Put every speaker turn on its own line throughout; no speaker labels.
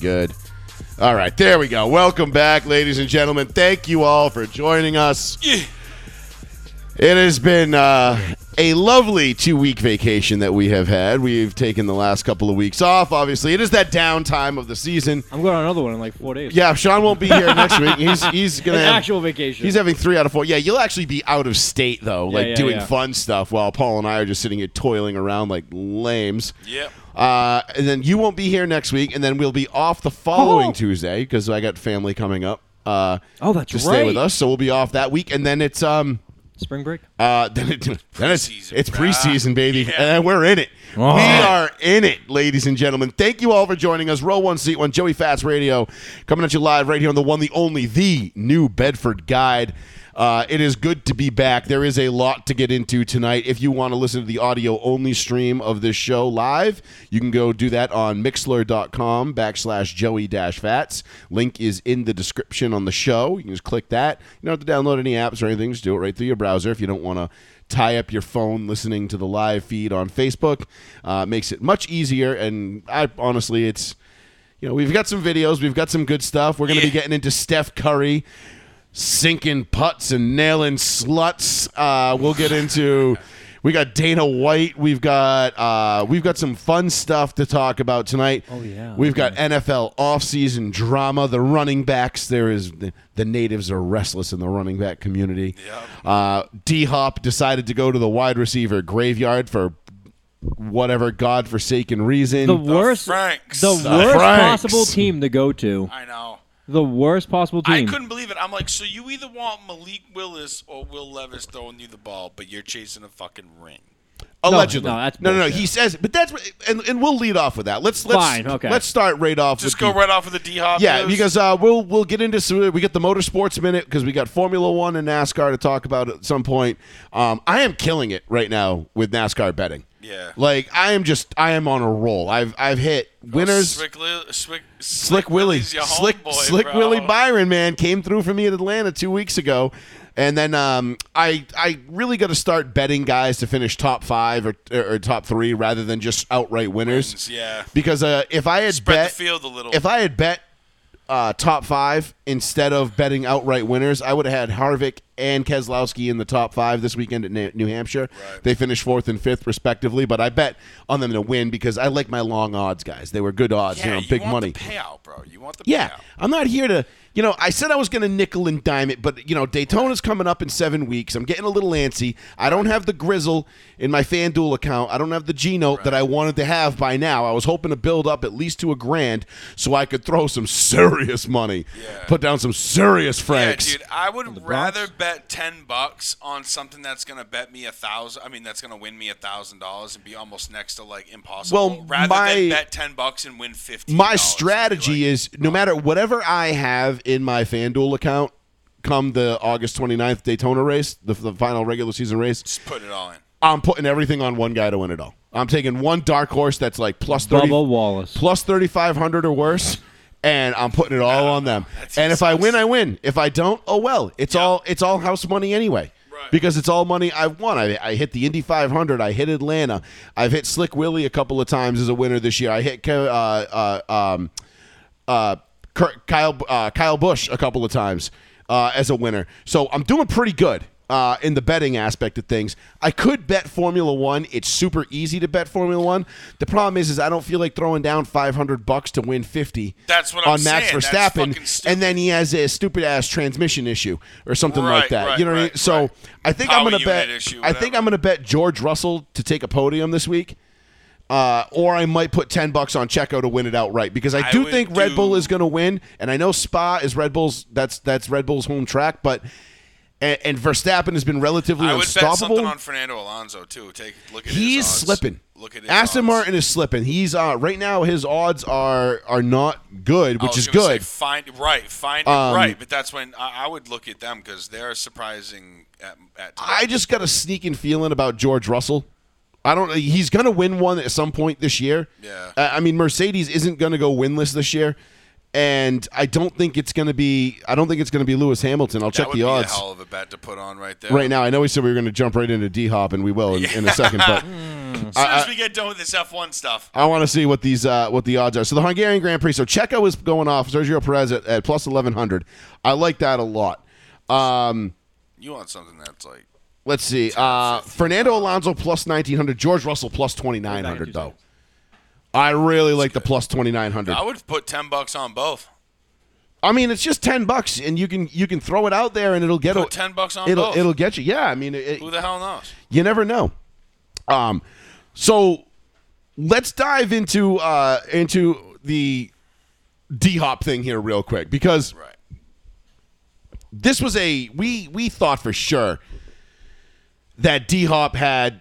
Good. All right, there we go. Welcome back, ladies and gentlemen. Thank you all for joining us. It has been uh, a lovely two week vacation that we have had. We've taken the last couple of weeks off, obviously. It is that downtime of the season.
I'm going on another one in like four days.
Yeah, Sean won't be here next week. He's, he's going
An
to.
actual vacation.
He's having three out of four. Yeah, you'll actually be out of state though, like
yeah,
doing
yeah.
fun stuff, while Paul and I are just sitting here toiling around like lames.
Yep.
Uh, and then you won't be here next week, and then we'll be off the following Tuesday because I got family coming up. Uh,
Oh, that's
to stay with
right.
us, so we'll be off that week, and then it's um,
Spring break.
uh, then it, then it's
Preseason,
it's
brah.
preseason, baby,
Yeah.
and we're in it.
Oh.
We are in it, ladies and gentlemen. Thank you all for joining us. Roll one, seat one, Joey Fats Radio, coming at you live right here on the one, the only, the New Bedford Guide. Uh, it is good to be back. There is a lot to get into tonight. If you want to listen to the audio only stream of this show live, you can go do that on mixler.com backslash joey dash fats. Link is in the description on the show. You can just click that. You don't have to download any apps or anything. Just do it right through your browser if you don't want to tie up your phone listening to the live feed on Facebook. Uh, makes it much easier. And I honestly, it's you know we've got some videos, we've got some good stuff. We're gonna be
Yeah.
getting into Steph Curry sinking putts and nailing sluts. Uh, we'll get into. We got Dana White. We've got uh, we've got some fun stuff to talk about tonight.
Oh, yeah.
We've got NFL offseason drama. The running backs. There is the, the natives are restless in the running back community. Uh, D Hop decided to go to the wide receiver graveyard for whatever godforsaken reason.
The worst.
Franks.
The
The
worst
Franks.
possible team to go to.
I know.
The worst possible
Hmm.
I
team.
couldn't believe it. I'm like, so you either want Malik Willis or Will Levis throwing you the ball, but you're chasing a fucking ring.
Allegedly.
no, that's
no, no, no.
bullshit.
He says, but that's what- and and we'll lead off with that. Let's let's
Fine, okay.
let's start right off.
Just
with
go
the-
right off of the D Hop.
Yeah, because uh, we'll we'll get into some. We get the motorsports minute because we got Formula One and NASCAR to talk about at some point. Um, I am killing it right now with NASCAR betting.
Yeah.
like I am just I am on a roll. I've I've hit winners.
Slick, Li- Slick,
Slick Willie,
Willie's your
Slick
homeboy,
Slick
bro.
Willie Byron, man, came through for me in Atlanta two weeks ago, and then um, I I really got to start betting guys to finish top five or, or, top three rather than just outright winners.
Wins, yeah.
because uh, if I had
Spread the
bet
field a little.
if I had bet uh, top five instead of betting outright winners, I would have had Harvick and Keselowski in the top five this weekend at Na- New Hampshire.
Right.
They finished fourth and fifth respectively, but I bet on them to win because I like my long odds guys. They were good odds,
yeah,
you know,
you
big
want
money.
The payout, bro. You want the
Yeah,
payout.
I'm not here to. You know, I said I was going to nickel and dime it, but you know, Daytona's coming up in seven weeks. I'm getting a little antsy. I don't have the grizzle in my FanDuel account. I don't have the G note that I wanted to have by now. I was hoping to build up at least to a grand so I could throw some serious money,
Yeah.
put down some serious francs.
Yeah, dude, I would
Bronx?
rather bet ten bucks on something that's gonna bet me a thousand. I mean, that's gonna win me a thousand dollars and be almost next to like impossible.
Well,
rather
my-
than bet ten bucks and win fifteen.
my strategy is no matter whatever I have in my FanDuel account come the August 29th Daytona race, the, the final regular season race,
just put it all in.
I'm putting everything on one guy to win it all. I'm taking one dark horse that's like plus 30,
Bubba Wallace.
plus 3,500 or worse, and I'm putting it all on them.
that's
And if I
expensive.
win, I win. If I don't, oh well. It's all it's all house money anyway.
Right.
Because it's all money I've won. I, I hit the Indy 500. I hit Atlanta. I've hit Slick Willie a couple of times as a winner this year. I hit Ke- uh, uh, um, uh, Kurt- Kyle uh, Kyle Bush a couple of times uh, as a winner. So I'm doing pretty good uh, in the betting aspect of things. I could bet Formula One. It's super easy to bet Formula One. The problem is, is I don't feel like throwing down 500 bucks to win 50.
That's what I'm
on Max
saying. That's
Verstappen,
fucking stupid.
and then he has a stupid ass transmission issue or something like
Right,
that.
right,
you know what I mean?
right,
So
right.
I think I'm
Power
gonna
unit
bet.
issue,
I think
whatever.
I'm gonna bet George Russell to take a podium this week. Uh, or I might put ten bucks on Checo to win it outright because I
I
do
would
think Red
do-
Bull is going to win, and I know Spa is Red Bull's that's that's Red Bull's home track, but and, and Verstappen has been relatively
I would bet
unstoppable.
something on Fernando Alonso too. Take a look at
He's
his odds.
slipping.
Look at his
Aston
odds.
Martin is slipping. He's uh, right now his odds are are not good,
I
which is
was gonna say
good. Um,
find right, find it right, but that's when I, I would look at them because they're surprising at, at times.
I just got a sneaking feeling about George Russell. I don't. He's going to win one at some point this year.
Yeah.
I I mean, Mercedes isn't going to go winless this year, and I don't think it's going to be. I don't think it's going to be Lewis Hamilton. I'll
that
check
would
the
be
odds
a hell of a bet to put on right there.
right now. I know we said we were going to jump right into D Hop, and we will in, in a second. But
As soon as we get done with this F1 stuff,
I want to see what these uh, what the odds are. So the Hungarian Grand Prix. So Checo is going off Sergio Perez at, at plus eleven hundred. I like that a lot. Um,
you want something that's like
let's see. Uh, Fernando Alonso plus nineteen hundred. George Russell plus twenty nine hundred though. I really like the plus twenty nine hundred.
I would put ten bucks on both.
I mean, it's just ten bucks, and you can you can throw it out there, and it'll get
Put
a-
10 bucks on
it'll
both.
it'll get you. Yeah, I mean, it,
Who the hell knows?
you never know. Um, so let's dive into uh, into the D Hop thing here real quick because
Right.
this was a we we thought for sure that D Hop had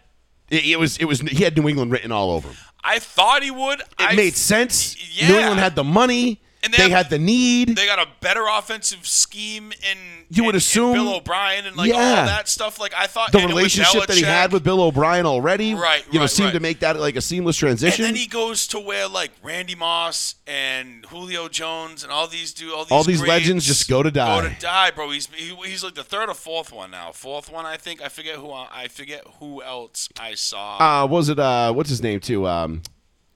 it, it was it was he had New England written all over him.
I thought he would.
It
I
made sense.
yeah.
New England had the money.
And
they
they have-
had the need.
They got a better offensive scheme in
You would
in- in
assume-
Bill O'Brien and like
Yeah.
all that stuff. Like I thought
the
and it was
relationship that he
Belichick.
had with Bill O'Brien already,
Right,
You know,
right,
seemed
right.
to make that like a seamless
And
transition.
then he goes to where like Randy Moss and Julio Jones and all these do all these
All these
greats
legends just go to die.
Go to die, bro. He's he, he's like the third or fourth one now. Fourth one, I think. I forget who I, I forget who else I saw.
uh, was it uh, what's his name too? Um,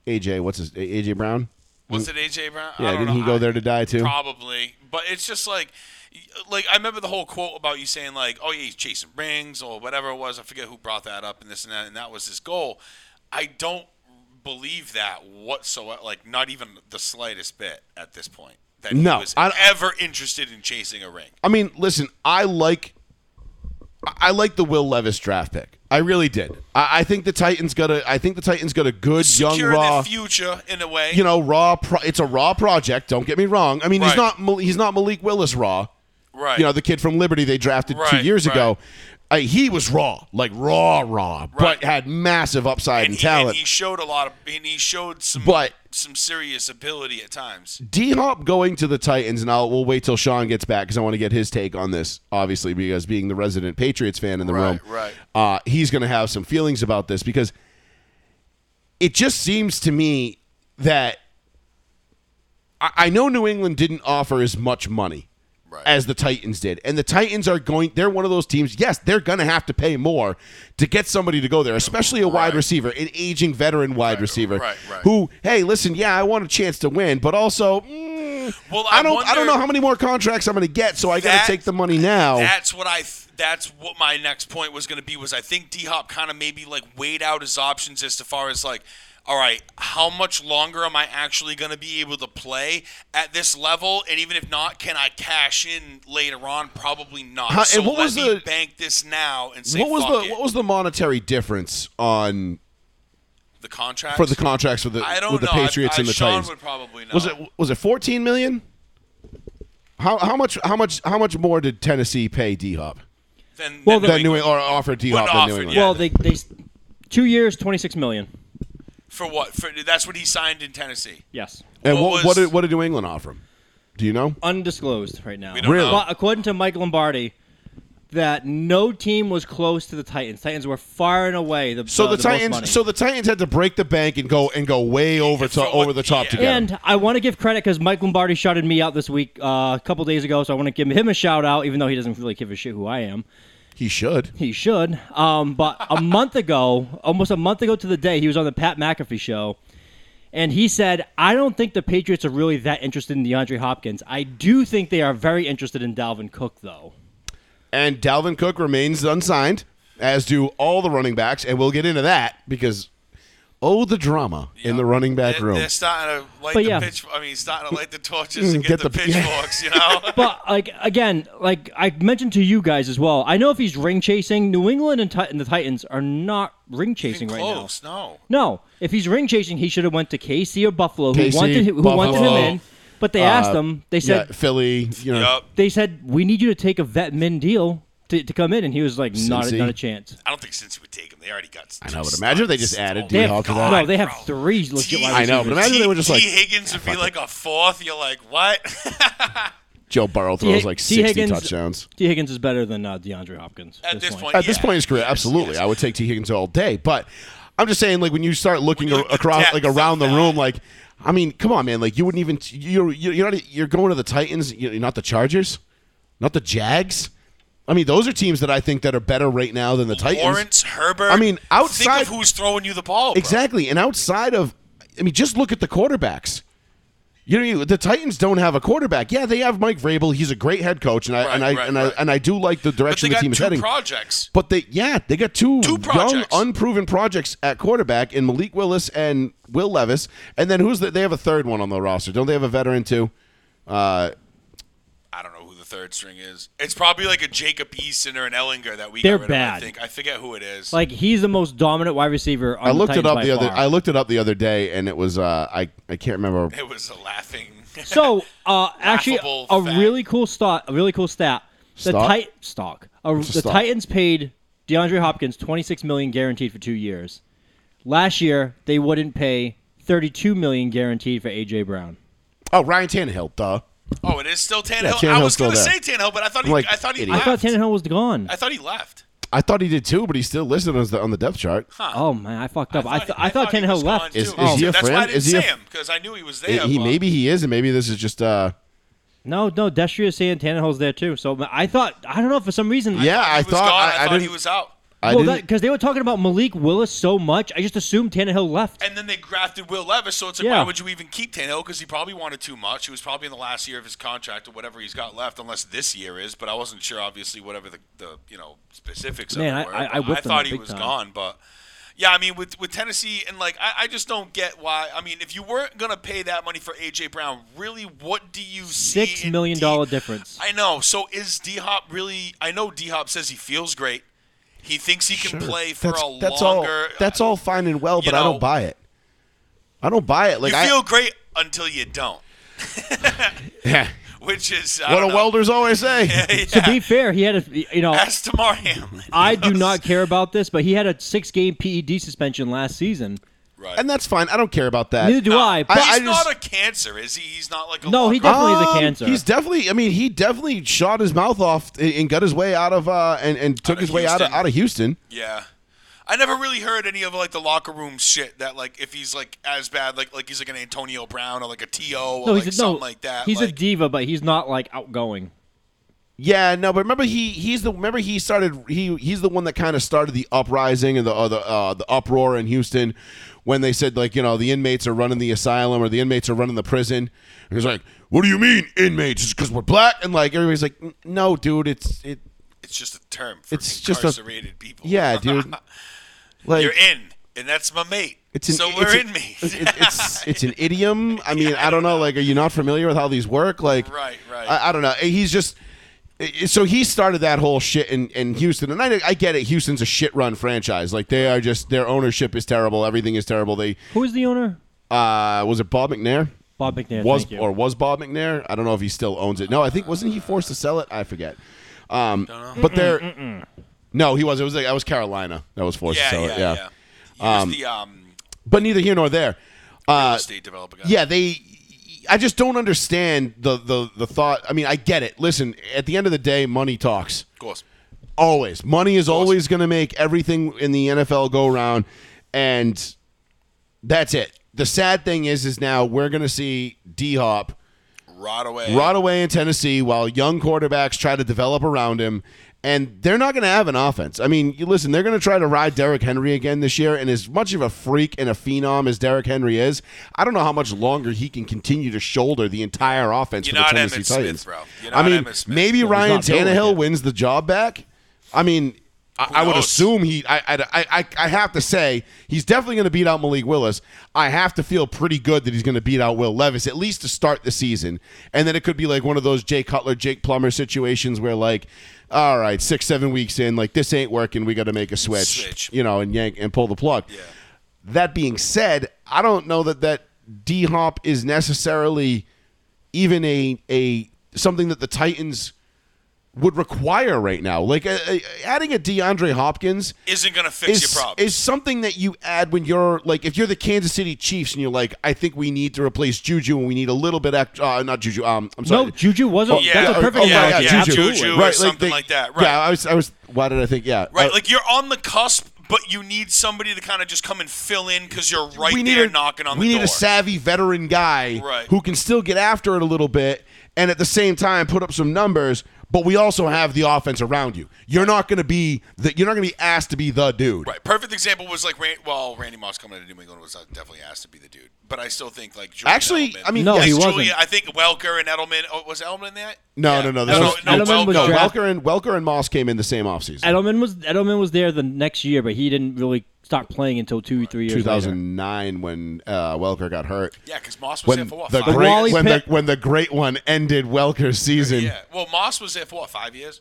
AJ, what's his AJ Brown?
Was it AJ Brown? I
Yeah,
don't
didn't
know.
he go
I-
there to die too?
Probably, but it's just like, like I remember the whole quote about you saying like, "Oh yeah, he's chasing rings" or whatever it was. I forget who brought that up and this and that, and that was his goal. I don't believe that whatsoever. Like, not even the slightest bit at this point. That
No,
he was
I-
ever interested in chasing a ring.
I mean, listen, I like I like the Will Levis draft pick. I really did. I, I think the Titans got a I think the Titans got a good young
Secure
raw
the future in a way.
you know, raw pro- it's a raw project, don't get me wrong. I mean, he's
Right.
not Mal- he's not Malik Willis raw.
right?
You know, the kid from Liberty they drafted 2
Right,
years
right.
ago. Uh, he was raw, like raw raw, but
Right.
had massive upside and,
and, he,
talent.
and he showed a lot of, and he showed some,
But-
some serious ability at times.
D Hop going to the Titans, and I'll we'll wait till Sean gets back because I want to get his take on this. Obviously, because being the resident Patriots fan in the
Right,
room,
right.
uh, he's going to have some feelings about this because it just seems to me that I, I know New England didn't offer as much money
Right.
as the Titans did, and the Titans are going. They're one of those teams. Yes, they're going to have to pay more to get somebody to go there, especially a wide
Right.
receiver, an aging veteran wide receiver,
right, right.
who, hey, listen, yeah, I want a chance to win, but also. mm,
Well,
I,
I
don't. I don't
wonder-
know how many more contracts I'm going to get, so I got to
That-
take the money now.
That's what I. Th- that's what my next point was going to be. Was I think D Hop kind of maybe like weighed out his options as to far as like, all right, how much longer am I actually going to be able to play at this level? And even if not, can I cash in later on? Probably not.
How- and
so
what
let
was
me
the-
bank this now and say
what was
fuck
the
it.
What was the monetary difference on
the contract
for the contracts with the
I don't
with the
know.
Patriots
I, I,
and the
Sean
Titans?
would probably know.
was it Was it 14 million? How how much how much how much more did Tennessee pay D Hop?
Then,
Well,
then
Than
New
New
England-
England or offer D Hop
Wouldn't
than New
offer,
England?
yeah.
Well, they they s- two years, twenty six million.
for what? For that's what he signed in Tennessee.
Yes,
And what
what
what,
was-
did what did New England offer him? Do you know?
undisclosed right now.
We don't Really? know.
But according to Mike Lombardi, that no team was close to the Titans. Titans were far and away the
So
uh,
the,
the most money.
Titans so the Titans had to break the bank and go and go way over to
For what-
over the top
yeah.
to get him.
And I want to give credit because Mike Lombardi shouted me out this week uh, a couple days ago, so I want to give him a shout out, even though he doesn't really give a shit who I am.
He should.
He should. Um, but a month ago, almost a month ago to the day, he was on the Pat McAfee show, and he said, "I don't think the Patriots are really that interested in DeAndre Hopkins. I do think they are very interested in Dalvin Cook, though."
And Dalvin Cook remains unsigned, as do all the running backs, and we'll get into that because oh the drama in the running back
They're,
room. Mm,
they're starting to light
But
the
yeah.
pitch. I mean, starting to light the torches and
get
get, the,
the- yeah.
pitchforks. You know.
But like again, like I mentioned to you guys as well, I know if he's ring chasing, New England and, Ti- and the Titans are not ring chasing right now.
close. No.
No, if he's ring chasing, he should have went to KC or Buffalo, who
KC,
wanted who wanted him
Buffalo, Uh,
in. But they asked him. They
yeah,
said
Philly, you know.
Yup.
they said we need you to take a vet min deal to, to come in, and he was like, not,
Cincy.
not a chance.
I don't think since would take him. They already got.
I know, but imagine they just added D
They have,
Hop to
God.
that.
no, they have
bro.
three legit wide
I know, but
receivers.
imagine they were just like
T. Higgins would be like a fourth. You're like, what?
Joe Burrow throws like
T.
sixty
Higgins-
touchdowns.
T. Higgins is better than uh, DeAndre Hopkins
At this point,
At this
Oh, yeah.
point in his career, absolutely, I would take T Higgins all day. But I'm just saying, like when you start looking
When you look at the
across,
depth
like around the
of
room,
that.
like I mean, come on, man, like you wouldn't even e, you're you're not, you're going to the Titans, you're not the Chargers, not the Jags. I mean, those are teams that I think that are better right now than the Titans.
Lawrence Herbert.
I mean, outside-
think of who's throwing you the ball. bro.
Exactly. And outside of, I mean, just look at the quarterbacks. You know, you- the Titans don't have a quarterback. Yeah, they have Mike Vrabel. He's a great head coach, and I and I
Right, right,
and
right.
I and I do like the
But they
direction the
got
team is
two
heading.
projects.
but they, yeah, they got two,
Two
young,
projects.
unproven projects at quarterback in Malik Willis and Will Levis. And then who's the, They have a third one on the roster, don't they? Have a veteran too. Uh,
I don't know who the third string is. It's probably like a Jacob Eason or an Ellinger that we
They're
got rid Of, I
bad.
think I forget who it is.
Like he's the most dominant wide receiver. On
I looked
the
it
Titans
up
by
the other.
far.
I looked it up the other day, and it was uh, I I can't remember.
it was a laughing.
So, uh, actually,
Laughable
a
fact.
really cool stat. A really cool stat. The
Stock?
Tit- stock. Uh, the
stock.
Titans paid DeAndre Hopkins twenty six million guaranteed for two years. Last year, they wouldn't pay thirty two million guaranteed for AJ Brown.
Oh, Ryan Tannehill. Duh.
oh, it is still Tannehill. I
Tannehill's
was
still
gonna
there.
say Tannehill, but I thought
I'm
he,
like,
I thought he
idiot.
I
left.
thought Tannehill was gone.
I thought he left.
I thought he did too, but he's still listed on the, on the depth chart.
oh man, I fucked up. I, th-
he-
I thought
he was
Tannehill left. Oh,
gone,
Is-
too. Oh,
is he a
That's why I
friend?
didn't
Is he
say
a-
him because I knew he was
He-
there.
he
but-
maybe he is, and maybe this is just. Uh,
No, no, Destry is saying Tannehill's there too. So I thought I don't know for some reason.
yeah,
he
I
was gone.
thought I, I
thought
didn't.
he was out.
I
well,
didn't.
because they were talking about Malik Willis so much, I just assumed Tannehill left.
And then they drafted Will Levis, so it's like,
Yeah.
why would you even keep Tannehill? Because he probably wanted too much. He was probably in the last year of his contract or whatever he's got left, unless this year is. But I wasn't sure, obviously, whatever the, the you know specifics
Man,
of
I-
it were.
I- I
But
whipped them
thought
up
he
big
was
time.
gone, but yeah, I mean, with with Tennessee and like, I, I just don't get why. I mean, if you weren't gonna pay that money for AJ Brown, really, what do you see?
Six
in
million
D-
dollar difference.
I know. So is D Hop really? I know D Hop says he feels great. He thinks he can
Sure.
play for
that's,
a
that's
longer.
All, that's all fine and well,
you
but I
know-
don't buy it. I don't buy it. Like
you feel great until you don't.
I,
which is I
what
don't
do
know.
welders always say.
to be fair, he had a you know
Ask Damar Hamlin.
I do not care about this, but he had a six game PED suspension last season.
Right.
and that's fine. I don't care about that.
Neither do I. But
He's
I
not
just-
a cancer, is he? He's not like a
No, he
locker-
definitely is a
Um,
cancer.
He's definitely. I mean, he definitely shot his mouth off and, and got his way out of uh and, and took
of
his way out of
Houston.
out of Houston.
Yeah. I never really heard any of like the locker room shit that like if he's like as bad like like he's like an Antonio Brown or like a To or
no,
like
he's a, no,
something like that.
He's a
like,
diva, but he's not like outgoing.
Yeah, no, but remember he he's the remember he started he he's the one that kind of started the uprising and the uh, the uh, the uproar in Houston when they said like you know the inmates are running the asylum or the inmates are running the prison. And he's like, "What do you mean inmates? It's because we're black?" And like everybody's like, "N- "No, dude, it's it
it's just a term for
It's just a-
incarcerated people.
yeah, dude." Like
You're in, and that's my mate.
it's an
so
it's
we're
a-
in me.
It's, it's- it's it's an idiom. I mean, I don't know. Like, are you not familiar with how these work? Like,
Right, right.
I, I don't know. He's just. eh, So he started that whole shit in, in Houston, and I, I get it. Houston's a shit run franchise. Like they are just their ownership is terrible. Everything is terrible. They
Who is the owner?
uh, was it Bob McNair
Bob McNair.
was
thank you.
or was Bob McNair? I don't know if he still owns it. No, I think wasn't he forced to sell it? I forget. Um, But they're no, he was. It was like, that was Carolina that was forced
yeah,
to sell
yeah,
it.
yeah.
Yeah.
He was the um
but neither here nor there. Uh,
real estate developer guy.
yeah, they. I just don't understand the, the the thought. I mean, I get it. Listen, at the end of the day, money talks.
Of course.
Always, money is always going to make everything in the NFL go round, and that's it. The sad thing is, is now we're going to see D Hop
Right away.
rot away in Tennessee while young quarterbacks try to develop around him, and they're not going to have an offense. I mean, you listen, they're going to try to ride Derrick Henry again this year, and as much of a freak and a phenom as Derrick Henry is, I don't know how much longer he can continue to shoulder the entire offense
You're
for the
not
Tennessee
Emmitt Smith,
Titans.
bro. You're
I
not
mean,
Emmitt Smith.
maybe
he's
Ryan
not doing
Tannehill
it.
wins the job back. I mean. I, I would
knows?
assume he. I, I, I- I, I have to say he's definitely going to beat out Malik Willis. I have to feel pretty good that he's going to beat out Will Levis at least to start the season, and then it could be like one of those Jay Cutler, Jake Plummer situations where like, all right, six seven weeks in, like this ain't working. We got to make a switch,
Switch.
you know, and yank and pull the plug.
Yeah.
That being said, I don't know that that D Hop is necessarily even a a something that the Titans would require right now. Like uh, uh, adding a DeAndre Hopkins
Isn't gonna fix
is
your problem.
is something that you add when you're like if you're the Kansas City Chiefs and you're like I think we need to replace Juju and we need a little bit extra uh, not Juju um I'm sorry
no, Juju wasn't.
Yeah,
that's
or-
a perfect
oh, yeah,
analogy.
yeah,
Absolutely.
Juju or something like that, right.
Yeah, I was I was why did I think yeah.
Right,
Uh,
like you're on the cusp, but you need somebody to kind of just come and fill in because you're right
we need
there
a,
knocking on
we
the
need
door.
a savvy veteran guy
Right.
who can still get after it a little bit and at the same time put up some numbers but we also have the offense around you. You're not going to be the, you're not going to be asked to be the dude.
Right. Perfect example was like, Ran- well, Randy Moss coming to New England was uh, definitely asked to be the dude. But I still think like Julian
Actually,
Edelman-
I mean,
No,
yes,
he
Ju-
wasn't.
Julian, I think Welker and Edelman oh, was Edelman in that?
No,
Yeah.
no, no. This
No, no,
was,
no,
Edelman was
Welker.
drafted-
Welker and Welker and Moss came in the same offseason,
Edelman was Edelman was there the next year, but he didn't really start playing until two, three years.
two
later.
thousand nine, when uh, Welker got hurt.
Yeah, because Moss was there
When
for what?
the
five
great
Wally
when
Pitt-
the when the great one ended Welker's season
years? Yeah. Well, Moss was there for what? Five years?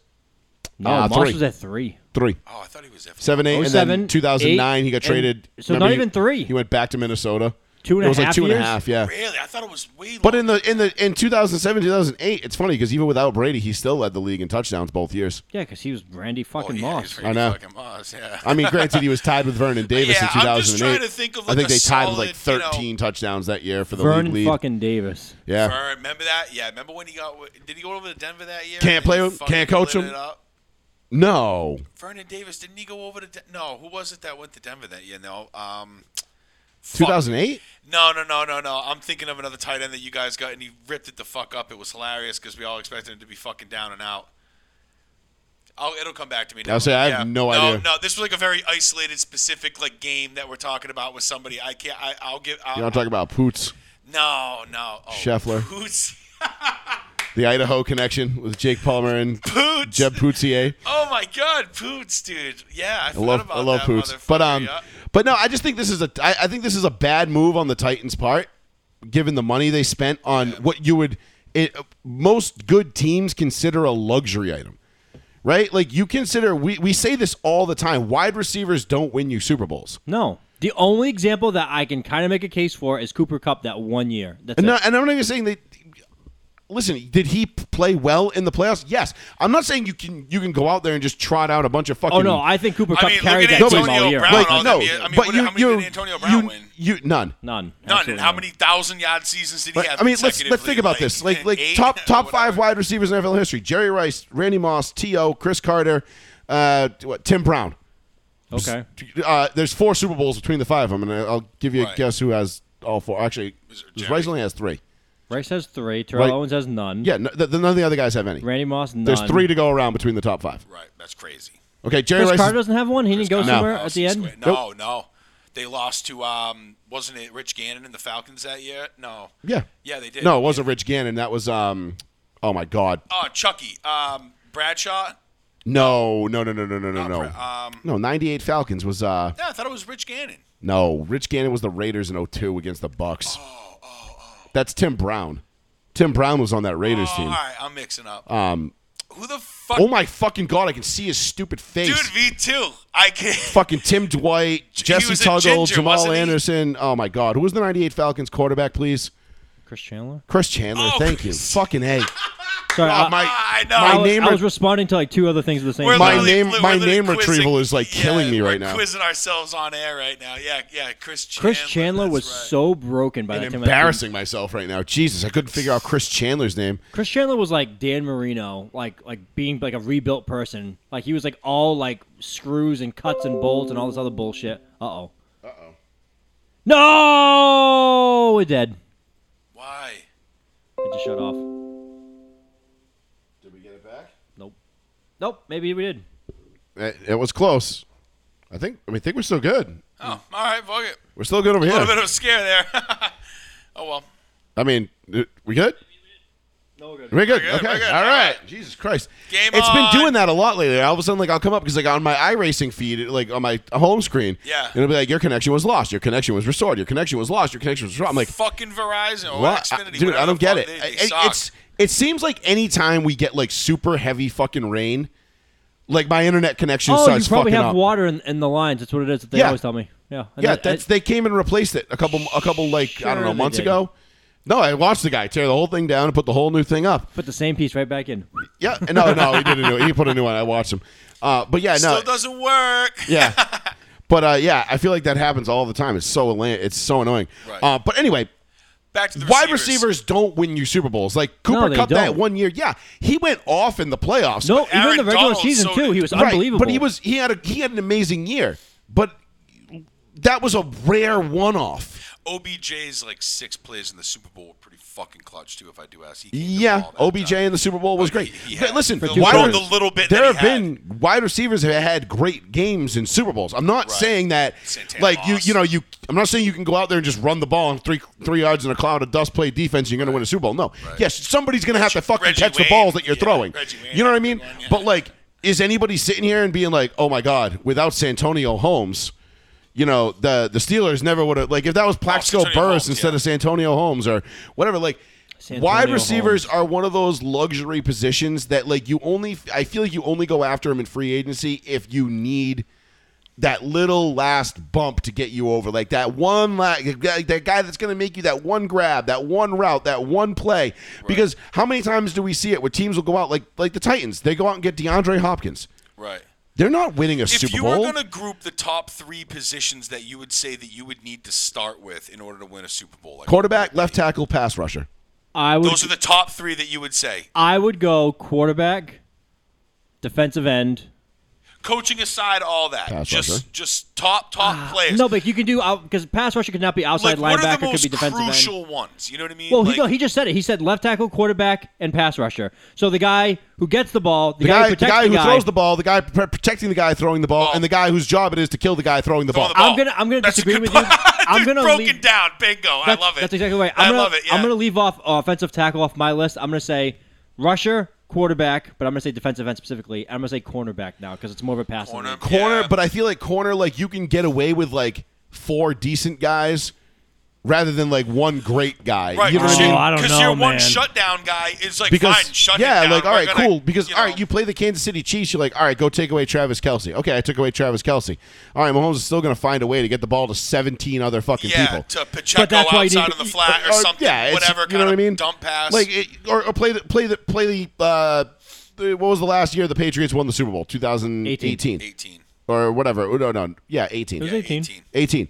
No,
Ah,
Moss
three.
was at three.
three.
Oh, I thought he was there for
Seven, eight, and then
07,
2009, he got
eight,
traded.
and- so
Remember,
not
he-
even three.
He went back to Minnesota.
Two and
it
a
was like
half
two and a
years?
half, yeah.
Really? I thought it was way.
But
longer.
in the in the in 2007, 2008, it's funny because even without Brady, he still led the league in touchdowns both years.
Yeah, because he was Randy
Oh,
fucking
yeah,
Moss.
he's
I know.
Fucking Moss. Yeah.
I mean, granted, he was tied with Vernon Davis
Yeah,
in 2008.
I'm just trying to think of,
I think
like, a
they tied with like
solid, you know-
13 touchdowns that year for the
Vernon
league lead.
fucking Davis.
yeah,
Burn. Remember that? Yeah. Remember when he got? Did he go over to Denver that year?
Can't
and
play
he
with him,
fucking
can't coach
lit
him.
it up?
no,
Vernon Davis didn't he go over to? De- no, who was it that went to Denver that year? No, um, fuck.
2008.
No, no, no, no, no. I'm thinking of another tight end that you guys got, and he ripped it the fuck up. It was hilarious because we all expected him to be fucking down and out. Oh, it'll come back to me. Now.
I'll say, I have no idea.
No, this was like a very isolated, specific like game that we're talking about with somebody. I can't. I, I'll give. I'll,
You want to talk about Poots,
No, no. Oh,
Scheffler.
Poots.
the Idaho connection with Jake Palmer and
Poots.
Jeb eh? Pootsier.
Oh my God, Poots, dude. Yeah, I,
I
forgot
love
about
I love
that
Poots,
motherfucker,
but um,
yeah.
but no, I just think this is a I, I think this is a bad move on the Titans' part, given the money they spent on what you would it, most good teams consider a luxury item, right? Like you consider we we say this all the time: wide receivers don't win you Super Bowls.
No. The only example that I can kind of make a case for is Cooper Cup that one year. That's
And,
it.
no, and I'm not even saying that. Listen, did he p- play well in the playoffs? Yes. I'm not saying you can you can go out there and just trot out a bunch of fucking.
oh no, I think Cooper
I
Cup
mean, look
carried
at
that team
Antonio
all year.
Brown.
like
all
no,
them years. I mean,
but
what-
you,
how many
you,
did Antonio Brown
you,
win?
you none.
None.
None.
Absolutely
And how
none.
many thousand yard seasons did he
But,
have?
I mean, let's let's
consecutively?
think about this. Like like
eight
top
or
top
whatever.
five wide receivers in NFL history: Jerry Rice, Randy Moss, T.O., Chris Carter, uh, what, Tim Brown.
Okay.
Uh, there's four Super Bowls between the five of them, and I'll give you a
Right.
guess who has all four. Actually,
Is
does
it Jerry?
Rice only has three.
Rice has three. Terrell
Right.
Owens has none.
Yeah, no, th- none of the other guys have any.
Randy Moss none.
There's three to go around between the top five.
Right, that's crazy.
Okay, Jerry
Chris
Rice.
Carter doesn't have one. He didn't go
Carter. No.
somewhere at
Lost
the
to
end.
Squid- No, no. They lost to um, wasn't it Rich Gannon and the Falcons that year? No.
yeah.
Yeah, they did.
No, it wasn't Rich Gannon. That was um. Oh my God.
Oh, Chucky. Um, Bradshaw.
No, no, no, no, no, no, no, no.
Bra- um,
No, 98 Falcons was uh
yeah, I thought it was Rich Gannon.
no, Rich Gannon was the Raiders in 02 against the Bucks.
Oh,
That's Tim Brown. Tim Brown was on that Raiders
Oh, all
team.
right, I'm mixing up. Um, who the fuck?
Oh my fucking god, I can see his stupid face.
dude, me too. I can.
fucking Tim Dwight, Jesse
was a
Tuggle,
ginger,
Jamal
wasn't he?
Anderson. Oh my god, who was the 98 Falcons quarterback, please?
Chris Chandler.
Chris Chandler.
Oh,
thank
Chris. Ah,
you. Fucking A. Uh,
Sorry, I,
my
I
my
I
know.
was,
name
I
re-
was responding to like two other things at the same
We're
time.
my
literally-
name-
we're
my
literally
name retrieval is, like,
yeah,
killing me right
we're
now.
Quizzing ourselves on air right now. Yeah, yeah. Chris Chandler.
Chris Chandler
that's
was
right.
so broken by that time.
Embarrassing myself right now. Jesus, I couldn't figure out Chris Chandler's name.
Chris Chandler was like Dan Marino, like like being like a rebuilt person. Like he was like all like screws and cuts and bolts and all this other bullshit. Uh oh. Uh oh. No, we're dead.
Why?
It just shut off.
Did we get it back?
Nope. Nope. Maybe we did.
It, it was close. I think. I mean, I think we're still good.
Mm.
Oh, all right. Fuck it.
We're still good over
A little bit
here.
of a scare there. oh well.
I mean, uh, we good?
No, we're good.
We're good.
good,
okay.
we're good.
All
All
right. Jesus Christ.
Game
It's
on.
been doing that a lot lately. All of a sudden, like I'll come up because like on my iRacing feed, it- like on my home screen,
Yeah.
it'll be like your connection was lost, your connection was restored, your connection was lost, your connection was restored. I'm like,
fucking Verizon or
what? I-
Xfinity.
dude,
whatever
I don't
the
get
fuck,
it.
They, they
I- I-
suck.
it's it seems like any time we get like super heavy fucking rain, like my internet connection
Oh, you
starts
probably
fucking
have
up.
water in, in the lines. That's what it is. That they
Yeah.
always tell me. Yeah. And
Yeah,
that-
that's
I-
they came and replaced it a couple a couple like I don't
Sure
know
they
months
did.
ago. No, I watched the guy tear the whole thing down and put the whole new thing up.
put the same piece right back in.
Yeah, no, no, he did a new. He put a new one. I watched him. Uh, but yeah, no,
Still doesn't work.
yeah, but uh, yeah, I feel like that happens all the time. It's so anla- it's so annoying.
Right.
Uh, but anyway,
Back to the
wide
receivers.
receivers don't win you Super Bowls. Like Cooper
they
Cup that
don't.
one year, yeah, he went off in the playoffs.
No, even
Aaron
the regular
Donald's
season
so
too.
good.
He was
Right,
unbelievable.
But he was he had a he had an amazing year, but that was a rare one off.
OBJ's like six plays in the Super Bowl were pretty fucking clutch too. If I do ask, he came to
Yeah,
ball that
OBJ
time.
in the Super Bowl was great.
he
But
had-
listen,
For two
wide
quarters. The little bit
there
that
have
he
been wide receivers have had great games in Super Bowls. I'm not
Right.
saying that
Santana
like you
lost.
you know you I'm not saying you can go out there and just run the ball and three three yards in a cloud of dust play defense and you're going to win a Super Bowl. No, yes, somebody's going to have to fucking
Reggie
catch
Wayne.
the balls that you're
Yeah,
throwing.
Reggie Wayne
You know what I
had a
mean?
good one, yeah.
But like, is anybody sitting here and being like, oh my god, without Santonio Holmes? You know the the Steelers never would have like if that was Plaxico
Santonio
Burris
Holmes,
instead
yeah.
of Santonio Holmes or whatever like
Santonio
wide receivers are one of those luxury positions that like you only I feel like you only go after them in free agency if you need that little last bump to get you over like that one la- that guy that's going to make you that one grab that one route that one play because how many times do we see it where teams will go out like like the Titans they go out and get DeAndre Hopkins
Right.
they're not winning a
If
Super
you
Bowl
were going to group the top three positions that you would say that you would need to start with in order to win a Super Bowl, like,
quarterback left tackle pass rusher
I would
those are the top three that you would say.
I would go quarterback, defensive end.
Coaching aside, all that,
Pass
just
rusher.
just top top players.
No, but you can do out because pass rusher could not be outside
like what are the
linebacker, could be
most
defensive end.
crucial ones? You know what I mean?
Well,
like,
he, go, he just said it. He said left tackle, quarterback, and pass rusher. So the guy who gets the ball, the,
the
guy,
guy,
who
the
protects
guy
the
who
guy,
throws the ball, the guy pr- protecting the guy throwing the ball,
Ball.
and the guy whose job it is to kill the guy throwing the
Throwing
ball.
Oh. the ball.
I'm gonna I'm gonna
That's a
disagree
good
with you.
point.
I'm
Dude,
gonna
broken
leave,
down. Bingo. I
that's-
love it.
That's exactly right. I'm
I
gonna,
love it. Yeah.
I'm gonna leave off offensive tackle off my list. I'm gonna say rusher, quarterback, but I'm gonna say defensive end specifically. I'm gonna say cornerback now because it's more of a pass.
Corner-
league.
corner,
Yeah.
but I feel like corner, like you can get away with like four decent guys rather than like one great guy.
Right.
You know what I
Oh,
mean?
I don't
Because your
know,
one
man.
shutdown guy is like
Because
fine, shut him
yeah,
down.
like all
We're
right,
gonna,
cool. Because
you
all
know,
right, you play the Kansas City Chiefs. You're like, all right, go take away Travis Kelsey. Okay, I took away Travis Kelsey. All right, Mahomes is still going to find a way to get the ball to 17 other fucking
yeah,
people.
to Pacheco
But that's why you
outside
need-
of the flat or, something,
it's-
whatever
You
kind
know what
of
I mean?
dump pass.
like it, or, or play the play the play the. Uh, the- what was the last year the Patriots won the Super Bowl? 2018
18.
or whatever. Oh, No, no, yeah, 18.
was
Yeah,
18.
18.
18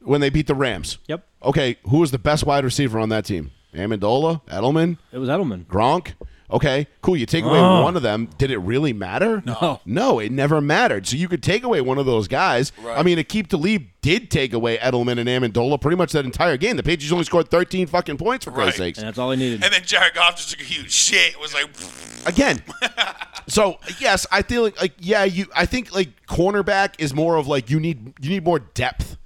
when they beat the Rams.
Yep.
Okay, who was the best wide receiver on that team? Amendola, Edelman,
It was Edelman.
Gronk. Okay, cool. You take away one of them. Did it really matter?
No.
No, it never mattered. So you could take away one of those guys.
Right.
I mean, Akeem Talib did take away Edelman and Amendola pretty much that entire game. The Patriots only scored 13 fucking points, for Christ's
Right.
sakes.
And that's all he needed.
And then Jared Goff just took a huge shit. It was like,
again. so yes, I feel like, like yeah, you. I think like cornerback is more of like you need you need more depth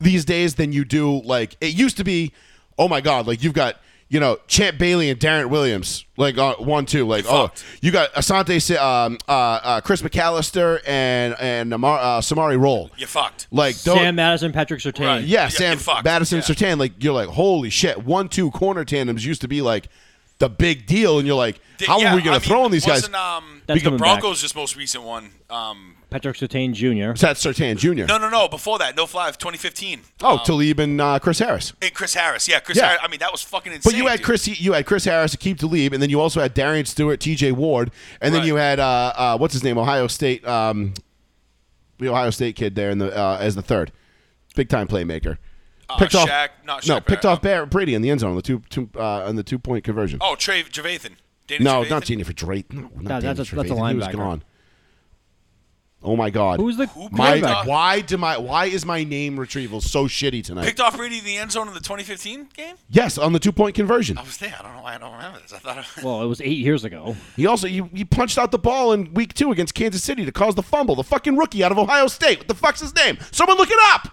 these days than you do like it used to be. Oh my God, like you've got you know Champ Bailey and Darren Williams like uh, one two like oh
fucked.
you got Asante Sa- um, uh, uh, Chris McAllister and and Amar, uh, Samari Roll.
you fucked.
Like don't,
Sam Madison, Patrick Sertain.
Right.
yeah,
You-
Sam
you're fucked.
Madison
Yeah.
Sertan, like you're like, holy shit, one two corner tandems used to be like the big deal, and you're like,
Th-
how
yeah,
are we gonna
I mean,
throw in these guys?
wasn't, Um,
That's
the
coming back.
Broncos' just most recent one. Um,
Patrick Sertain Jr.
That's Sertan Jr.
no, no, no. Before that, no fly, 2015.
oh, Talib and uh, Chris Harris.
And Chris Harris. Yeah, Chris
Yeah.
Harris. I mean, that was fucking insane.
But you had
dude.
Chris, you had Chris Harris, Akeem Talib, and then you also had Darian Stewart, T.J. Ward, and then
Right.
you had uh, uh, what's his name, Ohio State, um, the Ohio State kid there in the uh, as the third, big time playmaker. picked off,
Uh, Shaq- not
no,
Shaq,
picked
uh,
off Bar- Brady in the end zone on the two, two uh, on the two point conversion.
Oh, Trey Javathan. Danny
No,
Trevathan?
not Danny for Drake. No, not
No, that's
Danny
a- that's a
Trevathan. He was
linebacker.
gone. Oh my God!
Who's the
Who-
my?
quarterback?
Why do my? Why is my name retrieval so shitty tonight?
Picked off Brady in the end zone in the 2015 game?
yes, on the two point conversion.
I was there. I don't know why I don't remember this. I thought I,
Well, it was eight years ago.
He also he, he punched out the ball in week two against Kansas City to cause the fumble. The fucking rookie out of Ohio State. What the fuck's his name? Someone look it up.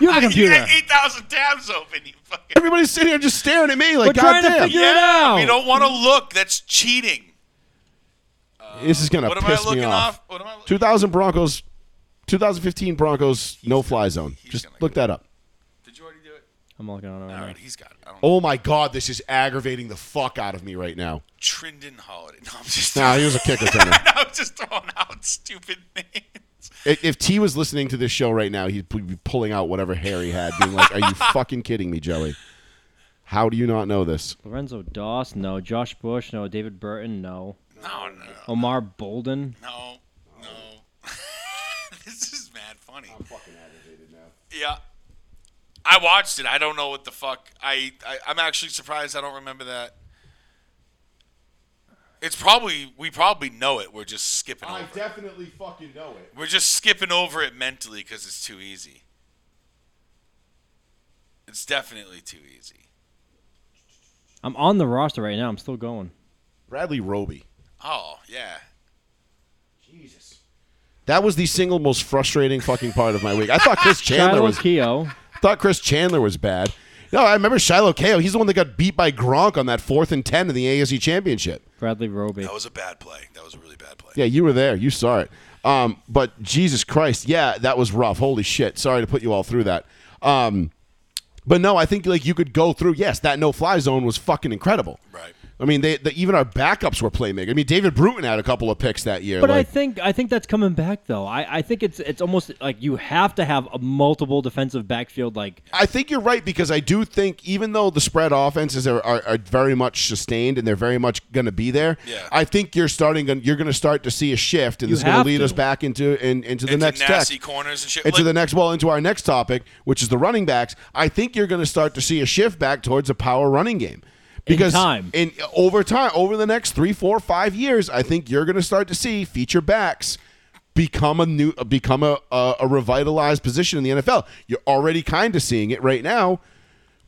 You have
you
a computer.
had 8,000 tabs open. You fucking.
Everybody's sitting here just staring at me like,
We're trying to
goddamn.
figure it out.
We don't want to look. That's cheating.
This is gonna
What am
piss
I looking
me off.
off? What am I looking
2000 Broncos, 2015 Broncos no fly zone.
he's
Just
gonna
look that up.
Did you already do it?
I'm looking on it.
All
Right. now.
right, he's got it. I don't
Oh my God, this is aggravating the fuck out of me right now.
Trendon Holiday. No, I'm just.
Nah, he was a kicker center.
I was just throwing out stupid names.
If, if T was listening to this show right now, he'd p- be pulling out whatever hair he had, being like, "Are you fucking kidding me, Joey? How do you not know this?"
Lorenzo Doss, no. Josh Bush, no. David Burton, no.
No, no,
Omar Bolden.
no, no. this is mad funny. I'm fucking aggravated now. Yeah. I watched it. I don't know what the fuck. I, I I'm actually surprised I don't remember that. It's probably we probably know it. We're just skipping over. it.
definitely fucking know it.
We're just skipping over it mentally because it's too easy. It's definitely too easy.
I'm on the roster right now. I'm still going.
Bradley Roby.
Oh yeah.
Jesus. That was the single most frustrating fucking part of my week. I thought Chris Chandler
Shiloh
was
Keough.
thought Chris Chandler was bad. No, I remember Shiloh Kao. He's the one that got beat by Gronk on that fourth and ten in the AFC Championship.
Bradley Roby.
Oh,
That was a bad play. That was a really bad play.
Yeah, you were there. You saw it. Um, but Jesus Christ, yeah, that was rough. Holy shit. Sorry to put you all through that. Um, but no, I think like you could go through. Yes, that no fly zone was fucking incredible.
Right.
I mean, they, they even our backups were playmaking. I mean, David Bruton had a couple of picks that year.
But I
like,
think I think that's coming back though. I, I think it's it's almost like you have to have a multiple defensive backfield like
I think you're right because I do think even though the spread offenses are, are, are very much sustained and they're very much going to be there,
Yeah.
I think you're starting gonna- you're going to start to see a shift and
You
this is going
have
to lead
to.
us back into in, into the
Into
next
nasty
tech,
corners and shit.
into
Like-
the next well into our next topic, which is the running backs. I think you're going to start to see a shift back towards a power running game. Because
time.
in over time, over the next three, four, five years, I think you're going to start to see feature backs become a new, become a, a, a revitalized position in the NFL. You're already kind of seeing it right now,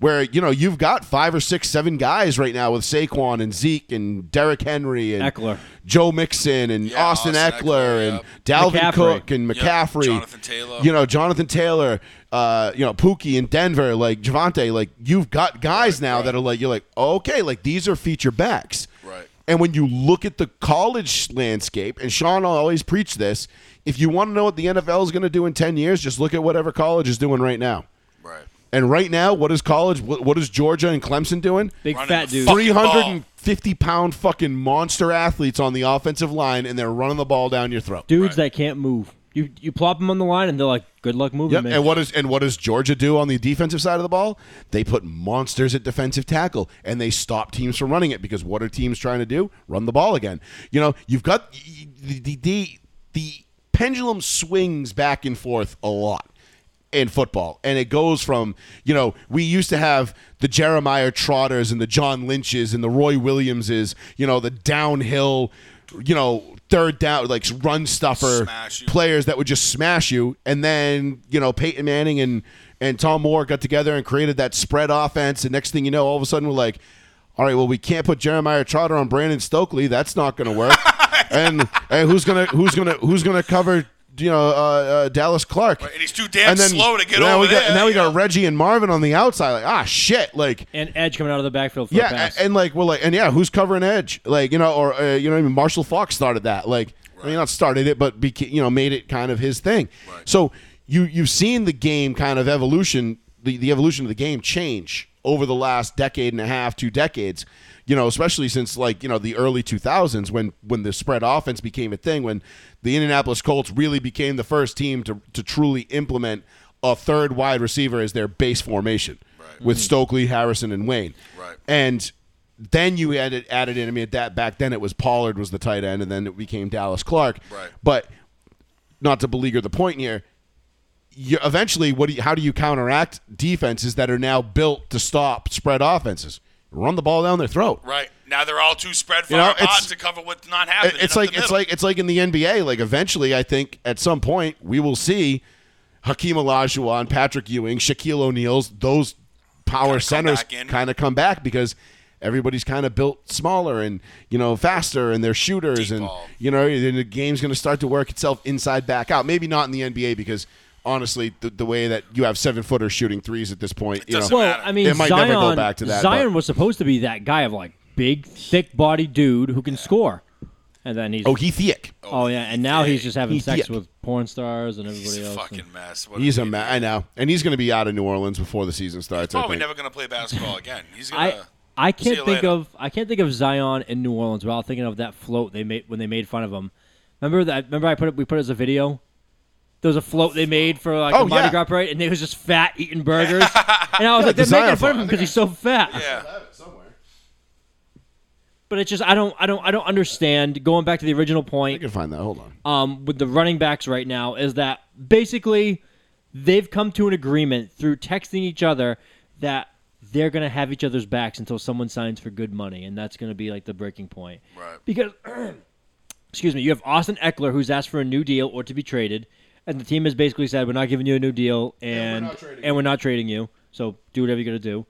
where you know you've got five or six, seven guys right now with Saquon and Zeke and Derrick Henry and
Eckler.
Joe Mixon and
Yeah,
Austin, Eckler
Austin Eckler,
and
yep.
Dalvin
McCaffrey.
Cook and
Yep,
McCaffrey,
Jonathan Taylor.
You know Jonathan Taylor, uh, you know Pookie in Denver, like Javante. Like you've got guys now that are like you're like okay, like these are feature backs.
Right.
And when you look at the college landscape, and Sean will always preach this, if you want to know what the NFL is going to do in ten years, just look at whatever college is doing right now.
right.
And right now, what is college? What, what is Georgia and Clemson doing?
big
Running
fat
the
dude.
fuck-
Three
Fucking
hundred
ball.
and fifty pound fucking monster athletes on the offensive line, and they're running the ball down your throat.
Dudes that can't move. You you plop them on the line and they're like, good luck moving,
Yep.
man.
And what is and what does Georgia do on the defensive side of the ball? They put monsters at defensive tackle and they stop teams from running it because what are teams trying to do? Run the ball again. You know, you've got the the the, the pendulum swings back and forth a lot in football and it goes from you know we used to have the jeremiah trotters and the john lynches and the roy williamses you know the downhill you know third down like run stuffer
Smash you.
play players that would just smash you. And then you know Peyton Manning and and Tom Moore got together and created that spread offense. And next thing you know, all of a sudden we're like, all right, well we can't put Jeremiah Trotter on Brandon Stokely. That's not going to work. and, and who's gonna who's gonna who's gonna cover you know uh, uh, Dallas Clark?
And he's too damn
And then
slow to get
now
over
we got,
there.
Now we
you
got
know?
Reggie and Marvin on the outside. Like ah shit, like.
and edge coming out of the backfield for a
Yeah,
pass.
a- and like we're like, and yeah, who's covering edge? Like you know, or uh, you know, even Marshall Fox started that. Like, I mean, not started it, but beca- you know, made it kind of his thing. So you you've seen the game kind of evolution, the the evolution of the game change over the last decade and a half, two decades. You know, especially since like you know the early two thousands when when the spread offense became a thing, when the Indianapolis Colts really became the first team to to truly implement a third wide receiver as their base formation
Right.
with Stokely, Harrison, and Wayne.
Right.
And then you added added in. I mean, at that back then it was Pollard was the tight end, and then it became Dallas Clark.
Right.
But not to beleaguer the point here. You, eventually, what do you, how do you counteract defenses that are now built to stop spread offenses? Run the ball down their throat.
Right now they're all too spread for
You know,
our
it's-
odds to cover what's not
It-
happening.
It's
up
like
the
it's
middle.
like it's like in the NBA. Like eventually, I think at some point we will see Hakeem Olajuwon, Patrick Ewing, Shaquille O'Neal's those power centers
back in.
kind of come back because everybody's kind of built smaller and you know faster and they're shooters and
ball.
you know then the game's going to start to work itself inside back out. Maybe not in the NBA because honestly, the, the way that you have seven footers shooting threes at this point, you know,
doesn't
well,
matter.
I mean,
It might
Zion,
never go back to that,
Zion
but-
was supposed to be that guy of like big, thick body dude who can score. And then he's
oh he thick.
Oh yeah, and now he's just having
He's
sex
dick.
with porn stars and everybody
He's a
else.
fucking mess. What
He's
do
a
we-
ma- I know, and he's going to be out of New Orleans before the season starts. I
Probably
think.
never gonna play basketball again. He's gonna.
I I
uh, See
can't
you
think
later.
of I can't think of Zion in New Orleans without thinking of that float they made when they made fun of him. Remember that? Remember I put it we put it as a video. There was a float they made for like
Oh,
a Mardi
yeah.
Gras parade, and he was just fat eating burgers. and I was like,
the
they're making
Zion
fun
float. I
of him
think
because he's so fat.
yeah.
But it's just I don't I don't I don't understand. Going back to the original
I
point,
can find that. Hold on.
um, with the running backs right now is that basically they've come to an agreement through texting each other that they're going to have each other's backs until someone signs for good money, and that's going to be like the breaking point.
Right.
Because, excuse me, you have Austin Eckler who's asked for a new deal or to be traded, and the team has basically said, "We're not giving you a new deal, and
trading
and we're not trading you." So do whatever you're gonna do.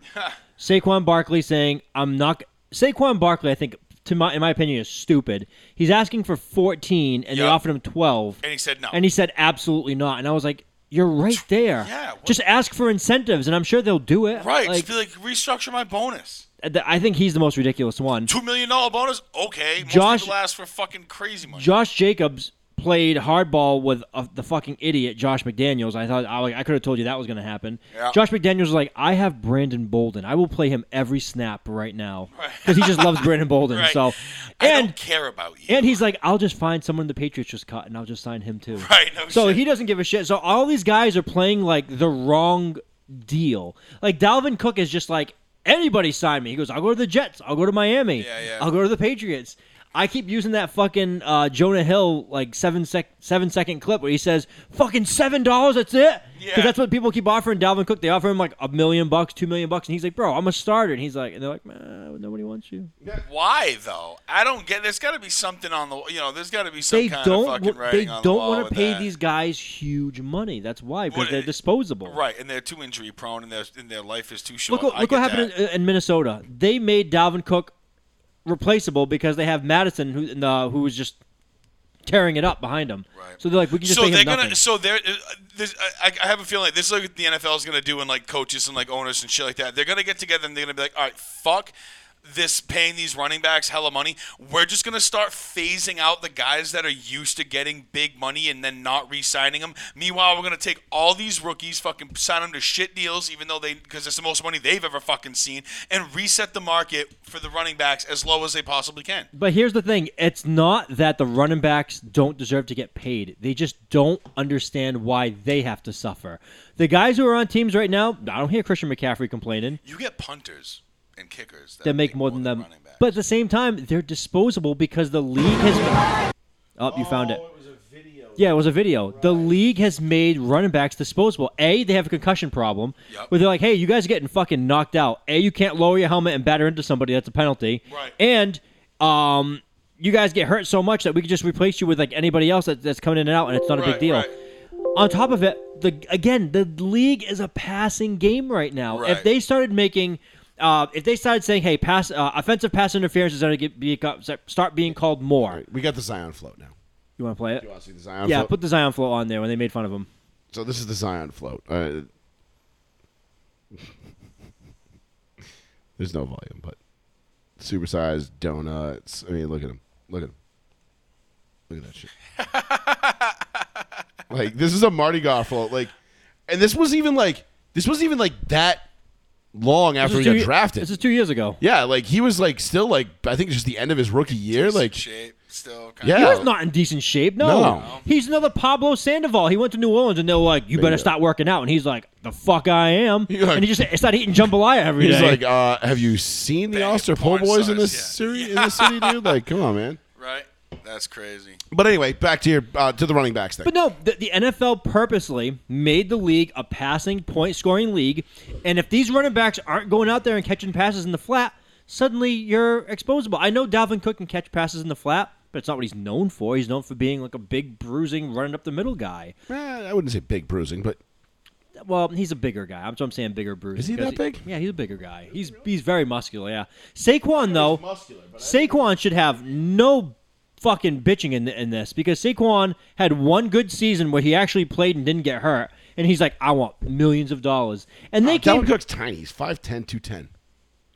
Saquon Barkley saying, "I'm not." Saquon Barkley, I think, to my in my opinion, is stupid. He's asking for 14, and they
Yeah.
offered him 12,
And he said no.
and he said absolutely not. And I was like, "You're right there.
Yeah, what-
Just ask for incentives, and I'm sure they'll do it.
right.
Like,
just be like, restructure my bonus.
th- I think he's the most ridiculous one.
Two million dollar bonus? Okay. Most
Josh-
people ask for fucking crazy money.
Josh Jacobs played hardball with uh, the fucking idiot Josh McDaniels. I thought I, like, I could have told you that was going to happen.
Yeah.
Josh McDaniels was like, I have Brandon Bolden. I will play him every snap right now
Right.
because he just loves Brandon Bolden.
Right.
So,
I don't
and
care about you.
and he's like, I'll just find someone the Patriots just cut and I'll just sign him too.
Right, no
so
shit.
he doesn't give a shit. So all these guys are playing like the wrong deal. Like Dalvin Cook is just like anybody sign me. He goes, I'll go to the Jets. I'll go to Miami.
Yeah, yeah.
I'll go to the Patriots. I keep using that fucking uh, Jonah Hill like seven sec seven second clip where he says fucking seven dollars. That's it.
Yeah.
that's what people keep offering Dalvin Cook. They offer him like a million bucks, two million bucks, and he's like, bro, I'm a starter. And he's like, and they're like, man, nobody wants you.
Why though? I don't get. There's got to be something on the. You know, there's got to be some
they
kind
don't
of
wa-
fucking writing
they
on the
don't
wall
want to
with
pay
that.
these guys huge money. That's why because
What-
they're disposable.
Right, and they're too injury prone, and their and their life is too short.
Look, what-
I
look what
get
happened
that.
in, in Minnesota. They made Dalvin Cook replaceable because they have Madison who in the, who was just tearing it up behind him.
Right.
So they're like, we can just
so
pay
they're
him
gonna.
nothing.
So they're. Uh, this, I, I have a feeling like this is like what the NFL is gonna do, and like coaches and like owners and shit like that. They're gonna get together and they're gonna be like, all right, fuck this paying these running backs hella money. We're just gonna start phasing out the guys that are used to getting big money and then not re-signing them. Meanwhile, we're gonna take all these rookies, fucking sign them to shit deals, even though they because it's the most money they've ever fucking seen, and reset the market for the running backs as low as they possibly can.
But here's the thing: it's not that the running backs don't deserve to get paid. They just don't understand why they have to suffer. The guys who are on teams right now, I don't hear Christian McCaffrey complaining.
You get punters and kickers that,
that make more than them.
running backs.
But at the same time, they're disposable because the league has. Oh, you found it. Yeah, it was a video. The league has made running backs disposable. A, they have a concussion problem
Yep.
where they're like, "Hey, you guys are getting fucking knocked out. A, you can't lower your helmet and batter into somebody. That's a penalty.
Right.
And um, you guys get hurt so much that we can just replace you with like anybody else that, that's coming in and out, and it's not a big
Right,
deal."
right.
On top of it, the again, the league is a passing game right now.
Right.
If they started making, uh, if they started saying, "Hey, pass uh, offensive pass interference is going to get be, start being called more,"
We got the Zion float now.
you want to play it?
You want to see the Zion
Yeah,
float?
put the Zion flow on there when they made fun of him.
so this is the Zion float. Uh, there's no volume, but supersized donuts. I mean, look at him. Look at him. Look at that shit. like this is a Mardi Gras float. Like, and this was even like this was even like that long after he
This
got
was two-
drafted.
This is two years ago.
yeah, like he was like still like I think just the end of his rookie year. Like
shape still. Kind
Yeah.
He was not in decent shape. No.
No.
He's another Pablo Sandoval. He went to New Orleans and they're like, you better
Yeah.
stop working out. And he's like, the fuck I am.
He's like-
and he just started eating jambalaya every day.
He's like, uh, have you seen the
Bang,
Ulster Po'
porn
Boys in
stars,
this
yeah.
city? In this city, dude? Like, come on, man.
Right. That's crazy.
But anyway, back to your uh, to the running backs thing.
But no, the, the NFL purposely made the league a passing point scoring league, and if these running backs aren't going out there and catching passes in the flat, suddenly you're exposable. I know Dalvin Cook can catch passes in the flat, but it's not what he's known for. He's known for being like a big bruising, running up the middle guy.
Eh, I wouldn't say big bruising, but
Well, he's a bigger guy. That's what I'm saying. Bigger bruising.
Is he that
'Cause
big?
yeah, he's a bigger guy. He's he's very muscular. Yeah, Saquon though. Saquon should have no fucking bitching in in this because Saquon had one good season where he actually played and didn't get hurt, and he's like, I want millions of dollars, and they
Oh, Dalvin
came.
Cook's tiny. He's 5'10", 210.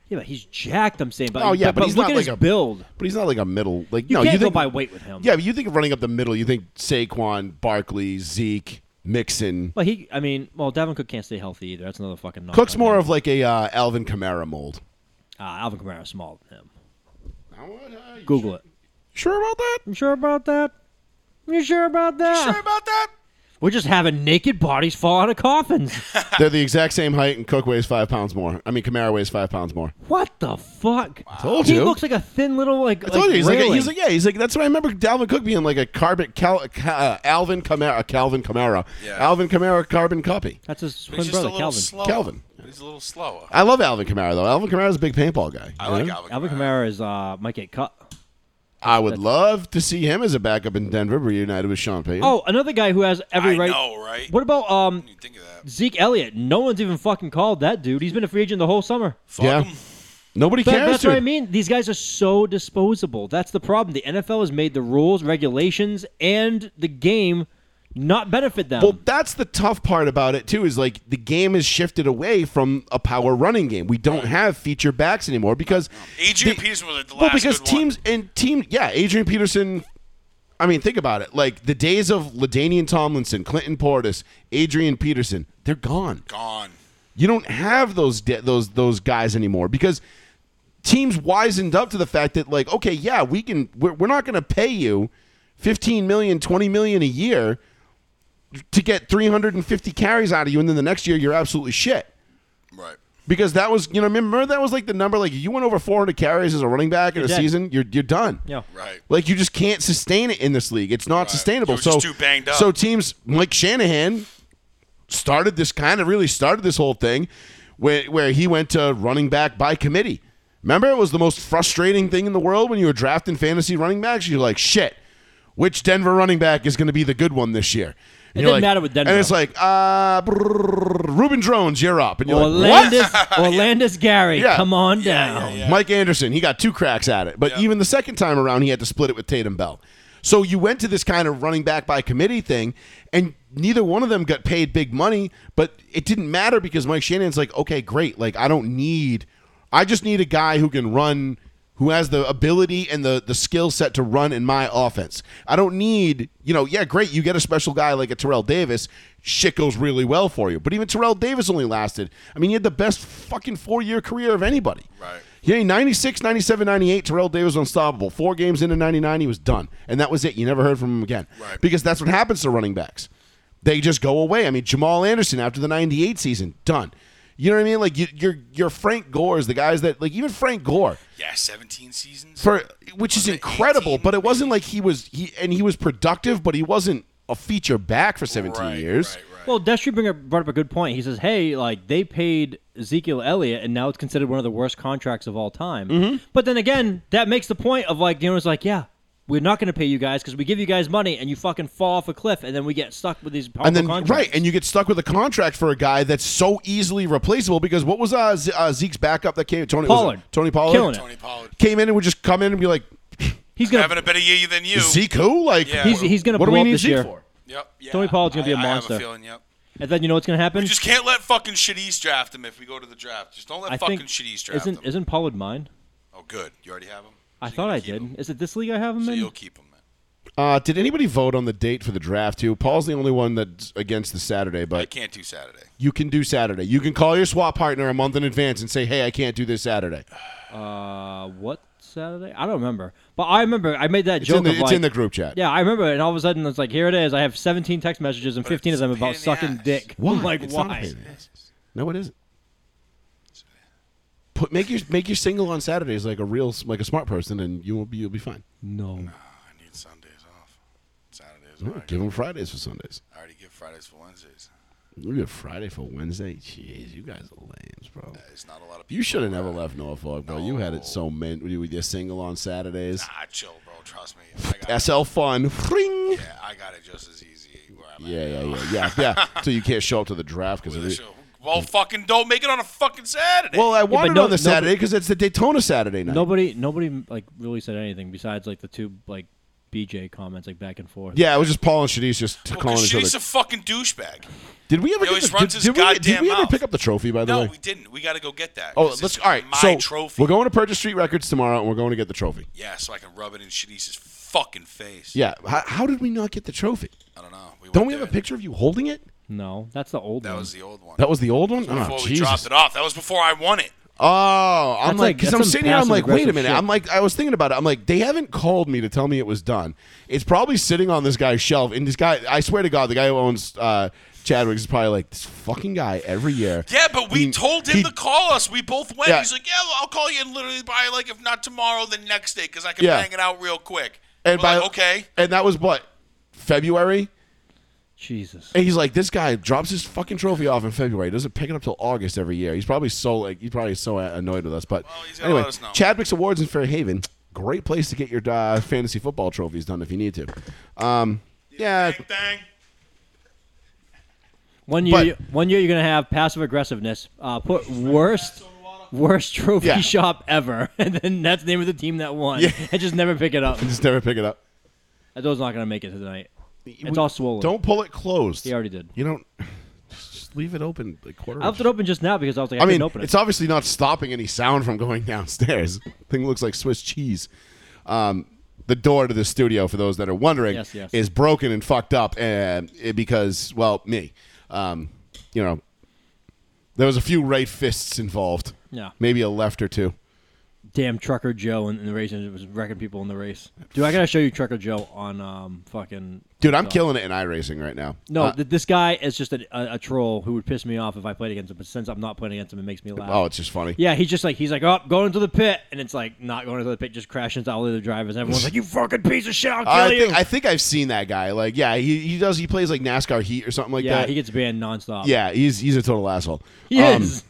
Yeah, but he's jacked. I'm saying, but
Oh yeah, but, he's
look
not
at
like
his
a
build.
But he's not like a middle. Like
You
no,
can't
you
go
think
by weight with him.
Yeah, but you think of running up the middle, you think Saquon, Barkley, Zeke, Mixon.
But he, I mean, well, Dalvin Cook can't stay healthy either. That's another fucking. knock
Cook's
on
more
him.
of like a uh, Alvin Kamara mold.
Uh, Alvin Kamara is smaller than him. Google it.
Sure about that?
You sure about that? You sure about that?
Sure about that?
We're just having naked bodies fall out of coffins.
They're the exact same height, and Cook weighs five pounds more. I mean, Kamara weighs five pounds more.
what the fuck?
Told
he
you.
looks like a thin little like.
I told
like
you, he's like, a,
railing.
he's like, yeah, he's like, that's what I remember Dalvin Cook being like a carbon, Cal, Ca- uh, Alvin Kamara, Calvin Kamara,
Yeah.
Alvin Kamara, carbon copy,
That's his
He's
twin
just a
brother
little
Calvin.
slower.
Calvin.
He's a little slower.
I love Alvin Kamara though. Alvin Kamara's a big paintball guy.
I
you
like
know?
Alvin.
Alvin
Kamara.
Kamara is uh, might get cut.
I would love to see him as a backup in Denver, reunited with Sean Payton.
Oh, another guy who has every
I
right.
know, right?
What about um
You think of that.
Zeke Elliott? No one's even fucking called that dude. He's been a free agent the whole summer.
Fuck
yeah.
'em.
Nobody
That-
cares.
that's
dude.
what I mean. These guys are so disposable. That's the problem. The NFL has made the rules, regulations, and the game not benefit them.
Well, that's the tough part about it too. Is like the game has shifted away from a power running game. We don't have feature backs anymore because
Adrian
the-
Peterson was like the
Well,
last
because
good one.
teams and team, yeah, Adrian Peterson. I mean, think about it. Like the days of Ladainian Tomlinson, Clinton Portis, Adrian Peterson, they're gone.
gone.
You don't have those de- those those guys anymore because teams wisened up to the fact that like, okay, yeah, we can. We're, we're not going to pay you 15 million, 20 million a year to get 350 carries out of you, and then the next year you're absolutely shit.
Right.
Because that was, you know, remember that was like the number. Like you went over 400 carries as a running back in a
dead.
season, you're you're done.
yeah.
Right.
Like you just can't sustain it in this league. It's not sustainable.
You're
so
just too banged up.
So teams like Shanahan started this kind of really started this whole thing where where he went to running back by committee. Remember, it was the most frustrating thing in the world when you were drafting fantasy running backs. You're like, shit, which Denver running back is going to be the good one this year? And you're
It didn't
like-
matter with Denver.
And it's like, uh, brrr, Ruben Drones, you're up. And you're like, what?
Orlandis, Orlandis Gary,
Yeah.
come on down.
Mike Anderson, he got two cracks at it. But even the second time around, he had to split it with Tatum Bell. So you went to this kind of running back by committee thing, and neither one of them got paid big money, but it didn't matter because Mike Shannon's like, okay, great. Like, I don't need, I just need a guy who can run, who has the ability and the, the skill set to run in my offense. I don't need, you know, yeah, great. You get a special guy like a Terrell Davis, shit goes really well for you. But even Terrell Davis only lasted, I mean, he had the best fucking four year career of anybody.
Right.
Yeah, 96, 97, 98, Terrell Davis was unstoppable. Four games into 99, he was done. And that was it. You never heard from him again.
Right.
Because that's what happens to running backs. They just go away. I mean, Jamal Anderson after the 98 season, done. You know what I mean? Like, you, you're, you're Frank Gore's, the guys that, like, even Frank Gore,
Yeah, 17 seasons.
for which is
Was it
incredible,
18?
but it wasn't like he was, he and he was productive, but he wasn't a feature back for 17
Right,
years.
Right, right.
Well, Destry bring up, brought up a good point. He says, "Hey, like they paid Ezekiel Elliott, and now it's considered one of the worst contracts of all time."
Mm-hmm.
But then again, that makes the point of like, you know, it's like, yeah, we're not going to pay you guys because we give you guys money, and you fucking fall off a cliff, and then we get stuck with these horrible
And then
contracts.
right, and you get stuck with a contract for a guy that's so easily replaceable. Because what was uh, Ze- uh, Zeke's backup that came? Tony was it
Pollard.
Tony Pollard.
Killing it.
Tony Pollard.
Came in and would just come in and be like,
he's gonna
Having a better year than you.
Zeke who? Like,
Yeah.
he's, he's gonna
what do
blow
we
up
need
this
Zeke
year.
for?
Yep. Yeah,
Tony Pollard's gonna be
a
a monster.
I have a feeling, yep.
And then you know what's gonna happen?
You just can't let fucking shit East draft him if we go to the draft. Just don't let
I
fucking
think
shit East draft
isn't
him.
isn't Pollard mine?
Oh, good. You already have him?
I
So you're
thought
gonna
I
keep
did.
him.
Is it this league I have him
So
in?
you'll keep him, man.
Uh, did anybody vote on the date for the draft? Too? Paul's the only one that's against the Saturday,
I
but
can't do Saturday.
you can do Saturday. You can call your swap partner a month in advance and say, "Hey, I can't do this Saturday."
Uh, what Saturday? I don't remember. But I remember I made that
It's,
joke
in, the,
of
it's
like,
in the group chat.
Yeah, I remember, it, and all of a sudden it's like, here it is. I have 17 text messages, and 15 of
it's
them
a pain
about
in the
sucking
ass.
dick.
Why?
I'm like,
It's not a
why?
pain in the ass. No, it isn't. Put make your make your single on Saturdays like a real like a smart person, and you will be you'll be fine.
No.
I need Sundays off. Saturdays, all right.
Give them Fridays for Sundays.
I already give Fridays for Wednesdays.
We get Friday for Wednesday. Jeez, you guys are lambs, bro.
It's not a lot of people.
You should have never left Norfolk, bro. You had it so meant with your single on Saturdays.
Ah, chill, bro. Trust me. I got it.
SL fun. Ring.
Yeah, I got it just as easy where I'm at.
Yeah, yeah, yeah, yeah, yeah. So you can't show up to the draft because
With
of
the
it.
show. Well, fucking don't make it on a fucking Saturday.
Well, I wanted
no-
on the
nobody-
Saturday because it's the Daytona Saturday night.
Nobody, nobody like really said anything besides like the two like BJ comments like back and forth.
Yeah, it was just Paul and Shanice just
Well,
calling
'cause
each
she's
other.
a fucking douchebag.
did we ever
he
get
always
the, did,
runs his
did we, did
goddamn
we ever
mouth.
pick up the trophy by the
No,
way?
we didn't. We got to go get that.
oh,
'cause
let's
it's
all right.
My
so
trophy.
we're going to Purchase Street Records tomorrow, and we're going to get the trophy.
Yeah, so I can rub it in Shanice's fucking face.
Yeah. How, how did we not get the trophy?
I don't know. We
Don't
went
we have a
there.
picture of you holding it?
No, that's the old
That
one.
was the old one.
That was the old one.
before
oh,
we
Jesus.
dropped it off. That was before I won it.
Oh, I'm
That's
like,
like-
because
that's
I'm
some
sitting here, I'm like, wait a
passive-aggressive
minute.
shit.
I'm like, I was thinking about it. I'm like, they haven't called me to tell me it was done. It's probably sitting on this guy's shelf. And this guy, I swear to God, the guy who owns uh, Chadwick's is probably like, this fucking guy every year.
Yeah, but we
He-
told him
he-
to call us. We both went.
Yeah.
He's like, "Yeah, well, I'll call you and literally by like if not tomorrow, then next day because I can
Yeah.
bang it out real quick."
And
We're
by
like, okay,
And that was what February.
Jesus.
And he's like, this guy drops his fucking trophy off in February. Doesn't pick it up till August every year. He's probably so like, he's probably so annoyed with us. But
he's gotta
anyway,
let us know.
Chadwick's awards in Fair Haven. great place to get your uh, fantasy football trophies done if you need to. Um, yeah,
Bang, bang.
One year,
But-
one year you're gonna have passive aggressiveness. Uh, put worst, worst trophy
Yeah.
shop ever, and then that's the name of the team that won.
Yeah.
And just never pick it up.
just never pick it up.
That door's not gonna make it tonight. It's
We-
all swollen.
Don't pull it closed.
He already did.
You don't. Just leave it open like quarter.
I
of
left
an
it open just now because I was like, I,
I mean,
couldn't open it.
it's obviously not stopping any sound from going downstairs. Thing looks like Swiss cheese. Um, the door to the studio, for those that are wondering,
Yes, yes.
is broken and fucked up, and it, because well, me, um, you know, there was a few right fists involved.
Yeah.
maybe a left or two.
Damn Trucker Joe in, in the race and was wrecking people in the race. Dude, I gotta show you Trucker Joe on um fucking.
Dude, I'm killing it in iRacing right now.
No,
Uh,
th- this guy is just a, a, a troll who would piss me off if I played against him. But since I'm not playing against him, it makes me laugh.
oh, it's just funny.
Yeah, he's just like he's like, oh, going into the pit, and it's like not going into the pit, just crashing into all the other drivers. And everyone's like, you fucking piece of shit, I'll kill
I
you.
think I think I've seen that guy. Like, yeah, he, he does. He plays like NASCAR Heat or something like
yeah,
that.
he gets banned nonstop.
yeah, he's he's a total asshole.
he
Um,
is.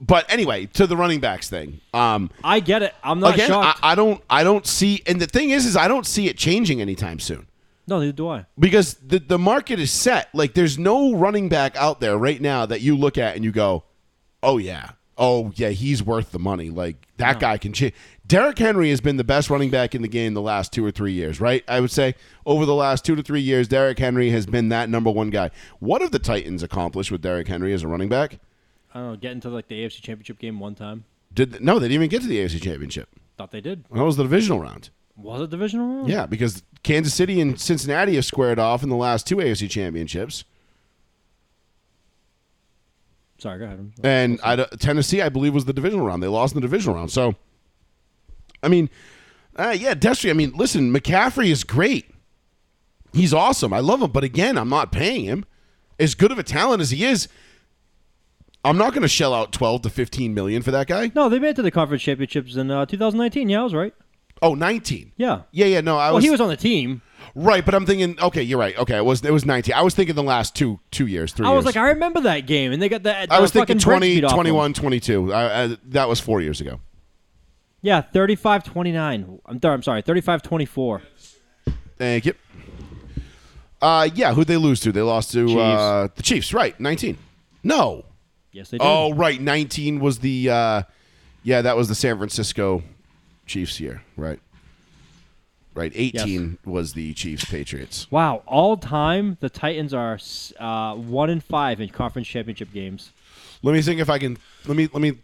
But anyway, to the running backs thing. Um,
I get it. I'm not
again, I,
shocked.
I don't I don't see and the thing is is I don't see it changing anytime soon.
no, neither do I.
Because the the market is set. Like there's no running back out there right now that you look at and you go, "Oh yeah. Oh yeah, he's worth the money." Like that guy can change. Derrick Henry has been the best running back in the game the last 2 or 3 years, right? I would say over the last 2 to 3 years Derrick Henry has been that number 1 guy. What have the Titans accomplished with Derrick Henry as a running back?
I don't know. Get into like the AFC Championship game one time.
Did no, they didn't even get to the AFC Championship.
Thought they did.
That was the divisional round.
Was it divisional round?
Yeah, because Kansas City and Cincinnati have squared off in the last two AFC championships,
Sorry, go ahead.
and I, Tennessee, I believe, was the divisional round. They lost in the divisional round. So, I mean, uh, yeah, Destry. I mean, listen, McCaffrey is great. He's awesome. I love him, but again, I'm not paying him. As good of a talent as he is, I'm not going to shell out 12 to 15 million for that guy.
No, they made it to the conference championships in uh, 2019. Yeah, I was right.
Oh, 19.
Yeah.
Yeah, yeah, no, I
Well,
was,
he was on the team.
right, but I'm thinking. Okay, you're right. Okay, it was it was 19. I was thinking the last two two years, three.
I was
years.
like, I remember that game, and they got that.
I
the
was thinking
fucking
20,
bricks beat off them.
21, 22. I, I, that was four years ago.
Yeah, 35 29. I'm, th- I'm sorry, 35 24.
Thank you. Uh, yeah, who'd they lose to? They lost to Uh,
Chiefs.
the Chiefs, right? 19. No.
Yes, they did.
Oh, right. 19 was the, uh, yeah, that was the San Francisco Chiefs year, right? Right. 18 was the Chiefs Patriots.
Wow, all time the Titans are s- uh, one in five in conference championship games.
Let me think if I can. Let me let me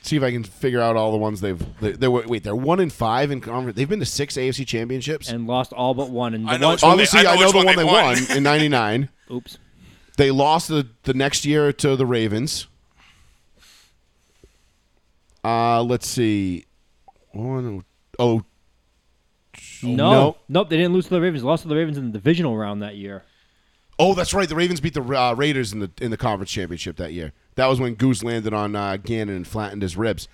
see if I can figure out all the ones they've. They, they were, wait, they're one in five in conference. They've been to six AFC championships.
and lost all but one. And
I
the
know
one,
it's-
Obviously,
I know
I know,
which
the one,
one
they
they
won,
won.
in '99.
oops,
They lost the, the next year to the Ravens. Uh, let's see. One, oh,
no.
no.
nope, they didn't lose to the Ravens. Lost to the Ravens in the divisional round that year.
oh, that's right. The Ravens beat the uh, Raiders in the in the conference championship that year. That was when Goose landed on uh, Gannon and flattened his ribs.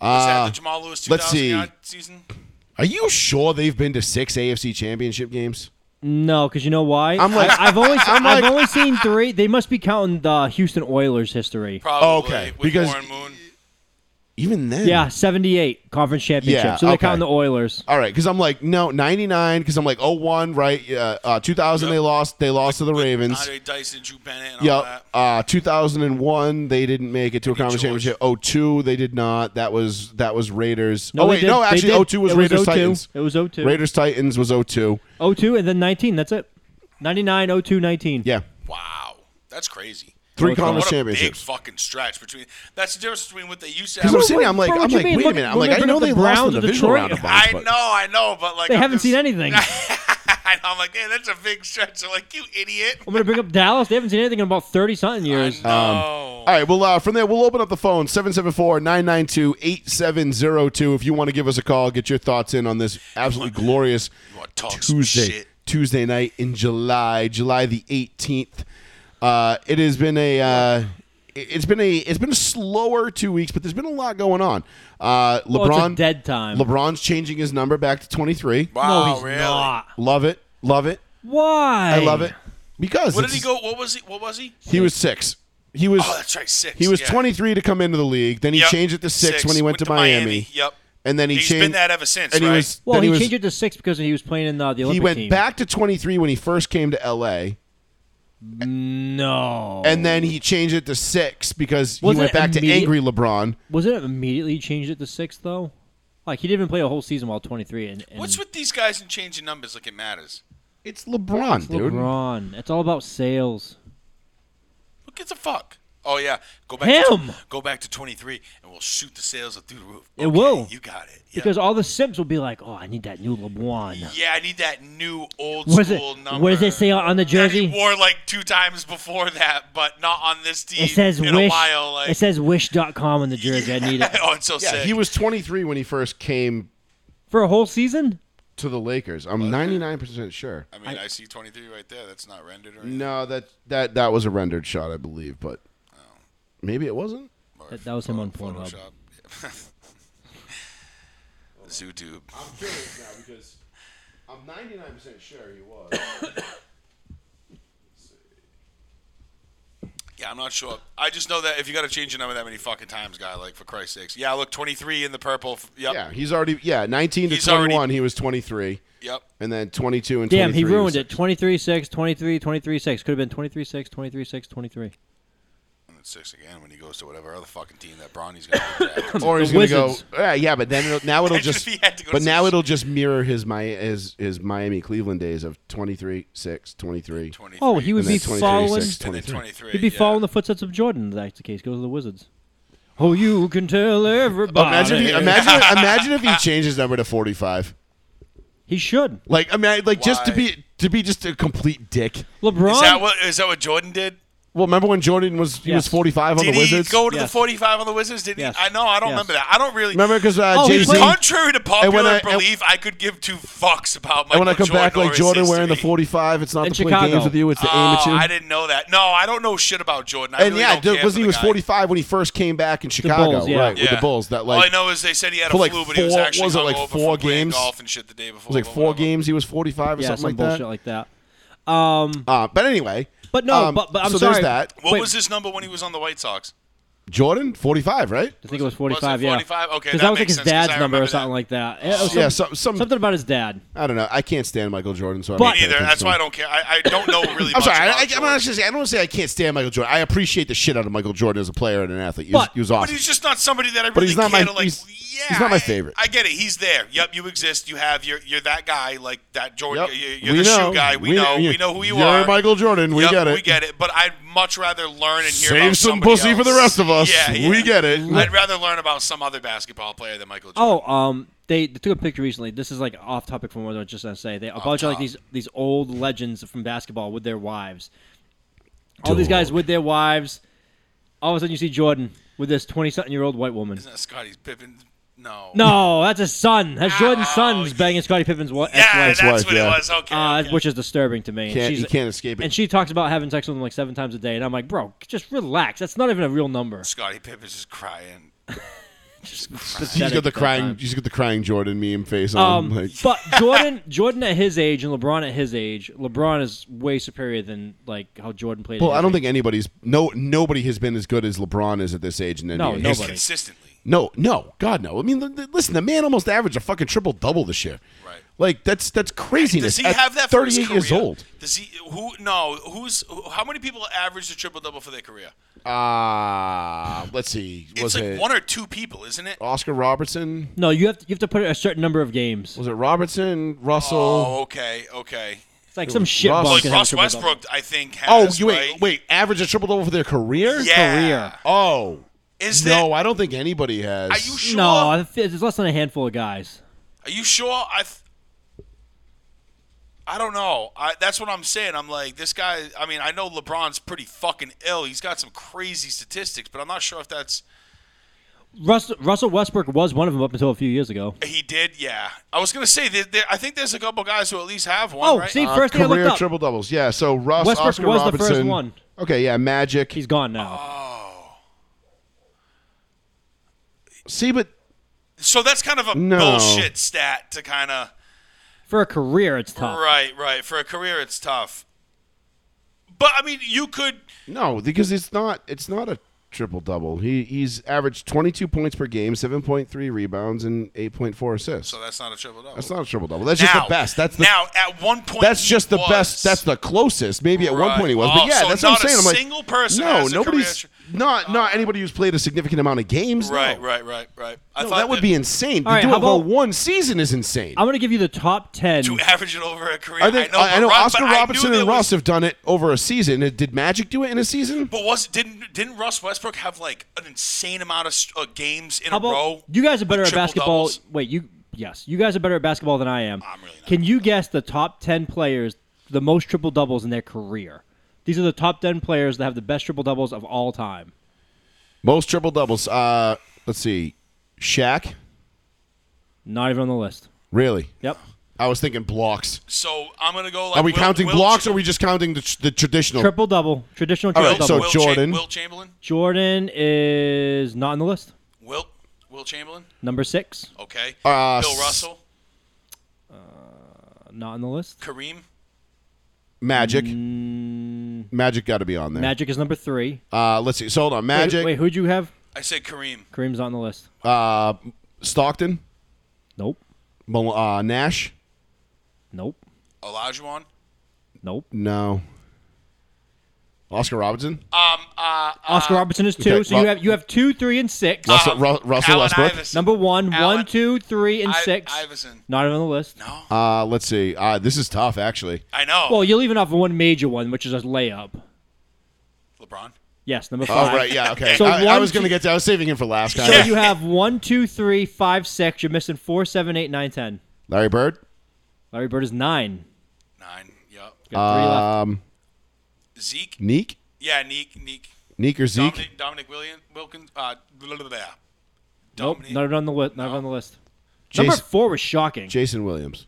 Was that
Uh,
the Jamal Lewis 2000
let's see.
yard season?
Are you sure they've been to six AFC championship games?
No, because you know why?
I'm like-
I, have only se-
I'm
I've
like-
only seen three. They must be counting the Houston Oilers history.
Probably.
Okay,
With
because-
Warren Moon.
Even then,
Yeah, seventy-eight conference championship.
Yeah,
so they're
okay. Oh,
counting the Oilers.
All right, because I'm like no 99 because I'm like 01 right uh, uh, 2000 they lost they lost to the
With
Ravens.
Andre Dyson, Drew Bennett, and all
Yep.
that.
Uh, 2001, they didn't make it to a conference
George.
championship. 02, they did not. That was that was Raiders. oh wait,
they did-
no,
they
actually,
did.
02 was
It
Raiders
02.
Titans.
It was 02.
Raiders Titans was 02.
02 and then nineteen. That's it. 99, 02, 19.
Yeah,
Wow, that's crazy.
three
What a
conference
what a big
championships.
fucking stretch between. That's the difference between what they used to
Because I'm
have.
Well,
sitting,
what-
I'm like,
but
I'm
what
like,
you mean?
wait a
Look-
minute. I'm
when
like,
they
I
bring
know
up the
they lost in
Browns
the
of
divisional
Detroit,
round a bunch,
I
but
know, I know, but like
They
I'm
haven't
just-
seen anything.
I know, I'm like, man, that's a big stretch. I'm like, you idiot.
I'm gonna bring up Dallas. They haven't seen anything in about thirty something
Um,
years.
No.
All right, well, uh, from there, we'll open up the phone 774 992 8702. If you want to give us a call, get your thoughts in on this absolutely glorious
You wanna talk some
Tuesday,
shit.
Tuesday night in July, July the 18th. Uh, it has been a. Uh, it- it's been a it's been a slower two weeks, but there's been a lot going on. Uh,
Oh,
LeBron
it's a dead time.
LeBron's changing his number back to 23.
wow,
no, he's
really?
not.
Love it, love it,
Why?
I love it. Because
What did
it's-
he go? What was he? What was he?
He was six. He was
Oh, that's right, six.
he was
yeah.
23 to come into the league. Then he
Yep.
changed it to six,
Six.
when he went, to, Miami.
Yep.
and then he
He's
changed.
been that ever since,
and
right?
he was,
Well,
then
he,
was-
changed it to six because he was playing in uh, the Olympic
he went
team.
back to 23 when he first came to LA,
No.
and then he changed it to six because
Wasn't
he went
it
back to
immediate-
angry LeBron.
Wasn't it immediately he changed it to six though? Like he didn't even play a whole season while twenty three. And, and
What's with these guys and changing numbers like it matters?
It's LeBron, dude.
LeBron? It's all about sales.
Who gives a fuck? Oh yeah, go back.
Him!
To, go back to 23, and we'll shoot the sales up through the roof.
It will.
You got it. Yeah.
Because all the Sims will be like, "Oh, I need that new LeBron."
yeah, I need that new old
What is it?
school number.
What does it say on- on the
That he
jersey?
wore like two times before that, but not on this team.
It says
in
wish.
a while. Like,
It says wish.com on the jersey. I need it
oh, it's so
Yeah,
sick.
he was 23 when he first came
for a whole season.
to the Lakers. I'm 99% sure.
I mean, I, see 23 right there. That's not rendered or anything.
No, that that that was a rendered shot, I believe, but maybe it wasn't.
Or
That, that was him on
photo-
Pornhub.
Photoshop. ZooTube.
I'm curious now because I'm 99% sure he was.
Yeah, I'm not sure. I just know that if you got to change your number that many fucking times, guy, like for Christ's sakes. Yeah, look, 23 in the purple. F- Yep.
yeah, he's already yeah, 19 to
He's already-
21 he was 23
Yep.
and then 22 and
Damn, he
23
ruined
was-
it. 23 6, 23, 23 6. Could have been 23 6, 23 6, 23.
And then six again when he goes to whatever other fucking team that Bronny's going to
Or he's
The
going to go
Wizards.
yeah, yeah, but then it'll, now it'll
Imagine
just
if he had to go
But
to
now
some-
it'll just mirror his my his his Miami Cleveland days of 23 6 23
23.
Oh, he would
then
be
23,
following.
six,
And then
23.
23.
He'd be
yeah.
following the footsteps of Jordan. If that's the case. Go to the Wizards. Oh, you can tell everybody.
Imagine if, he, imagine, imagine if he changed his number to 45.
He should.
Like I mean, like just to
Why?
be to be just a complete dick.
LeBron.
Is that what is that what Jordan did?
Well, remember when Jordan was he was
Yes.
45 on
Did
the
he
Wizards?
go to the
Yes.
45 on the Wizards? Did
Yes.
he? I know. I don't
Yes.
remember that. I don't really
remember because uh,
Oh,
Jay
he
Z.
played-
And
Contrary to
when
popular
I- and-
belief, I could give two fucks about Michael
when I come
Jordan
back
or
like
his
Jordan wearing the
history.
45, it's not
In
to play
Chicago.
games with you; it's to aim at
Oh,
you.
I didn't know that. No, I don't know shit about Jordan. I
and
really
yeah,
don't care
was
for
he
the
was
guy.
45 when he first came back in Chicago,
Bulls, yeah.
right? With
Yeah.
the Bulls, that
All I
like
know is they said he had a
for, like,
flu, but he was
four-
actually
was it, like,
hungover
four
from playing
games?
golf and shit the day before.
it was like
but
four
whatever.
games he was 45 or
yeah,
something
some
like
bullshit
that.
like that. Um,
Uh, but anyway,
But no,
um,
but- but I'm
so
sorry.
there's that.
What
Wait.
was his number when he was on the White Sox?
Jordan 45, right?
I think
Was it-
it was
was it
45, yeah.
45? Okay,
Because
that
was like
makes
his
sense, 'cause I
dad's number or
remember
something
that.
like that. It was
yeah,
Oh,
um,
some-
some, some
something about his dad.
I don't know. I can't stand Michael Jordan, so I'm
But-
not paying
Either. That's
attention.
why I don't care. I, I don't know really.
I'm
much
sorry. I,
about
I, I'm
Jordan.
not just, I don't want to say I can't stand Michael Jordan. I appreciate the shit out of Michael Jordan as a player and an athlete. He was,
But-
he was
But
awesome.
he's just not somebody that I really
he's not
care
my-
to like.
he's-
yeah,
he's not my
I-
favorite.
I, get it. He's there. Yep, you exist. You have. You're you're that guy. Like that Jordan.
Yep.
You're, you're
We
the
know.
shoe guy. We,
We-
know.
you-
we know who you
you're
are.
Michael Jordan. We
Yep,
get it.
We get it. But I'd much rather learn and hear.
Save
about
some
somebody
pussy for the
else.
rest of us.
Yeah, yeah.
We get it.
I'd rather learn about some other basketball player than Michael Jordan.
Oh, um, they, they took a picture recently. This is like off topic from what I was just gonna say. They a bunch of like
top.
these these old legends from basketball with their wives. All these guys with their wives. All of a sudden, you see Jordan with this twenty-something-year-old white woman.
Isn't that Scottie Pippen? No.
No, that's his son. That's Jordan's
Ow.
son who's banging Scottie Pippen's wa-
Yeah,
ex-wife,
that's
wife,
what
yeah.
it was. Okay.
uh,
okay.
which is disturbing to me. And
Can't-
she's-
you can't escape it.
And she talks about having sex with him like seven times a day, and I'm like, bro, just relax. That's not even a real number.
Scottie Pippen's just crying. just crying.
He's got the
pathetic at
crying. Oh
that time.
He's got the crying Jordan meme face on.
Um,
like,
but Jordan, Jordan at his age and LeBron at his age, LeBron is way superior than like how Jordan played. at
well,
his
I don't
age.
think anybody's no nobody has been as good as LeBron is at this age in NBA.
No,
history.
He's
nobody.
consistently.
No, no, God, no. I mean, l- l- listen, the man almost averaged a fucking triple double this year.
Right.
Like that's that's craziness.
Does he
at
have that? for his
Thirty-eight years
career?
old.
Does he? Who? No. Who's? Who, how many people average a triple double for their career?
Ah, let's see.
It's
Was
like
it
one or two people, isn't it?
Oscar Robertson?
No, you have to, you have to put it a certain number of games.
Was it Robertson? Russell?
Oh, okay, okay.
It's like some shit.
Russ-
bum
Like
can
Like
have a
Russ
triple
Westbrook, I think.
Oh,
Has,
you wait,
right?
wait. Average a triple double for their career?
Yeah.
career.
Oh.
Is
no,
that?
I don't think anybody has.
Are you
double.
sure?
No, I think it's less than a handful of guys.
Are you sure? I. Th- I don't know. I, that's what I'm saying. I'm like this guy. I mean, I know LeBron's pretty fucking ill. He's got some crazy statistics, but I'm not sure if that's
Russell, Russell Westbrook was one of them up until a few years ago.
he did. Yeah, I was gonna say there, there, I think there's a couple guys who at least have one.
Oh,
right?
see,
Uh,
first thing I
career
looked up,
triple doubles? Yeah. So Russ
Westbrook
Oscar
was the
Robertson.
first one.
Okay. Yeah. Magic.
he's gone
Uh,
now.
see, but
so that's kind of a
No.
bullshit stat to kind of.
For a career, it's tough.
Right, right. For a career, it's tough. But I mean, you could.
no, because it's not. It's not a triple double. He he's averaged 22 points per game, 7.3 rebounds, and 8.4 assists.
So that's not a triple double.
That's not a triple double. That's just the best. That's the
now at one point.
that's
he
just the
was.
best. That's the closest. Maybe at one
Right.
point he was,
Oh,
but yeah,
so
that's what I'm
not a
saying. I'm like,
single person
no,
has a
nobody's
career- Uh,
not not anybody who's played a significant amount of games. no.
right, right, right, right. I
No,
thought
that would be insane. To
All right,
do it
how
over
about-
one season is insane.
I'm going to give you the top 10.
to average it over a career.
I think
know,
I, I
but
know
Rob-
Oscar
but I knew
Robertson
there
and
was-
Russ have done it over a season. Uh, Did Magic do it in a season?
But was didn't didn't Russ Westbrook have like an insane amount of s- uh, games in
How
a row?
about you guys are better
with
at basketball?
triple-doubles?
Wait, you yes, you guys are better at basketball than I am.
I'm really not.
Can you guess the top ten players, the most triple doubles in their career? These are the top ten players that have the best triple doubles of all time.
Most triple doubles. Uh, let's see, Shaq.
Not even on the list.
Really?
Yep.
I was thinking blocks.
So I'm gonna go. Like,
Are we
Will-
counting
Will
blocks
Cha-
or are we just counting the, the traditional?
Triple double, traditional
All
triple
right,
Will-
so
double.
Will Cha-
Jordan.
Will Chamberlain,
Jordan is not on the list.
Will Will Chamberlain.
Number six,
Okay.
Uh,
Bill
s-
Russell,
not on the list.
Kareem.
Magic.
Mm-hmm.
Magic got to be on there.
Mm, Magic is number three.
Uh, let's see. So hold on.
Wait,
Magic.
Wait, who'd you have?
I said Kareem.
Kareem's not on the list.
Uh, Stockton.
Nope.
Mal- Uh, Nash.
Nope.
Olajuwon.
Nope.
No. Oscar Robertson.
Uh, Um,
Oscar Robertson is two.
okay,
so
well-
you have you have two, three, and
Uh,
six.
Russell, Ru- Russell
um, Allen
Westbrook.
Iverson.
Number one,
Allen-
one, two, three, and
I-
six.
Iverson.
Not even on the list.
No.
Uh, let's see. Uh, this is tough, actually.
I know.
Well, you're leaving off one major one, which is a layup.
LeBron.
Yes, number
Oh,
five.
right. Yeah. Okay.
So
I, I
one,
was going to
two-
get to I was saving him for last time.
So you have one, two, three, five, six. You're missing four, seven, eight, nine, ten.
Larry Bird.
Larry Bird is nine.
Nine. Yep.
You got three left.
Um,
Zeke.
Neek.
Yeah. Neek. Neek.
Neek or Zeke.
Dominic. Dominic William. Wilkins. Uh, blah, blah, blah.
Nope,
Dominic.
not even on the list. Not even on the list. Number
Jason,
four was shocking.
Jason Williams.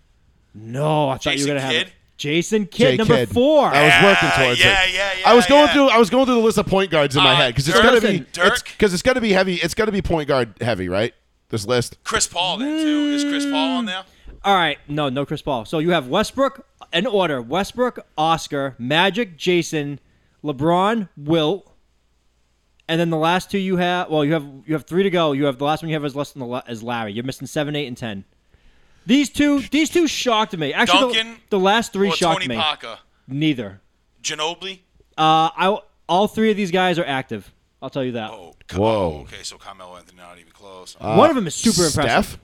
no, I thought you were
Jason
gonna have it.
Kidd?
Jason Kidd,
Jay
number
Kidd.
four.
I was
Yeah,
working towards
Uh, yeah,
it.
yeah,
I was
yeah,
going
yeah.
through. I was going through the list of point guards in my
Uh,
head because it's gonna
Dirk
be
and Dirk.
because it's gonna be heavy. It's gonna be point guard heavy, right? This list.
Chris Paul then too. Is Chris Paul on there?
All right, no, no Chris Paul. So you have Westbrook in order: Westbrook, Oscar, Magic, Jason, LeBron, Wilt, and then the last two you have. Well, you have you have three to go. You have the last one you have is less than the la- is Larry. You're missing seven, eight, and ten. These two, these two shocked me. Actually, the-
Duncan
the, last three
Or
shocked
Tony
me.
Parker.
Neither.
Ginobili.
Uh, I all three of these guys are active. I'll tell you that.
Uh,
Oh,
Whoa.
Whoa. Okay, so Carmelo Anthony not even close.
Uh,
One of them is super
Steph?
impressive.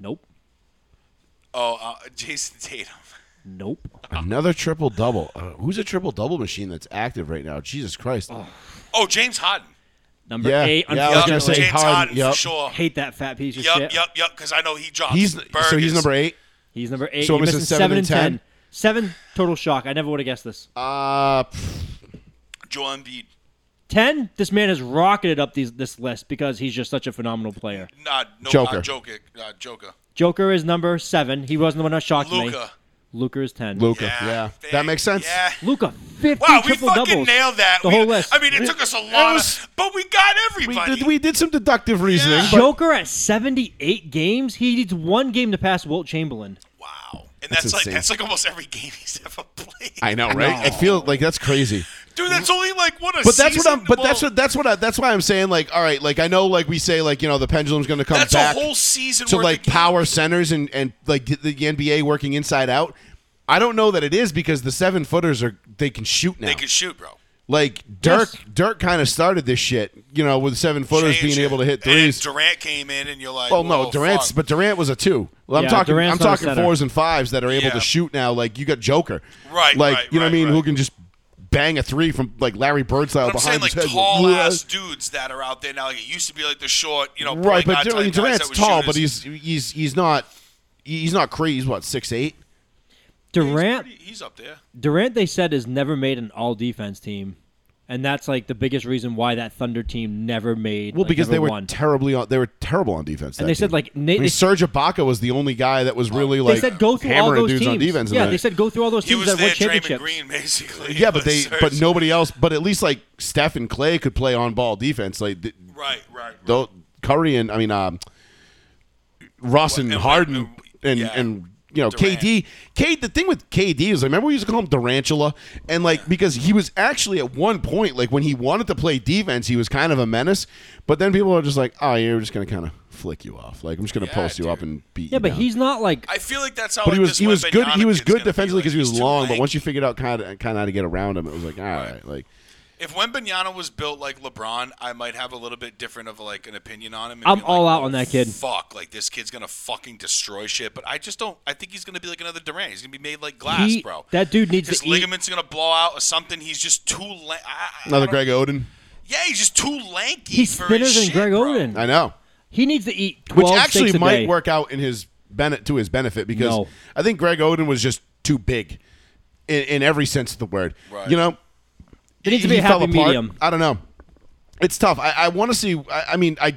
Nope.
oh, uh, Jason Tatum.
Nope.
Oh.
Another triple double. Uh, who's a triple double machine that's active right now? Jesus Christ.
Oh, James Harden.
Number
Yeah,
eight.
yeah. I was gonna
unfortunately.
say
James
Harden,
Harden
yep.
for sure.
Hate that fat piece of shit.
Yup, yup, yup. Because I know he drops.
He's so he's
burgers.
number eight.
He's number eight.
So
You're
I'm missing
missing
seven and 10.
Seven total shock. I never would have guessed this.
Uh, pff,
Joel Embiid.
Ten. This man has rocketed up these this list because he's just such a phenomenal player.
Nah, no,
Joker.
Uh, Joker. Uh, Joker.
Joker is number seven. He wasn't the one that shocked me.
Luca.
Luca is ten.
Luca.
Yeah.
Yeah,
thank-
that makes sense.
Yeah.
Luca, fifty
Wow, we
triple
fucking
doubles.
nailed that.
The
We-
whole list.
I mean, it took us a lot, of, but we got
We
everybody.
did, we did some deductive reasoning.
Yeah.
but-
Joker at seventy-eight games. He needs one game to pass Wilt Chamberlain.
wow. And
That's
that's, like
insane.
that's like almost every game he's ever played.
I know, right? I feel like that's crazy.
Dude, that's only like what a.
But that's what
season-
I'm. But that's
well,
what that's what I, that's why I'm saying. Like, all right, like I know, like we say, like you know, the pendulum's going to come
That's
back
a whole season.
to
worth
like
of games.
power centers and and like the, the NBA working inside out. I don't know that it is because the seven footers are they can shoot now.
They could shoot, bro.
like Dirk,
Yes.
Dirk kind of started this shit, you know, with seven footers
Change
being
it.
able to hit
And then
threes.
Durant came in, and you're like,
Well, no,
whoa,
Durant's,
fuck.
but Durant was a two. Well, I'm
Yeah,
talking,
Durant's
I'm
not a
talking
center.
fours and fives that are able
Yeah.
to shoot now. Like you got Joker,
Right,
Like
right,
you know what I
right,
mean? Who
right.
can just bang a three from like Larry Bird style
But I'm saying
behind
like
his head?
tall
Yeah.
ass dudes that are out there now. Like it used to be like the short, you know,
right?
point guard
But
type
Dur-
guys
Durant's
that would
tall,
shoot
but
as-
he's he's he's not he's not crazy. He's what six eight.
Durant.
pretty- he's up there.
Durant, they said, has never made an all defense team. And that's like the biggest reason why that Thunder team never made.
Well,
like,
because
never
they were
won.
terribly on, they were terrible on defense.
and they said like
I
Nate.
mean,
they,
Serge Ibaka was the only guy that was really like
they said go through all
hammering
those
dudes
teams.
on defense. in
yeah,
the-
they said go through all those
He
teams
was
that
there,
won
Draymond
championships.
Green, basically.
Yeah, but they
Serge-
but nobody else. But at least like Steph and Clay could play on ball defense. Like th-
Right, right. right.
though Curry and I mean um, Russ and
and-
Harden
and-
and
yeah.
and you know,
Durant.
KD. K. The thing with KD is, I remember we used to call him Durantula, and like because he was actually at one point, like when he wanted to play defense, he was kind of a menace. But then people are just like, oh, you're just gonna kind of flick you off. Like I'm just gonna
Yeah,
post you up
dude.
and beat you.
Yeah, but
down."
he's not like
I feel like that's how.
But he
like,
was
this
he was
Wembanyama
good. He was
kid's gonna
good
be,
defensively
like,
because he was
he's too
long. But once
lanky.
you figured out kind of kind of how to get around him, it was like all right, like
if Wembanyama was built like LeBron, I might have a little bit different of like an opinion on him. and
I'm
be like,
all out
"Oh,
on that kid."
Fuck, like this kid's gonna fucking destroy shit. But I just don't. I think he's gonna be like another Durant. He's gonna be made like glass,
he,
bro.
that dude needs
His
to eat.
ligaments are gonna blow out or something. He's just too. La- I, I
another
don't-
Greg Oden.
Yeah, he's just too lanky.
He's
for
thinner
his
than
shit,
Greg
bro.
Oden.
I know.
He needs to eat
which
twelve
actually
steaks a
might
day.
work out in his bene- to his benefit because
No.
I think Greg Oden was just too big in, in every sense of the word.
Right.
You know,
There needs to be
he
a
fell
happy
apart.
medium.
I don't know. It's tough. I, I want to see. I, I mean, I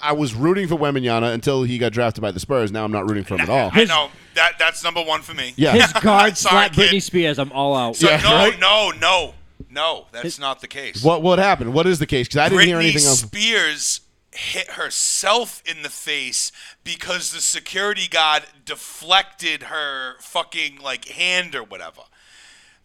I was rooting for Weminyana until he got drafted by the Spurs. Now I'm not rooting for him at all.
I know that. That's number one for me.
Yeah.
His guard
Sorry,
slap Britney
kid.
Spears. I'm all out.
So
Yeah,
no,
right?
no, no, no. That's not the case.
What what happened? What is the case? Because I didn't hear
Britney
anything else.
Spears hit herself in the face because the security guard deflected her fucking like hand or whatever.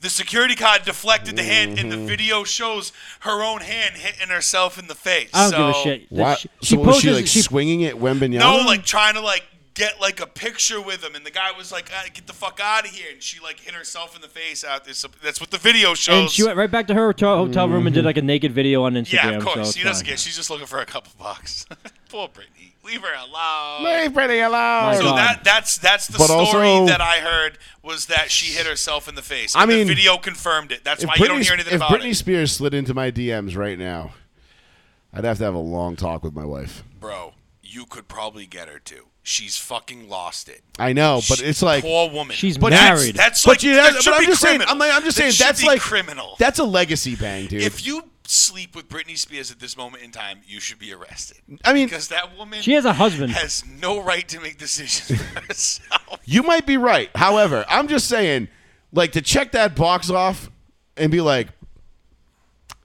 The security guard deflected the hand, and the
Mm-hmm.
video shows her own hand hitting herself in the face.
I don't give
So-
a shit. The-
Why?
She, she
so was she
poses-
like swinging at Wembenyana?
No, like trying to like get like a picture with him, and the guy was like, "Ah, "Get the fuck out of here!" And she like hit herself in the face. Out there. So that's what the video shows.
and she went right back to her hotel, hotel room and did like a naked video on Instagram.
yeah, of
so
course.
it's
she doesn't
fine.
get. She's just looking for a couple bucks. Poor Brittany. Leave her alone.
leave Brittany alone.
My
So
God.
that that's that's the
But
story
also-
that I heard was that she hit herself in the face.
I
And
mean,
the video confirmed it. That's
If
why
Britney,
you don't hear anything
if
about
Britney
it,
Spears slid into my DMs right now, I'd have to have a long talk with my wife.
bro. You could probably get her to. She's fucking lost it.
I know, but it's like,
poor woman.
She's
But
married.
That's, that's
but
like
you
that
have,
should
but I'm
be
just saying,
criminal.
I'm, like, I'm just
That
saying
should
that's
be
like
criminal.
That's a legacy bang, dude.
if you sleep with Britney Spears at this moment in time, you should be arrested.
I mean-
because that woman
She has a husband.
has no right to make decisions for herself.
you might be right. However, I'm just saying, like to check that box off and be like,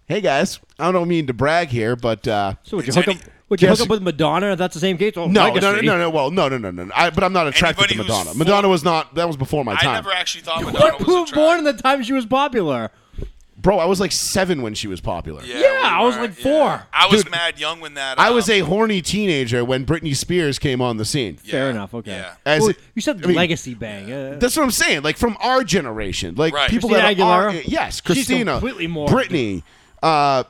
hey guys, I don't mean to brag here, but uh,
So would you
It's
hook up?
any-
Would you hook
Yes.
up with Madonna? That's the same case. Oh,
no,
legacy.
no, no, no, no. Well, no, no, no, no. no. I, but I'm not attracted
Anybody
to
who's
Madonna.
full-
Madonna was not. That was before my time,
I never actually thought Madonna
What?
was
Who was
attractive.
born in the time she was popular?
bro. I was like seven when she was popular.
Yeah, I was like four.
I was
Dude,
mad young when that.
I was
um,
a horny teenager when Britney Spears came on the scene.
Fair
Yeah,
enough. Okay.
yeah.
As-
Well, you said
I mean-
legacy bang. Uh,
That's what I'm saying. Like from our generation, like
Right.
people
Christina
that are
Aguilera?
yes,
She's
Christina,
completely more-
Britney, uh,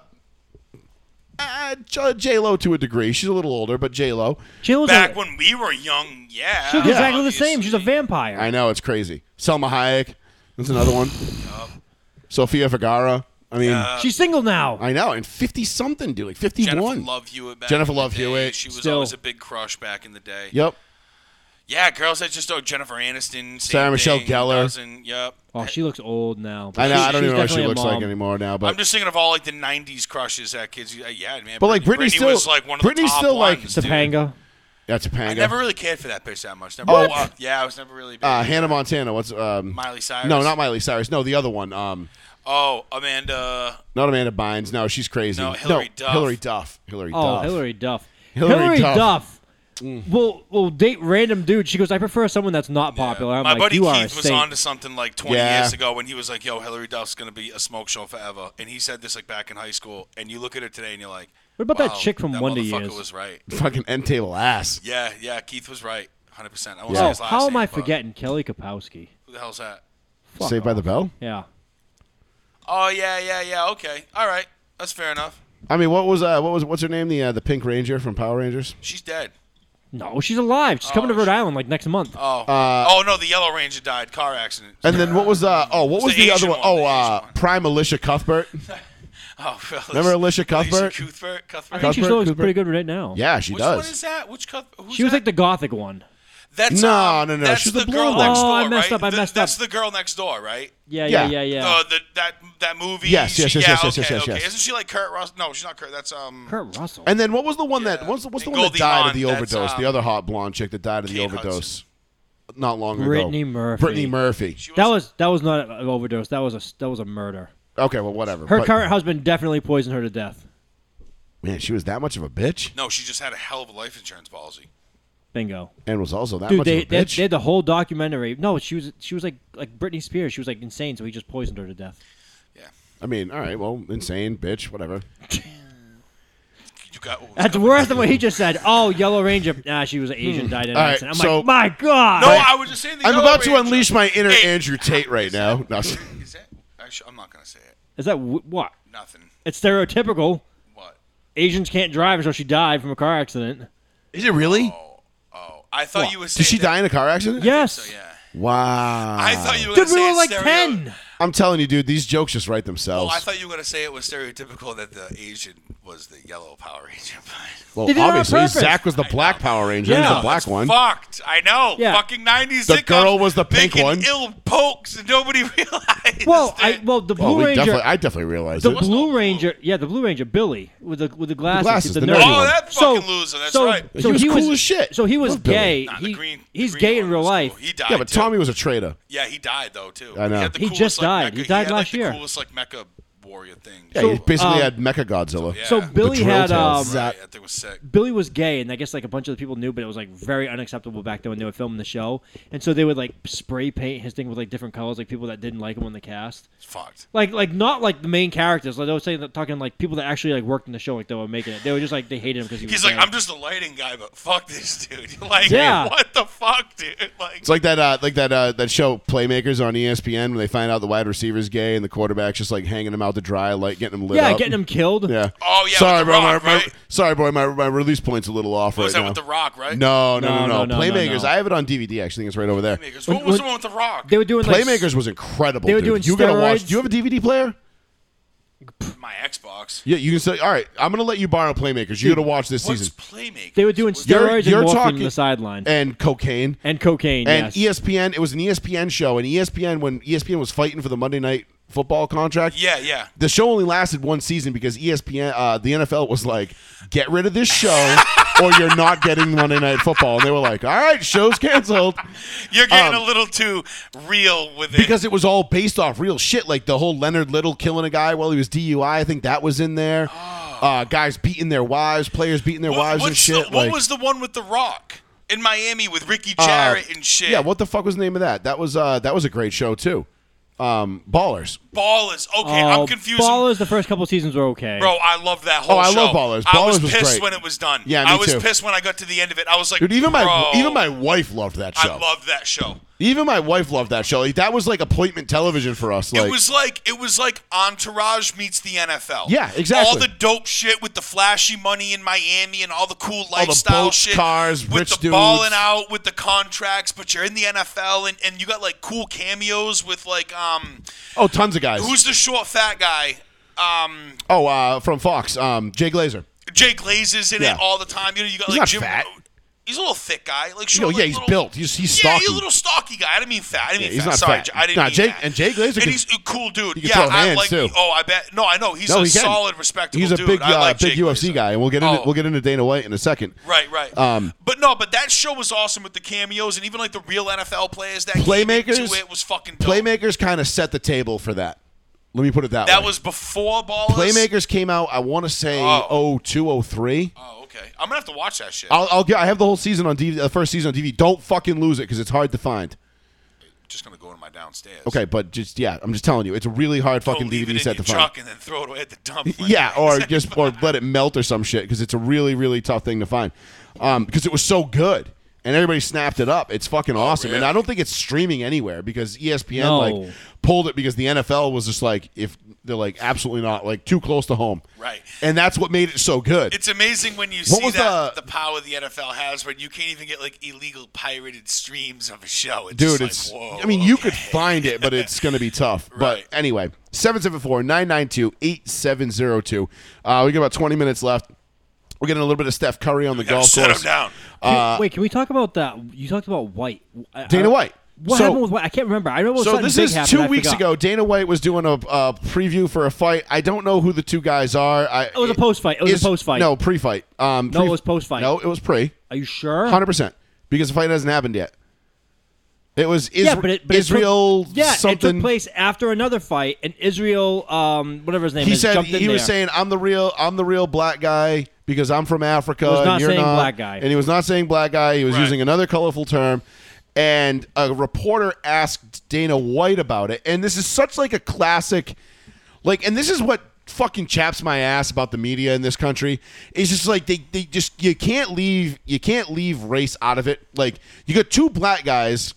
uh, J Lo to a degree. She's a little older, but J Lo.
she looks
back
like-
when we were young. Yeah,
she looks exactly the same. She's a
obviously.
vampire.
I know it's crazy. Selma Hayek. That's another one. Sofia Vergara. I mean,
She's single now.
I know, and fifty something, dude, like fifty
Jennifer
one.
Love Hewitt. Back
Jennifer
in the
Love
day.
Hewitt.
She was
Still.
always a big crush back in the day.
Yep.
Yeah, girls that just oh Jennifer Aniston, same
Sarah Michelle
thing,
Gellar.
dozen, yep.
oh, she looks old now.
I know.
She-
I don't
she's
even know what she
definitely a
looks like
mom.
anymore now,
I'm
but.
just thinking of all like the '90s crushes that kids. uh, Yeah, man.
But, like, Britney
Britney
still-
was like one of the
Britney's
top
still, like,
ones, dude.
Topanga.
That's a panga.
I never really cared for that bitch that much. Never
Oh,
uh,
what?
yeah, I was never really. Big.
uh, Hannah Montana. What's um,
Miley Cyrus.
No, not Miley Cyrus. No, the other one. Um,
oh, Amanda.
Not Amanda Bynes. No, she's crazy.
No, Hillary Duff.
Hillary Duff. Hillary
Oh,
Duff.
Hillary Duff.
Hillary Duff. Mm.
Duff. Will will date random dude. She goes, I prefer someone that's not popular. I'm
My
like,
buddy
you are a
Keith was
saint.
on to something like 20
Yeah.
years ago when he was like, "Yo, Hillary Duff's gonna be a smoke show forever," and he said this like back in high school. And you look at her today, and you're like,
What about that
wow,
chick from
that
Wonder
motherfucker
Years?
Was right.
Fucking end table ass.
Yeah, yeah. Keith was right, 100. percent I won't say
Oh,
his last
how am
name,
I
but
forgetting Kelly Kapowski?
Who the hell's that?
Fuck
Saved by
off.
the Bell.
Yeah.
Oh yeah, yeah, yeah. Okay, all right. That's fair enough.
I mean, what was uh, what was what's her name? The uh, the Pink Ranger from Power Rangers.
She's dead.
No, she's alive. She's coming to
Oh,
Rhode
shit.
Island like next month.
Oh, oh no, the Yellow Ranger died, car accident.
Uh, And then what was uh oh what was
the
the, other
Asian
one?
one,
Oh,
the
uh,
Asian one.
Prime Alicia Cuthbert.
oh, fellas.
Remember Alicia Cuthbert?
Cuthbert. Cuthbert.
I think she
Cuthbert,
still looks
Cuthbert.
pretty good right now.
Yeah, she
Which
does.
one is that? Which Cuthbert? Who's
She was
that?
like the gothic one.
That's
No,
um,
no, no,
That's
she's
the,
the
girl
blonde
next
one.
door,
Oh, I messed
right?
up, I
The-
messed
that's
up.
the girl next door, right?
Yeah, yeah,
Yeah.
yeah, yeah.
Uh, the, that that movie.
Yes, yes,
she-
yes,
yeah,
yes, yes,
okay,
yes, yes,
okay.
yes.
Isn't she like Kurt Russell? No, she's not Kurt. That's um.
Kurt Russell.
and then what was the one that
Yeah.
what's, what's the
And
one that
Goldie
died of
Hawn,
the
that's,
overdose?
um,
the other hot blonde chick that died of the
Kate
overdose. Not long ago.
Brittany Murphy.
Brittany Murphy.
She
that was that was not an overdose. That was a that was a murder.
Okay, well, whatever.
Her
but,
current husband definitely poisoned her to death.
man, she was that much of a bitch.
no. She just had a hell of a life insurance policy.
Bingo.
and was also that
Dude,
much
they,
of a
they, had,
bitch.
they had the whole documentary. No, she was she was like like Britney Spears. She was like insane, so he just poisoned her to death.
I mean, all right, well, insane, bitch, whatever.
You got what was
That's
coming.
worse than what he just said. Oh, Yellow Ranger. Nah, she was Asian, died in an
Hmm. All right,
accident. I'm
so-
like, my God.
No, I was just saying. The
I'm
Yellow
about to
Ranger.
unleash my inner
Hey.
Andrew Tate right now. No,
Is that- is that- actually, I'm not gonna say it.
Is that w- what?
Nothing.
It's stereotypical.
What?
Asians can't drive, so she died from a car accident.
is it really?
Oh, I thought you were saying.
Did she
that-
die in Ah. a car accident?
Yes.
So yeah.
Wow.
I thought you were
Dude,
gonna
we
say
were
it's
like
stereo-
10.
I'm telling you, dude, these jokes just write themselves.
Oh, I thought you were gonna say it was stereotypical that the Asian was the yellow Power Ranger. but- Oh,
well,
They did it on
obviously,
purpose.
Zach was the black Power Ranger,
Yeah.
yeah, the
No,
black
That's
one.
Fucked. I know.
Yeah.
Fucking 90s.
The
sitcoms
girl was the pink
making
one.
Ill pokes and nobody realized.
Well, I
it.
well the
Oh,
Blue
we
Ranger.
definitely, I definitely realized
the
it.
Blue
no
Ranger, yeah, the Blue Ranger, Billy with the with the glasses,
glasses,
he's
the
the,
nerdy
nerdy
one.
one.
Oh,
that
so,
fucking loser, that's
so,
right.
So
He was
he
cool as shit.
So he was
Love Billy.
gay.
Nah, the
He,
green- the
he's
green
gay
one
in real
was cool.
life.
He died.
yeah, but
too.
Tommy was a traitor.
Yeah, he died though too.
I know.
He, had the
He
coolest,
just
like,
died.
Mecha-
He died
had, like,
last year.
The coolest like mecha warrior thing.
Yeah, he basically
um,
had Mecha Godzilla.
yeah.
So
The
Billy
drill
had um,
tails.
right, that thing was sick.
Billy was gay, and I guess like a bunch of the people knew, but it was like very unacceptable back then when they were filming the show. And so they would like spray paint his thing with like different colors, like people that didn't like him on the cast,
It's fucked.
like like not like the main characters. Like they were saying, talking like people that actually like worked in the show, like they were making it. They were just like they hated him because he was.
He's like,
gay.
I'm just a lighting guy, but fuck this dude. You're like,
Yeah.
what the fuck, dude? Like,
It's like that, uh, like that, uh, that show Playmakers on E ESPN when they find out the wide receiver's gay and the quarterback's just like hanging him out to dry, like getting him lit
yeah,
up.
getting him killed.
Yeah.
Oh, yeah,
Sorry,
with The
bro.
Rock,
my, my,
right?
sorry, boy. My, my release point's a little off right
what was
now.
that with The Rock, right?
No, no, no, no.
No, no, no,
Playmakers.
no, no.
I have it on DVD actually. It's right over there.
Playmakers.
When-
What was
when-
the one with The Rock?
They were doing like,
Playmakers was incredible.
They were
dude.
doing
You gotta watch.
steroids.
Do you have a DVD player?
My Xbox.
Yeah, you can say. All right, I'm gonna let you borrow Playmakers. You gotta watch this
What's
season.
Playmakers?
They were doing steroids
You're-
and
you're
morphine
talking-
on the sideline and,
And cocaine.
cocaine.
And E-
yes.
ESPN. It was an ESPN show. And E ESPN when ESPN was fighting for the Monday Night Football contract.
yeah, yeah.
The show only lasted one season because ESPN, uh, the NFL was like, "Get rid of this show, or you're not getting Monday Night Football." And they were like, "All right, show's canceled."
You're getting
Um,
a little too real with it.
because it was all based off real shit, like the whole Leonard Little killing a guy while he was DUI. I think that was in there. Uh, guys beating their wives, players beating their
Oh. What-
wives and
what's the-
shit.
what
like,
was the one with The Rock in Miami with Ricky
uh,
Jarrett and shit?
Yeah, what the fuck was the name of that? That was uh, that was a great show too. Um, Ballers.
Ballers. Okay,
Oh,
I'm confusing.
Ballers. The first couple seasons were okay.
Bro, I love that whole
Oh, I
show.
love Ballers.
I was
Ballers was
pissed
great.
when it was done.
Yeah, me
I was
too.
pissed when I got to the end of it. I was like,
Dude, even my
bro,
even my wife loved that
I
show.
love that show.
even my wife loved that show. Like, that was like appointment television for us. Like,
it was like it was like Entourage meets the NFL.
Yeah, exactly.
All the dope shit with the flashy money in Miami and all the cool
the
lifestyle
boats,
shit,
cars,
with
rich
the
dudes.
balling out, with the contracts. But you're in the NFL and, and you got like cool cameos with like um
oh, tons of guys.
who's the short fat guy? Um,
oh, uh, from Fox, um, Jay Glazer.
Jay Glazer's in
Yeah.
it all the time. You know, you got
He's
like
not
Jim.
fat.
He's a little thick guy. Like,
No,
short,
yeah,
like,
he's
little-
built. He's he's
Yeah,
stocky.
he's a little stocky guy. I didn't mean fat. I didn't mean
Yeah, he's
fat.
not
Sorry,
fat.
J- I didn't
Nah,
mean
Jay-
that.
and Jay Glazer
And
can-
he's a cool dude.
he can
yeah,
throw
I
hands,
like.
too.
Oh, I bet. No, I know. He's
No,
a
he can.
solid, respectable
He's a
dude.
big
I
uh,
like
big
Jay
UFC
Glazer.
guy, and we'll get into
Oh.
we'll get into Dana White in a second.
Right, right.
Um,
but no, but that show was awesome with the cameos and even like the real NFL players that came
Playmakers-
into it was fucking dope.
Playmakers kind of set the table for that. Let me put it that,
That
way.
was before Ballers.
Playmakers came out. I want to say
Oh.
oh two oh three.
Oh, okay. I'm gonna have to watch that shit.
I'll, I'll get. I have the whole season on DVD. The first season on DVD. Don't fucking lose it because it's hard to find.
just gonna go to my downstairs.
Okay, but just yeah, I'm just telling you, it's a really hard
Go
fucking
leave
DVD
it
set
in
to
your
find.
truck and then throw it away at the dump.
Yeah, or just or let it melt or some shit because it's a really really tough thing to find. Um, because it was so good and everybody snapped it up. It's fucking
Oh,
awesome, and I
really?
don't think it's streaming anywhere because E ESPN
No.
like pulled it because the NFL was just like if they're like absolutely not like too close to home,
Right.
And that's what made it so good.
It's amazing when you see
was
that
the-
the power the NFL has, when you can't even get like illegal pirated streams of a show. It's
Dude,
just like,
it's.
whoa,
I mean, you
okay.
could find it, but it's going to be tough.
Right.
But anyway, 774 992 8702. Uh, We got about 20 minutes left. We're getting a little bit of Steph Curry on the
Gotta
golf
set
course.
him down.
Can- wait, can we talk about that? You talked about White. I- I-
Uh, Dana White.
What
So-
happened with White? I can't remember. I know
So this is two weeks ago. Dana White was doing a, a preview for a fight. I don't know who the two guys are. I, it
was a post-fight. It was a post-fight.
No, pre-fight. Um,
No, it was post-fight.
No, it was pre.
Are you sure?
Hundred percent because the fight hasn't happened yet. It was Isra-
yeah, but, it, but it took-
Israel
yeah, it
something.
took place after another fight, and Israel, um, whatever his name
he
is,
said
jumped in
he was
there.
saying I'm the real I'm the real black guy because I'm from Africa
Was not
and you're
saying
not.
black guy.
And he was not saying black guy. He was
Right.
using another colorful term. And a reporter asked Dana White about it. And this is such like a classic, like, and this is what fucking chaps my ass about the media in this country. It's just like they, they just you can't leave you can't leave race out of it. Like you got two black guys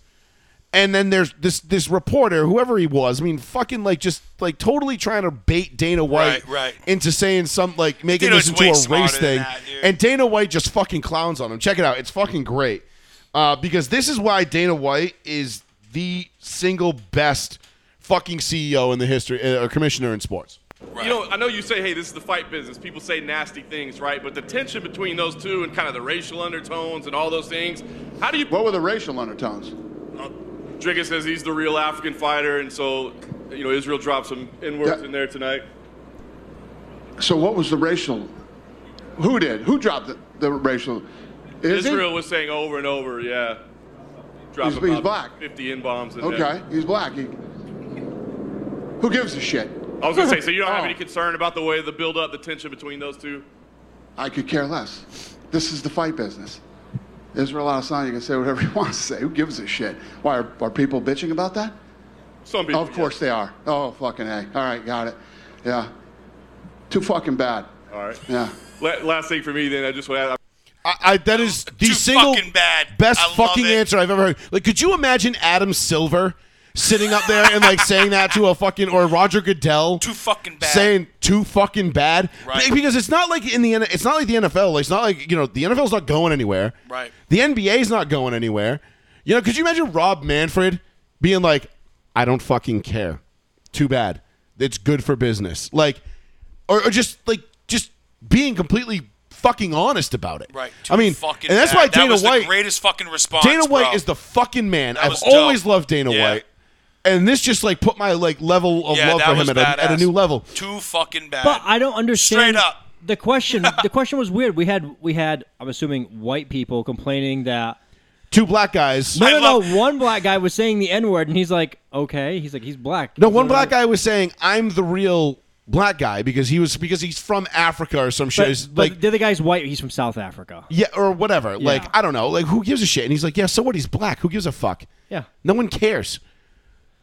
and then there's this this reporter, whoever he was. I mean, fucking like just like totally trying to bait Dana White
Right, right.
into saying some like making
Dana
this
White's
into
way
a
smarter
race
than
thing.
that, dude.
and Dana White just fucking clowns on him. Check it out. It's fucking great. Uh, because this is why Dana White is the single best fucking CEO in the history uh, commissioner in sports.
Right.
You know, I know you say, hey, this is the fight business. People say nasty things, right? But the tension between those two and kind of the racial undertones and all those things, how do you.
What were the racial undertones?
Draga says he's the real African fighter, and so, you know, Israel dropped some N words
Yeah.
in there tonight.
So what was the racial? Who did? Who dropped the, the racial? Is
Israel
He?
was saying over and over, yeah.
He's-
Dropping
he's black.
50 N bombs in there.
Okay, he's black. He, who gives a shit?
I was going to say, so you don't
Oh.
have any concern about the way the build up, the tension between those two?
I could care less. This is the fight business. Israel Adesanya can say whatever he wants to say. Who gives a shit? Why are, are people bitching about that?
Some people.
Of course they are. Oh fucking a. All right, got it. Yeah. Too fucking bad.
yeah. All right.
Yeah.
La- Last thing for me, then, I just want to add.
I, I that is the
Too
single
fucking bad.
best
I love
fucking
it.
answer I've ever heard. Like, could you imagine Adam Silver sitting up there and like saying that to a fucking or Roger Goodell?
Too fucking bad.
Saying too fucking bad,
Right.
Because it's not like in the N- it's not like the NFL. Like, it's not like you know the NFL's not going anywhere.
Right.
The NBA's not going anywhere. You know, could you imagine Rob Manfred being like, "I don't fucking care. Too bad. It's good for business." Like, or, or just like just being completely fucking honest about it.
Right.
I mean,
fucking
and that's
bad.
why
that
Dana
was
White.
the greatest fucking response.
Dana White
bro.
is the fucking man. I've
was dope.
always loved Dana
Yeah.
White, and this just like put my like level of
yeah,
love
that
for
was
him at a, at a
badass.
new level.
Too fucking bad.
But I don't
Straight
understand.
up.
The question. the question was weird. We had we had I'm assuming white people complaining that
Two black guys.
no
I
no
love-
no one black guy was saying the n word and he's like okay he's like he's black
No, one black guy was saying, "I'm the real black guy" because he was because he's from Africa or some shit.
But,
It's
but
like
the other guy's white. He's from South Africa.
yeah, or whatever. Like I don't know. Like who gives a shit? And he's like, "Yeah, so what? He's black. Who gives a fuck?
Yeah.
no one cares."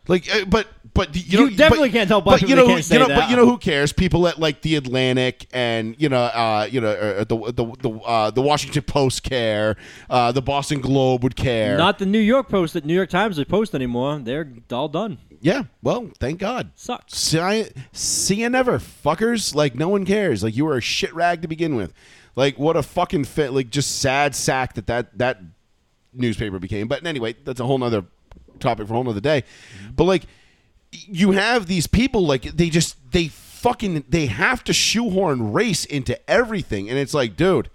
Like, uh, but but you,
You
know,
definitely
but-
can't tell black
But you
people
know,
they
who-
can't
you
say
know,
that.
but you know who cares? People at like the Atlantic and you know, uh, you know, uh, the the the uh, the Washington Post care, uh, the Boston Globe would care.
Not the New York Post, the New York Times they post anymore. They're all done.
yeah. Well, thank God.
Sucks.
See, I, see you never, fuckers. Like no one cares. Like you were a shit rag to begin with. Like what a fucking fit. Like just sad sack that that that newspaper became. But anyway, that's a whole nother topic for a whole nother day. But like you have these people like they just they fucking they have to shoehorn race into everything, and it's like, dude.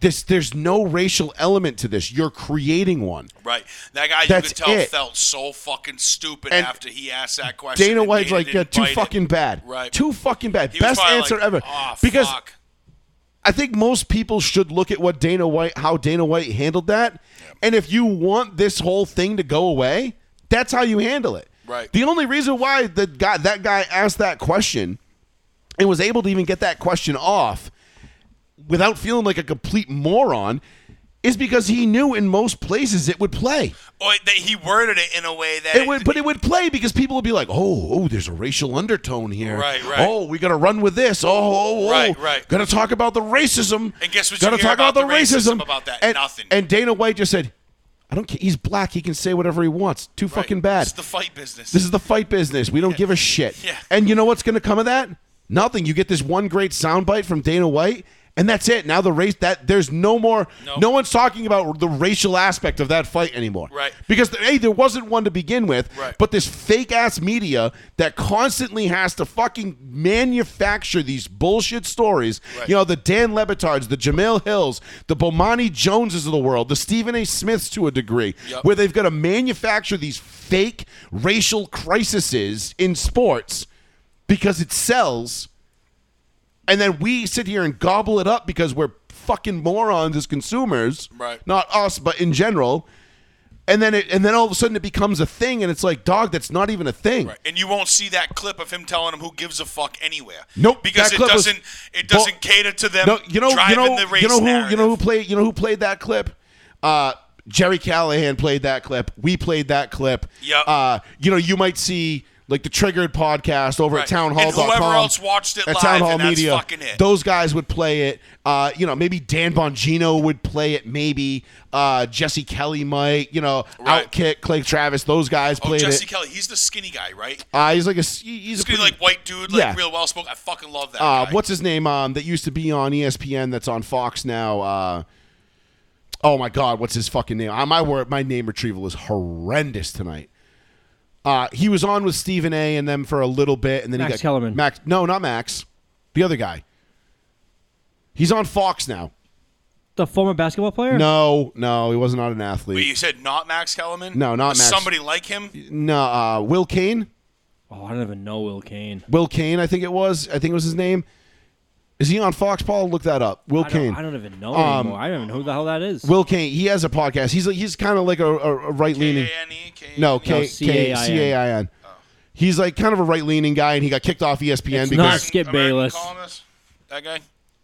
This there's no racial element to this. You're creating one.
right. That guy, you
That's
could tell,
it.
felt so fucking stupid
And
after he asked that question.
Dana
and
White's like, yeah,
didn't
too
bite it."
fucking bad.
Right.
Too fucking bad.
He was
Best
probably
answer
like,
ever.
"Aw,
because
fuck."
I think most people should look at what Dana White, how Dana White handled that, and if you want this whole thing to go away, that's how you handle it.
Right.
The only reason why the guy that guy asked that question and was able to even get that question off without feeling like a complete moron is because he knew in most places it would play.
Or that he worded it in a way that
It would, but it would play because people would be like, "Oh, oh, there's a racial undertone here.
Right, right.
Oh, we got to run with this. Oh, oh, oh.
Right, right.
Got to talk about the racism.
And guess what you
Gotta
hear about the racism about that?
And,
Nothing.
And Dana White just said, "I don't care. He's black. He can say whatever he wants. Too fucking bad.
It's the fight business.
This is the fight business. We don't give a shit.
Yeah.
And you know what's going to come of that? Nothing. You get this one great soundbite from Dana White, and that's it. Now the race that there's no more.
No.
one's talking about the racial aspect of that fight anymore.
Right.
Because hey, there wasn't one to begin with.
Right.
But this fake ass media that constantly has to fucking manufacture these bullshit stories.
Right.
You know the Dan Lebitards, the Jamel Hills, the Bomani Joneses of the world, the Stephen A. Smiths to a degree,
Yep.
where they've got to manufacture these fake racial crises in sports because it sells, and then we sit here and gobble it up because we're fucking morons as consumers,
Right.
Not us, but in general. and then it, and then all of a sudden it becomes a thing, and it's like, dog, that's not even a thing.
Right. And you won't see that clip of him telling him who gives a fuck anywhere.
Nope,
Because
that
it
clip was-
doesn't it doesn't
Bo-
cater to them.
No, you know, you
driving
know,
the race
you know who, you
narrative.
know who played, you know who played that clip. Uh, Jerry Callahan played that clip. We played that clip.
Yep.
Uh, you know, you might see like the Triggered podcast over at
Right.
townhall.com.
And whoever else watched it
at
live,
Town Hall
and that's
Media.
fucking it.
Those guys would play it. Uh, you know, maybe Dan Bongino would play it. Maybe uh, Jesse Kelly might. You know,
Right.
Outkick, Clay Travis. Those guys
Oh,
played
Jesse
it.
Kelly, he's the skinny guy, right?
Uh, he's like a s- he- he's a
Skinny
pretty-
like white dude, like
Yeah.
real well spoken. I fucking love that.
uh,
guy.
what's his name um, that used to be on ESPN that's on Fox now? Uh, oh my God, what's his fucking name? Uh, my word, my name retrieval is horrendous tonight. Uh, he was on with Stephen A. and them for a little bit, and then
Max
he got
Kellerman.
Max, no, not Max, the other guy. He's on Fox now.
The former basketball player?
No, no, he wasn't not an
Wait,
athlete.
you said not Max Kellerman?
No, not
Was
Max.
Somebody like him?
No, uh, Will Kane.
Oh, I don't even know Will Kane.
Will Kane, I think it was. I think it was his name. Is he on Fox? Paul, look that up. Will
I
Kane. Um,
don't, I don't even know anymore. I don't even know who the hell that is.
Will Kane, he has a podcast. He's like, he's kind of like a, a, a right leaning.
K-A-N-E, K-A-N-E.
No, K E.
No,
K
C-A-I-N.
C A I N. Oh. He's like kind of a right leaning guy, and he got kicked off E ESPN
It's
because
not Skip
American
Bayless.
columnist? That guy?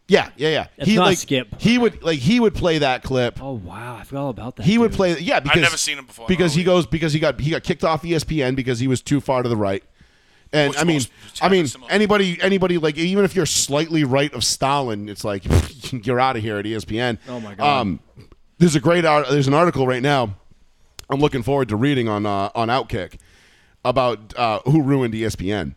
yeah, yeah, yeah.
It's
he
not
like
Skip.
He would like he would play that clip.
Oh wow, I forgot all about that.
He would
dude.
play yeah because
never seen him before.
because he
No, yeah.
goes because he got he got kicked off E ESPN because he was too far to the right. And
Which
I mean,
most-
I mean,
similar.
anybody, anybody like even if you're slightly right of Stalin, it's like you're out of here at E ESPN.
Oh, my God.
Um, there's a great art, there's an article right now. I'm looking forward to reading on uh, on Outkick about uh, who ruined ESPN.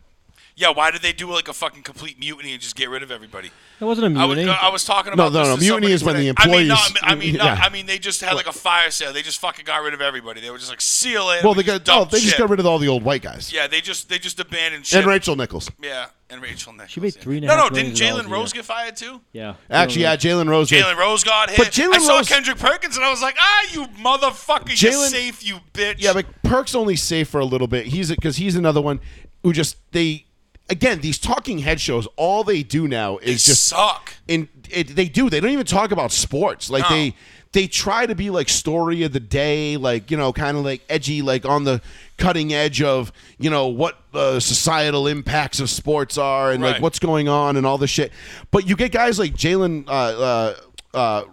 Yeah, why did they do like a fucking complete mutiny and just get rid of everybody?
That wasn't a
I was,
mutiny.
I was talking
No,
about
no,
this
no,
to
mutiny
somebody
is when the
today. I mean, no,
employees-
I mean, no,
yeah.
I mean, they just had like a fire sale. They just fucking got rid of everybody. They were just like, see you later.
Well,
We
they got oh,
dumped
they just
ship.
got rid of all the old white guys
Yeah, they just they just abandoned ship.
and Rachel Nichols.
Yeah, and Rachel Nichols.
made
yeah.
three and a
No,
half
no, didn't
million
Jalen
dollars a
Rose
year.
get fired too?
yeah.
Actually, yeah, Jalen Rose. was-
Jalen Rose got hit.
But Jalen
I saw
Rose-
Kendrick Perkins and I was like, ah, you motherfucker, you're
Jalen-
safe, you bitch.
Yeah, but Perk's only safe for a little bit. He's because he's another one who just they again these talking head shows. All they do now
they
is just
suck.
in it, they do. They don't even talk about sports. Like
No.
they they try to be like story of the day, like you know, kind of like edgy, like on the cutting edge of you know what uh, societal impacts of sports are and like
Right.
what's going on and all this shit. But you get guys like Jalen. Uh, uh, uh,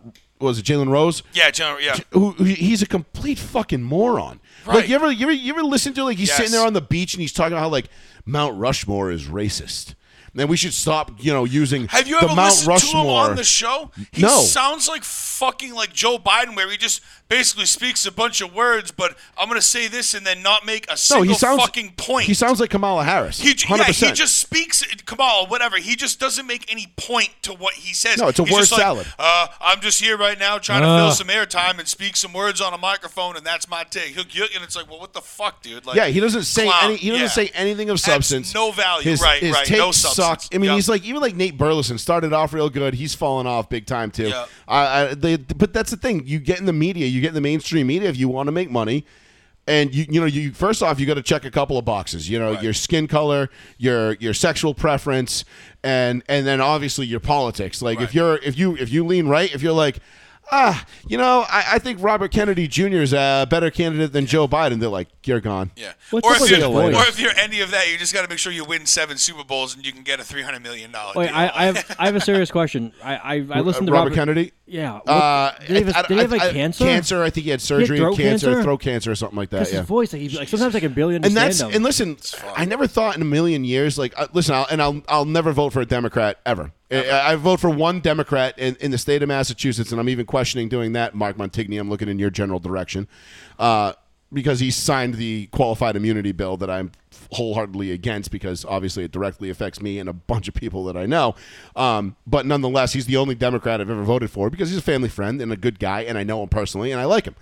was it Jalen Rose?
Yeah, Jalen. Yeah.
who who- he's a complete fucking moron. Like
Right.
you ever you ever you ever listen to like he's
Yes.
sitting there on the beach and he's talking about how like Mount Rushmore is racist. And we should stop, you know, using
Have you
the
ever
Mount
listened
Rushmore.
to him on the show? He
No.
sounds like fucking like Joe Biden, where he just basically speaks a bunch of words, but I'm gonna say this and then not make a
no,
single
he sounds
fucking point.
He sounds like Kamala Harris.
He, j- yeah,
100%.
he just speaks Kamal, whatever. He just doesn't make any point to what he says.
No, it's a
He's just
word
like,
salad.
Uh, I'm just here right now trying to
Ah.
fill some airtime and speak some words on a microphone, and that's my take. He'll get- And it's like, well, what the fuck, dude? Like,
yeah, he doesn't say
clown.
any. He doesn't
Yeah.
say anything of
Adds
substance.
no value.
His,
Right,
his
right.
Takes
No
suck.
substance.
I mean,
Yeah.
he's like even like Nate Burleson started off real good. He's fallen off big time too.
Yeah.
I, I, they, but that's the thing. You get in the media. You get in the mainstream media if you want to make money. And you, you know, you first off, you got to check a couple of boxes. You know, your skin color, your your sexual preference, and and then obviously your politics. Like if
Right.
you're if you if you lean right, if you're like, ah, you know, I, I think Robert Kennedy Jr. is a better candidate than Joe Biden. They're like, you're gone.
Yeah.
What's
or,
up
if
with
you're,
the
or
lawyers?
if you're any of that, you just got to make sure you win seven Super Bowls and you can get a $300 million deal.
Wait, I, I have I have a serious question. I I, I listened to
Uh, Robert Kennedy?
Yeah. What,
Uh,
did he have, a-
I- I-
did he have like
I-
cancer?
Cancer. I think he had surgery.
throat
cancer,
cancer?
throat cancer, or something like that.
Because
Yeah.
his voice, like, he, like sometimes I can barely
and
understand
that's
him.
and listen, I never thought in a million years like uh, listen, I'll, and I'll I'll never vote for a Democrat ever. I, I vote for one Democrat in, in the state of Massachusetts, and I'm even questioning doing that. Mark Montigny, I'm looking in your general direction, uh, because he signed the qualified immunity bill that I'm wholeheartedly against because obviously it directly affects me and a bunch of people that I know. Um, but nonetheless, he's the only Democrat I've ever voted for because he's a family friend and a good guy, and I know him personally and I like him.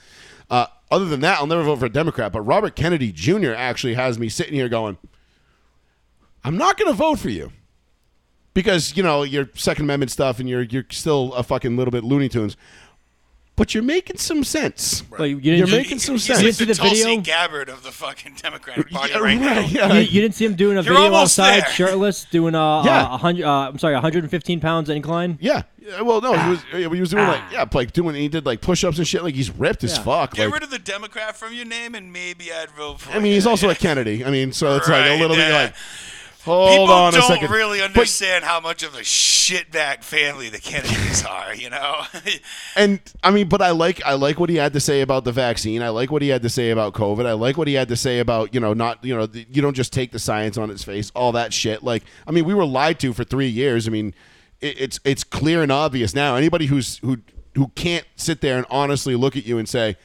Uh, other than that, I'll never vote for a Democrat. But Robert Kennedy Jr. actually has me sitting here going, I'm not going to vote for you because you know your Second Amendment stuff and you're you're still a fucking little bit Looney Tunes. but you're making some sense.
Like, you didn't
You're
see-
making some
you
sense.
didn't see
the
the
Tulsi
video.
Gabbard of the fucking Democratic Party
Yeah,
right, now.
right, yeah.
You, you didn't see him doing a
You're
video
almost
outside,
there.
shirtless, doing a,
Yeah.
a hundred. Uh, I'm sorry, 115 pounds incline.
Yeah. Ah. Yeah, Well, no, he was yeah, he was doing like yeah, like doing he did like push-ups and shit. Like he's ripped as
Yeah.
fuck.
Get
like-
rid of the Democrat from your name, and maybe I'd vote for.
I mean, he's
you.
also a Kennedy. I mean, so it's like
Right,
a little bit
yeah.
like hold
People
on a
don't
second.
really
But-
understand how much of a shitbag family the Kennedys are. You know,
and I mean, but I like I like what he had to say about the vaccine. I like what he had to say about COVID. I like what he had to say about you know not you know the, you don't just take the science on its face. All that shit. Like I mean, we were lied to for three years. I mean, it, it's it's clear and obvious now. Anybody who's who who can't sit there and honestly look at you and say,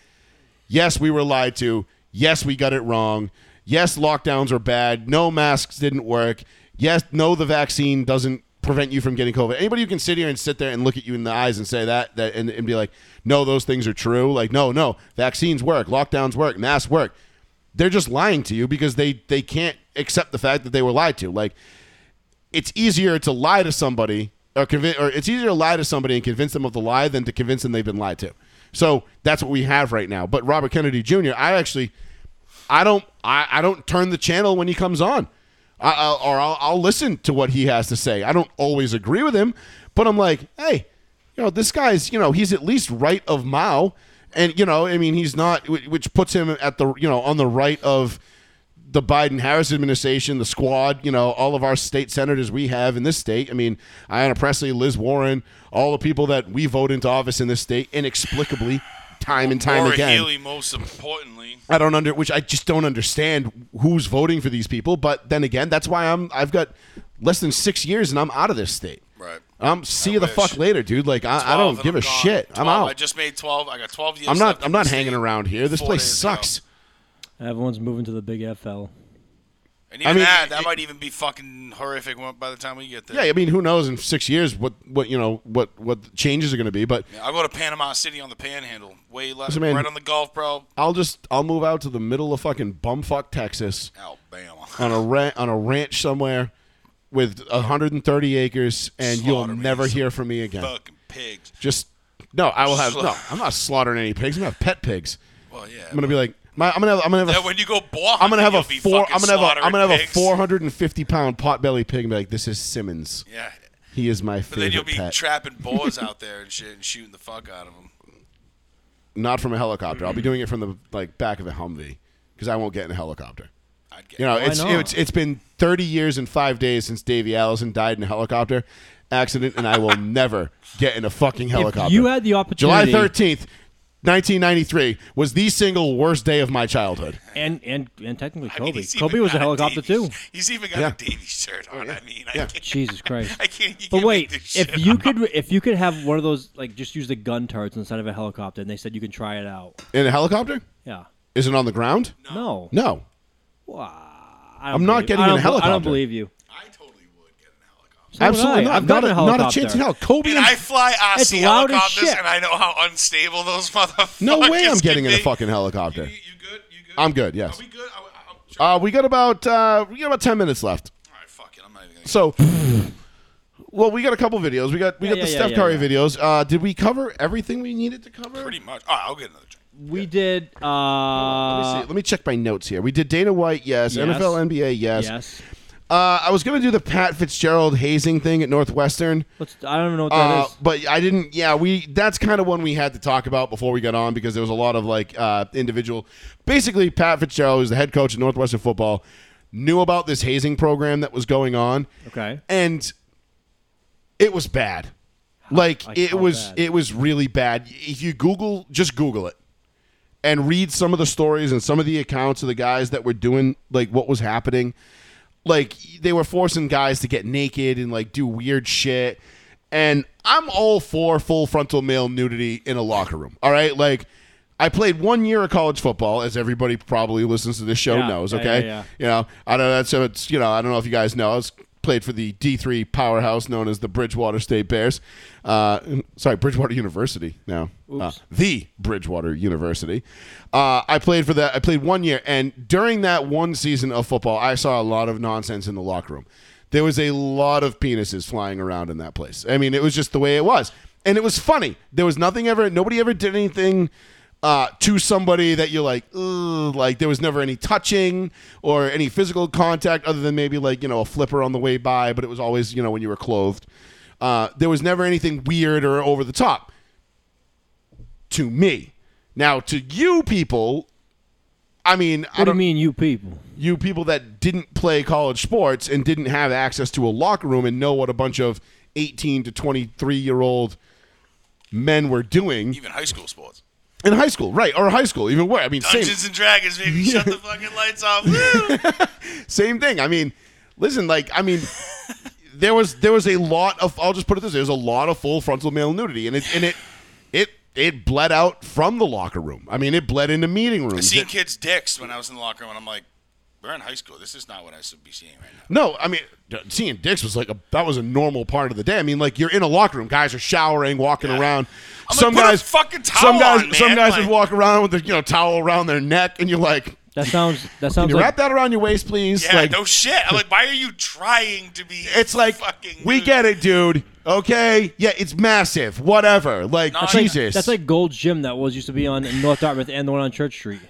yes, we were lied to. Yes, we got it wrong. Yes, lockdowns are bad. No, masks didn't work. Yes, no, the vaccine doesn't prevent you from getting COVID. Anybody who can sit here and sit there and look at you in the eyes and say that, that and, and be like, no, those things are true. Like, no, no, vaccines work, lockdowns work, masks work. They're just lying to you because they they can't accept the fact that they were lied to. Like, it's easier to lie to somebody or convince, or it's easier to lie to somebody and convince them of the lie than to convince them they've been lied to. So that's what we have right now. But Robert Kennedy Jr., I actually, I don't, I, I don't turn the channel when he comes on, I, I, or I'll, I'll listen to what he has to say. I don't always agree with him, but I'm like, hey, you know, this guy's, you know, he's at least right of Mao, and you know, I mean, he's not, whi- which puts him at the, you know, on the right of the Biden Harris administration, the squad, you know, all of our state senators we have in this state. I mean, Ayanna Presley, Liz Warren, all the people that we vote into office in this state inexplicably, time and time
Laura
again.
Healy, most importantly.
I don't under which I just don't understand who's voting for these people. But then again, that's why I'm I've got less than six years and I'm out of this state.
Right.
I'm see you the
wish.
fuck later, dude. Like Uh, I, I
12
don't
and
give
I'm
a
gone.
shit. I'm
12. I
out.
just made twelve. I got twelve years.
I'm not
left
I'm
in the
not hanging
state.
around here. This
Four
place
days ago.
sucks.
Everyone's moving to the big FL.
And even
I mean,
that, that
it-
might even be fucking horrific one- by the time we get there.
Yeah, I mean, who knows in six years what what you know what what changes are going to be? But
I go to Panama City on the Panhandle, way left,
Listen, man.
right on the Gulf, bro.
I'll just I'll move out to the middle of fucking bumfuck Texas
Alabama.
on a ra- on a ranch somewhere with 130 acres, and you'll
Slaughter me,
never
some
hear from me again.
fucking pigs.
Just no, I will have
Sla-
no. I'm not slaughtering any pigs. I'm gonna have pet pigs.
Well, yeah.
I'm gonna be like, my, I'm gonna have, I'm gonna
that
have, a,
when you go block,
I'm gonna have a
you'll be
four,
fucking
I'm gonna have, a, I'm gonna have
slaughtering
a
pigs.
450 pound potbelly pig and be like, this is Simmons.
Yeah,
He is my
but then you'll
favorite
be
pet.
trapping boars out there and shit, and shooting the fuck out of them.
Not from a helicopter. I'll be doing it from the like back of a Humvee because I won't get in a helicopter.
I'd get
You know, it's,
not?
it's it's been 30 years and five days since Davy Allison died in a helicopter accident, and I will never get in a fucking helicopter.
you had the opportunity-
July 13th, 1993 was the single worst day of my childhood.
And and and technically
I
Kobe.
mean, he's even
Kobe was a
got
helicopter
Davies-
too.
He's even got
Yeah. Oh,
a Davies shirt on. I mean, I
Yeah.
can't.
Jesus Christ.
I can't you
But
can't
wait,
make this
if
shit
you
up.
could if you could have one of those like just use the gun turrets inside of a helicopter and they said you can try it out.
In a helicopter?
Yeah.
Is it on the ground?
No.
No.
I
I'm not getting
I
in a
don't bel- I don't
helicopter.
believe you.
I totally would get an helicopter.
So would I.
Absolutely not.
I've
not,
gotten
a,
a
not a
helicopter.
chance in hell. Kobe
And
and
I fly
It's
RC
loud as
helicopters,
shit.
and I know how unstable those motherfuckers.
no way I'm
can
getting in a
be.
fucking
You,
helicopter.
you good? You good?
I'm good, yes.
Are we good? I, I, I'm sure.
Uh, we got about uh, we got about 10 minutes left.
All right, fuck it. I'm not even gonna.
So, well, we got a couple videos. We got we
Yeah,
got the
yeah, yeah,
Steph
yeah,
Curry
yeah.
videos. Uh, did we cover everything we needed to cover?
Pretty much. All right, I'll get another drink.
We did
Let
uh
me, see. Let me check my notes here. We did Dana White, yes.
Yes.
NFL, NBA, yes.
yes.
Uh, I was going to do the Pat Fitzgerald hazing thing at Northwestern,
Let's I don't even know what that is.
uh, but I didn't. Yeah, we that's kind of one we had to talk about before we got on because there was a lot of like uh, individual. Basically, Pat Fitzgerald, who's the head coach of Northwestern football, knew about this hazing program that was going on.
Okay.
and it was bad. Like
like,
it
how
was,
bad?
it was really bad. If you Google, just Google it, and read some of the stories and some of the accounts of the guys that were doing like what was happening. Like they were forcing guys to get naked and like do weird shit. And I'm all for full frontal male nudity in a locker room. All right, like I played one year of college football, as everybody probably who listens to this show
Yeah.
knows.
Yeah,
Okay,
yeah, yeah.
you know, I don't know. That's so it's you know, I don't know if you guys know. I was played for the D three powerhouse known as the Bridgewater State Bears. Uh, sorry, Bridgewater University now. Uh, the Bridgewater University. Uh, I played for that. I played one year, and during that one season of football, I saw a lot of nonsense in the locker room. There was a lot of penises flying around in that place. I mean, it was just the way it was. and it was funny. There was nothing ever. Nobody ever did anything uh, to somebody that you're like, Ugh, like there was never any touching or any physical contact other than maybe like you know a flipper on the way by, but it was always you know when you were clothed. Uh, there was never anything weird or over the top to me. Now to you people, I mean, I
What do
don't
you mean, you people?
you people that didn't play college sports and didn't have access to a locker room and know what a bunch of 18 to 23 year old men were doing
Even high school sports.
in high school, right? Or high school, even where? I mean, same,
Dungeons and Dragons, baby. Shut the fucking lights off. Woo!
same thing. I mean, listen, like, I mean, there was there was a lot of I'll just put it this: way, there was a lot of full frontal male nudity, and it and it it it bled out from the locker room. I mean, it bled into meeting
I
rooms.
seen
It-
kids' dicks when I was in the locker room, and I'm like, we're in high school. This is not what I should be seeing right now.
No, I mean, d- seeing dicks was like a that was a normal part of the day. I mean, like you're in a locker room, guys are showering, walking around.
I'm like,
some
put a
guys,
fucking towel
some guys,
on,
some
man,
guys
like-
would walk around with a you know towel around their neck, and you're like,
That sounds. That sounds
you
like.
wrap that around your waist, please.
Yeah,
like,
no shit. I'm like, why are you trying to be?
it's like
fucking.
we
nude?
get it, dude. Okay, yeah, it's massive. Whatever. Like
That's like-
Jesus,
That's like Gold's Gym that was used to be on in North Dartmouth and the one on Church Street.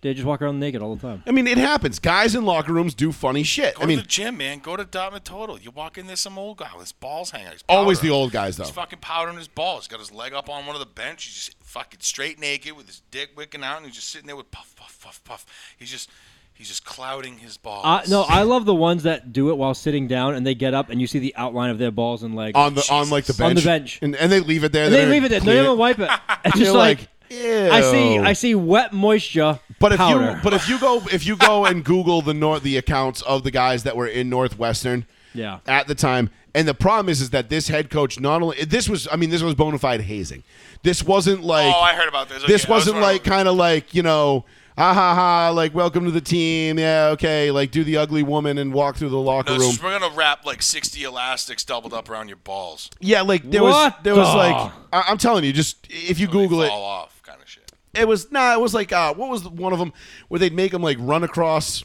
They just walk around naked all the time.
I mean, it happens. Guys in locker rooms do funny shit.
Go
I mean,
to the gym, man. Go to Dartmouth Total. You walk in there, some old guy with his balls hanging. out. He's
always the
powdering.
old guys though.
He's fucking powdering his balls. He's got his leg up on one of the bench. He's just fucking straight naked with his dick wicking out, and he's just sitting there with puff, puff, puff, puff. He's just, he's just clouding his balls.
I, Uh, no, I love the ones that do it while sitting down and they get up and you see the outline of their balls and legs.
On the on like the
On
bench,
the bench.
and, and they leave it there.
and they
don't
leave it there.
clean
They don't wipe it. It's
You're
just like,
like,
I see.
ew.
I see wet moisture.
But if
powder.
you but if you go if you go and Google the nor- the accounts of the guys that were in Northwestern,
Yeah.
at the time, and the problem is is that this head coach not only this was I mean this was bona fide hazing. This wasn't like
Oh, I heard about this.
this
Okay, I was
wasn't
wrong.
like kind of like you know. Ha ha ha! Like welcome to the team. Yeah, okay. Like do the ugly woman and walk through the locker
No, it's
room.
just- we're gonna wrap like sixty elastics doubled up around your balls.
Yeah, like there was
What
there was
the-
like I- I'm telling you, just if you
They
Google it,
fall off, kind of shit.
it was nah it was like uh what was the- one of them where they'd make them like run across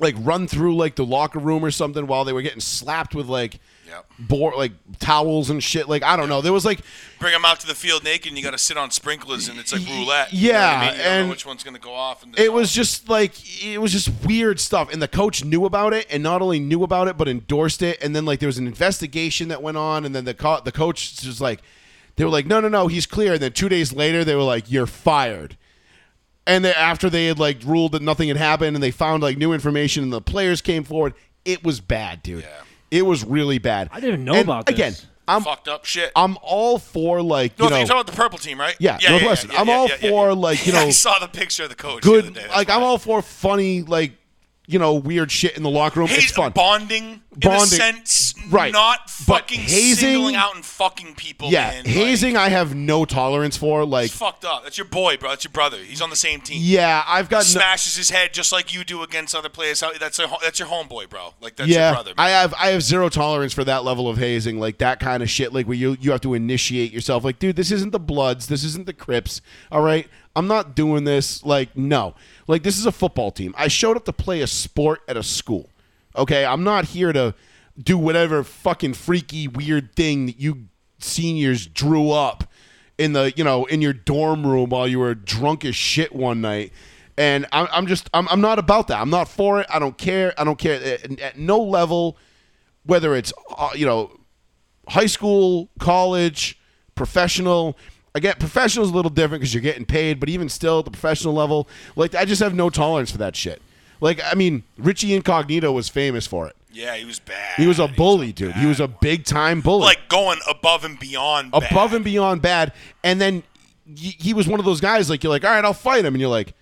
like run through like the locker room or something while they were getting slapped with like
Yep.
board like towels and shit like i don't know there was like
Bring them out to the field naked, and you got to sit on sprinklers, and it's like roulette.
yeah,
you know what I mean? You don't know
and
which one's gonna go off. And
it was just like it was just weird stuff and the coach knew about it and not only knew about it but endorsed it and then like there was an investigation that went on and then the co- the coach just like they were like no no no he's clear and then 2 days later they were like you're fired and then after they had like ruled that nothing had happened and they found like new information and the players came forward it was bad dude it was really bad
I didn't know
And
about this.
again i'm
fucked up shit.
i'm all for like you
no,
know
you're talking about the purple team, right?
Yeah, Northwestern. I'm all for, like, you
Yeah, I
know,
saw the picture of the coach.
good
the other day. That's
like i'm
why.
all for funny like you know weird shit in the locker room
Hey,
it's fun
bonding, in a
Bonding.
sense,
Right.
Not
But
fucking
hazing-
singling out and fucking people.
yeah
man. Like,
hazing i have no tolerance for like
it's fucked up. That's your boy, bro. That's your brother. He's on the same team.
yeah i've got no,
smashes his head just like you do against other players. How- That's a, ho- that's your homeboy, bro. Like that's your
yeah
brother. man.
i have i have zero tolerance for that level of hazing like that kind of shit like where you you have to initiate yourself like dude this isn't the bloods this isn't the crips all right i'm not doing this like no like this is a football team i showed up to play a sport at a school okay i'm not here to do whatever fucking freaky weird thing that you seniors drew up in the you know in your dorm room while you were drunk as shit one night and i'm, I'm just I'm, I'm not about that i'm not for it i don't care i don't care at, at no level whether it's uh, you know high school college professional i get professionals a little different because you're getting paid but even still at the professional level like i just have no tolerance for that shit like i mean richie incognito was famous for it
yeah, he was bad.
he was a bully dude he was a big time bully
like going above and beyond. bad.
above and beyond bad. And then he, he was one of those guys like you're like, all right, I'll fight him, and you're like,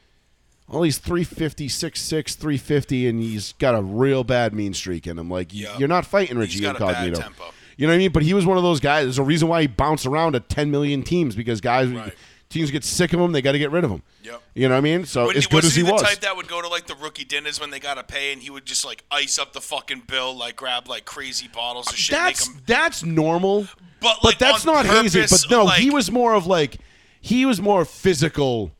well, he's 350, 6'6", 350, and he's got a real bad mean streak in him. Like y-
Yep.
you're not fighting Richie
He's got a bad
Incognito.
tempo.
You know what I mean? But he was one of those guys. There's a reason why he bounced around to 10 million teams because guys,
Right.
teams get sick of him. They got to get rid of him.
Yep.
You know what I mean? So
Wouldn't
as
he-
good
wasn't
as he
he the
was,
type that would go to like the rookie dinners when they got to pay, and he would just like ice up the fucking bill, like grab like crazy bottles of shit. make
that's
'em-
that's normal.
But, like,
that's
on
not hazing.
purpose,
But no, he
like-
was more of like he was more physical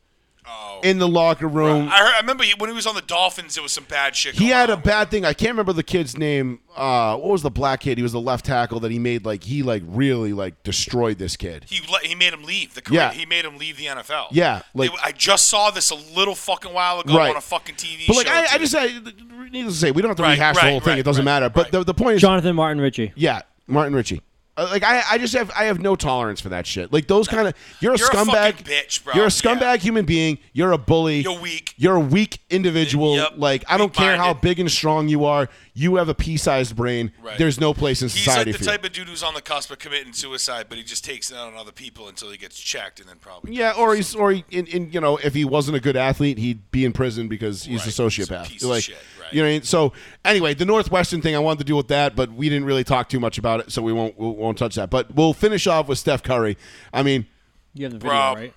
Oh.
in the locker
I,
room.
heard, I remember he, when he was on the Dolphins, there was some bad shit.
He
going
had a
on with
bad thing. I can't remember the kid's name. Uh, what was the black kid? He was the left tackle that he made like he like really like destroyed this kid.
He let, he made him leave the career.
Yeah.
He made him leave the NFL.
Yeah,
They-
like-
I just saw this a little fucking while ago
Right.
on a fucking TV
But like
show.
I, I
dude.
just I, needless to say we don't have to
Right,
rehash the
right,
whole thing.
right,
it doesn't
right,
matter. But
right.
the, the point is,
Jonathan Martin Ritchie.
yeah, Martin Ritchie. Uh, Like I, I just have I have no tolerance for that shit. Like those kind of you're a
You're a fucking
scumbag
bitch, bro.
You're a
Yeah.
scumbag human being. You're a bully.
You're weak.
You're a weak individual.
Yep.
Like I don't care how
Weak-minded.
big and strong you are. You have a pea-sized brain.
Right.
There's no place in
He's
society
like the
for
type of dude who's on the cusp of committing suicide, but he just takes it out on other people until he gets checked, and then probably
you. Yeah, or he's or he, in, in you know if he wasn't a good athlete, he'd be in prison because he's
Right.
a sociopath.
He's a piece of
like
shit, right.
you know. What I mean? So anyway, the Northwestern thing I wanted to deal with that, but we didn't really talk too much about it, so we won't we won't touch that. But we'll finish off with Steph Curry. I mean.
You have the video,
Bro.
right?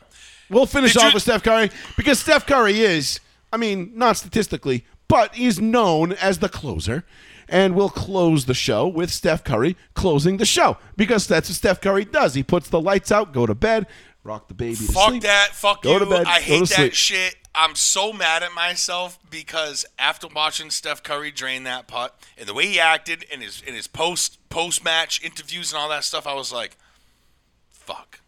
We'll finish
Did
off
you-
with Steph Curry because Steph Curry is, I mean, not statistically, but he's known as the closer. And we'll close the show with Steph Curry closing the show because that's what Steph Curry does. He puts the lights out, go to bed, rock the baby to
Fuck
sleep.
that. Fuck
Go
you.
to bed,
I
go
hate
to
that
sleep.
shit. I'm so mad at myself because after watching Steph Curry drain that putt and the way he acted and his in his post post match interviews and all that stuff, I was like, fuck.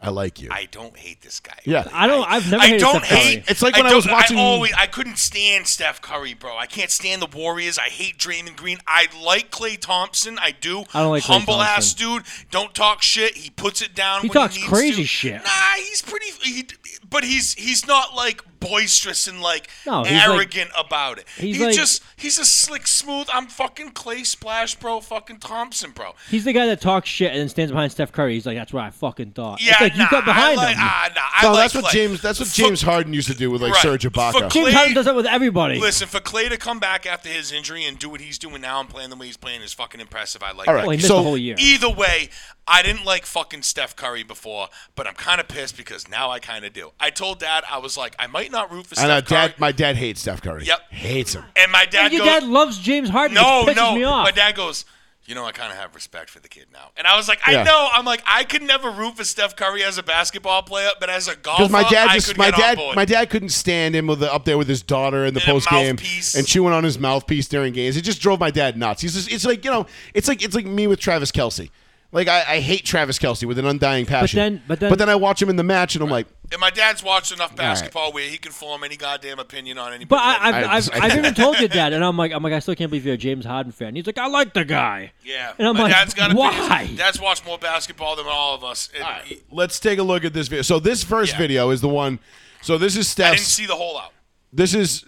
I like you.
I don't hate this guy.
yeah.
I don't. I've never.
I
hated
don't
Steph Curry.
hate.
It's like when I
don't-
was watching-
I always. I couldn't stand Steph Curry, bro. I can't stand the Warriors. I hate Draymond Green. I like Clay Thompson. I do.
I don't like Klay
humble ass dude. Don't talk shit. He puts it down.
He
when
talks
he needs
crazy
to.
shit.
Nah, he's pretty. He, but he's he's not like boisterous and like
No, he's like-
arrogant about it.
he's
He's
like-
just he's a slick, smooth. I'm fucking Clay Splash, bro. Fucking Thompson, bro.
He's the guy that talks shit and then stands behind Steph Curry. He's like, "That's what I fucking thought."
Yeah,
it's like
nah,
you got behind
I like,
him.
Ah, nah, I
No,
like
that's what
Klay.
James. That's what
Fuck-
James Harden used to do with like
Right.
Serge Ibaka.
Fuck-
James
Klay-
Harden does that with everybody.
Listen, for Clay to come back after his injury and do what he's doing now and playing the way he's playing is fucking impressive. I like
All
well, he
right,
missed
so
the whole year.
that. Either way, I didn't like fucking Steph Curry before, but I'm kind of pissed because now I kind of do. I told Dad I was like, I might not root for
and uh,
Steph Curry.
dad, my dad hates Steph Curry.
Yep.
hates him.
and my dad
Your
goes,
dad loves James Harden.
no,
which pisses
no.
me off.
My dad goes, you know, I kind of have respect for the kid now. And I was like, I
Yeah.
know. I'm like, I could never root for Steph Curry as a basketball player, but as a golfer,
Because my dad
I
just
could
my
get on
dad
board.
my dad couldn't stand him with the, up there with his daughter in the
And a
post game
mouthpiece.
and chewing on his mouthpiece during games. It just drove my dad nuts. He's just, it's like you know it's like it's like me with Travis Kelsey. Like I, I hate Travis Kelsey with an undying passion.
then- but then-
I watch him in the match and I'm like,
And my dad's watched enough basketball where he can form any goddamn opinion on anybody.
But I, I've,
I-
I've,
I-
I've, even told your dad, and I'm like, I'm like, I still can't believe you're a James Harden fan. He's like, I like the guy.
yeah,
And I'm
my
like,
dad's got
why?
Opinions. Dad's watched more basketball than all of us. And he-
let's take a look at this video. So this first
Yeah.
video is the one. So this is
I didn't
Steph's.
see the whole out.
this is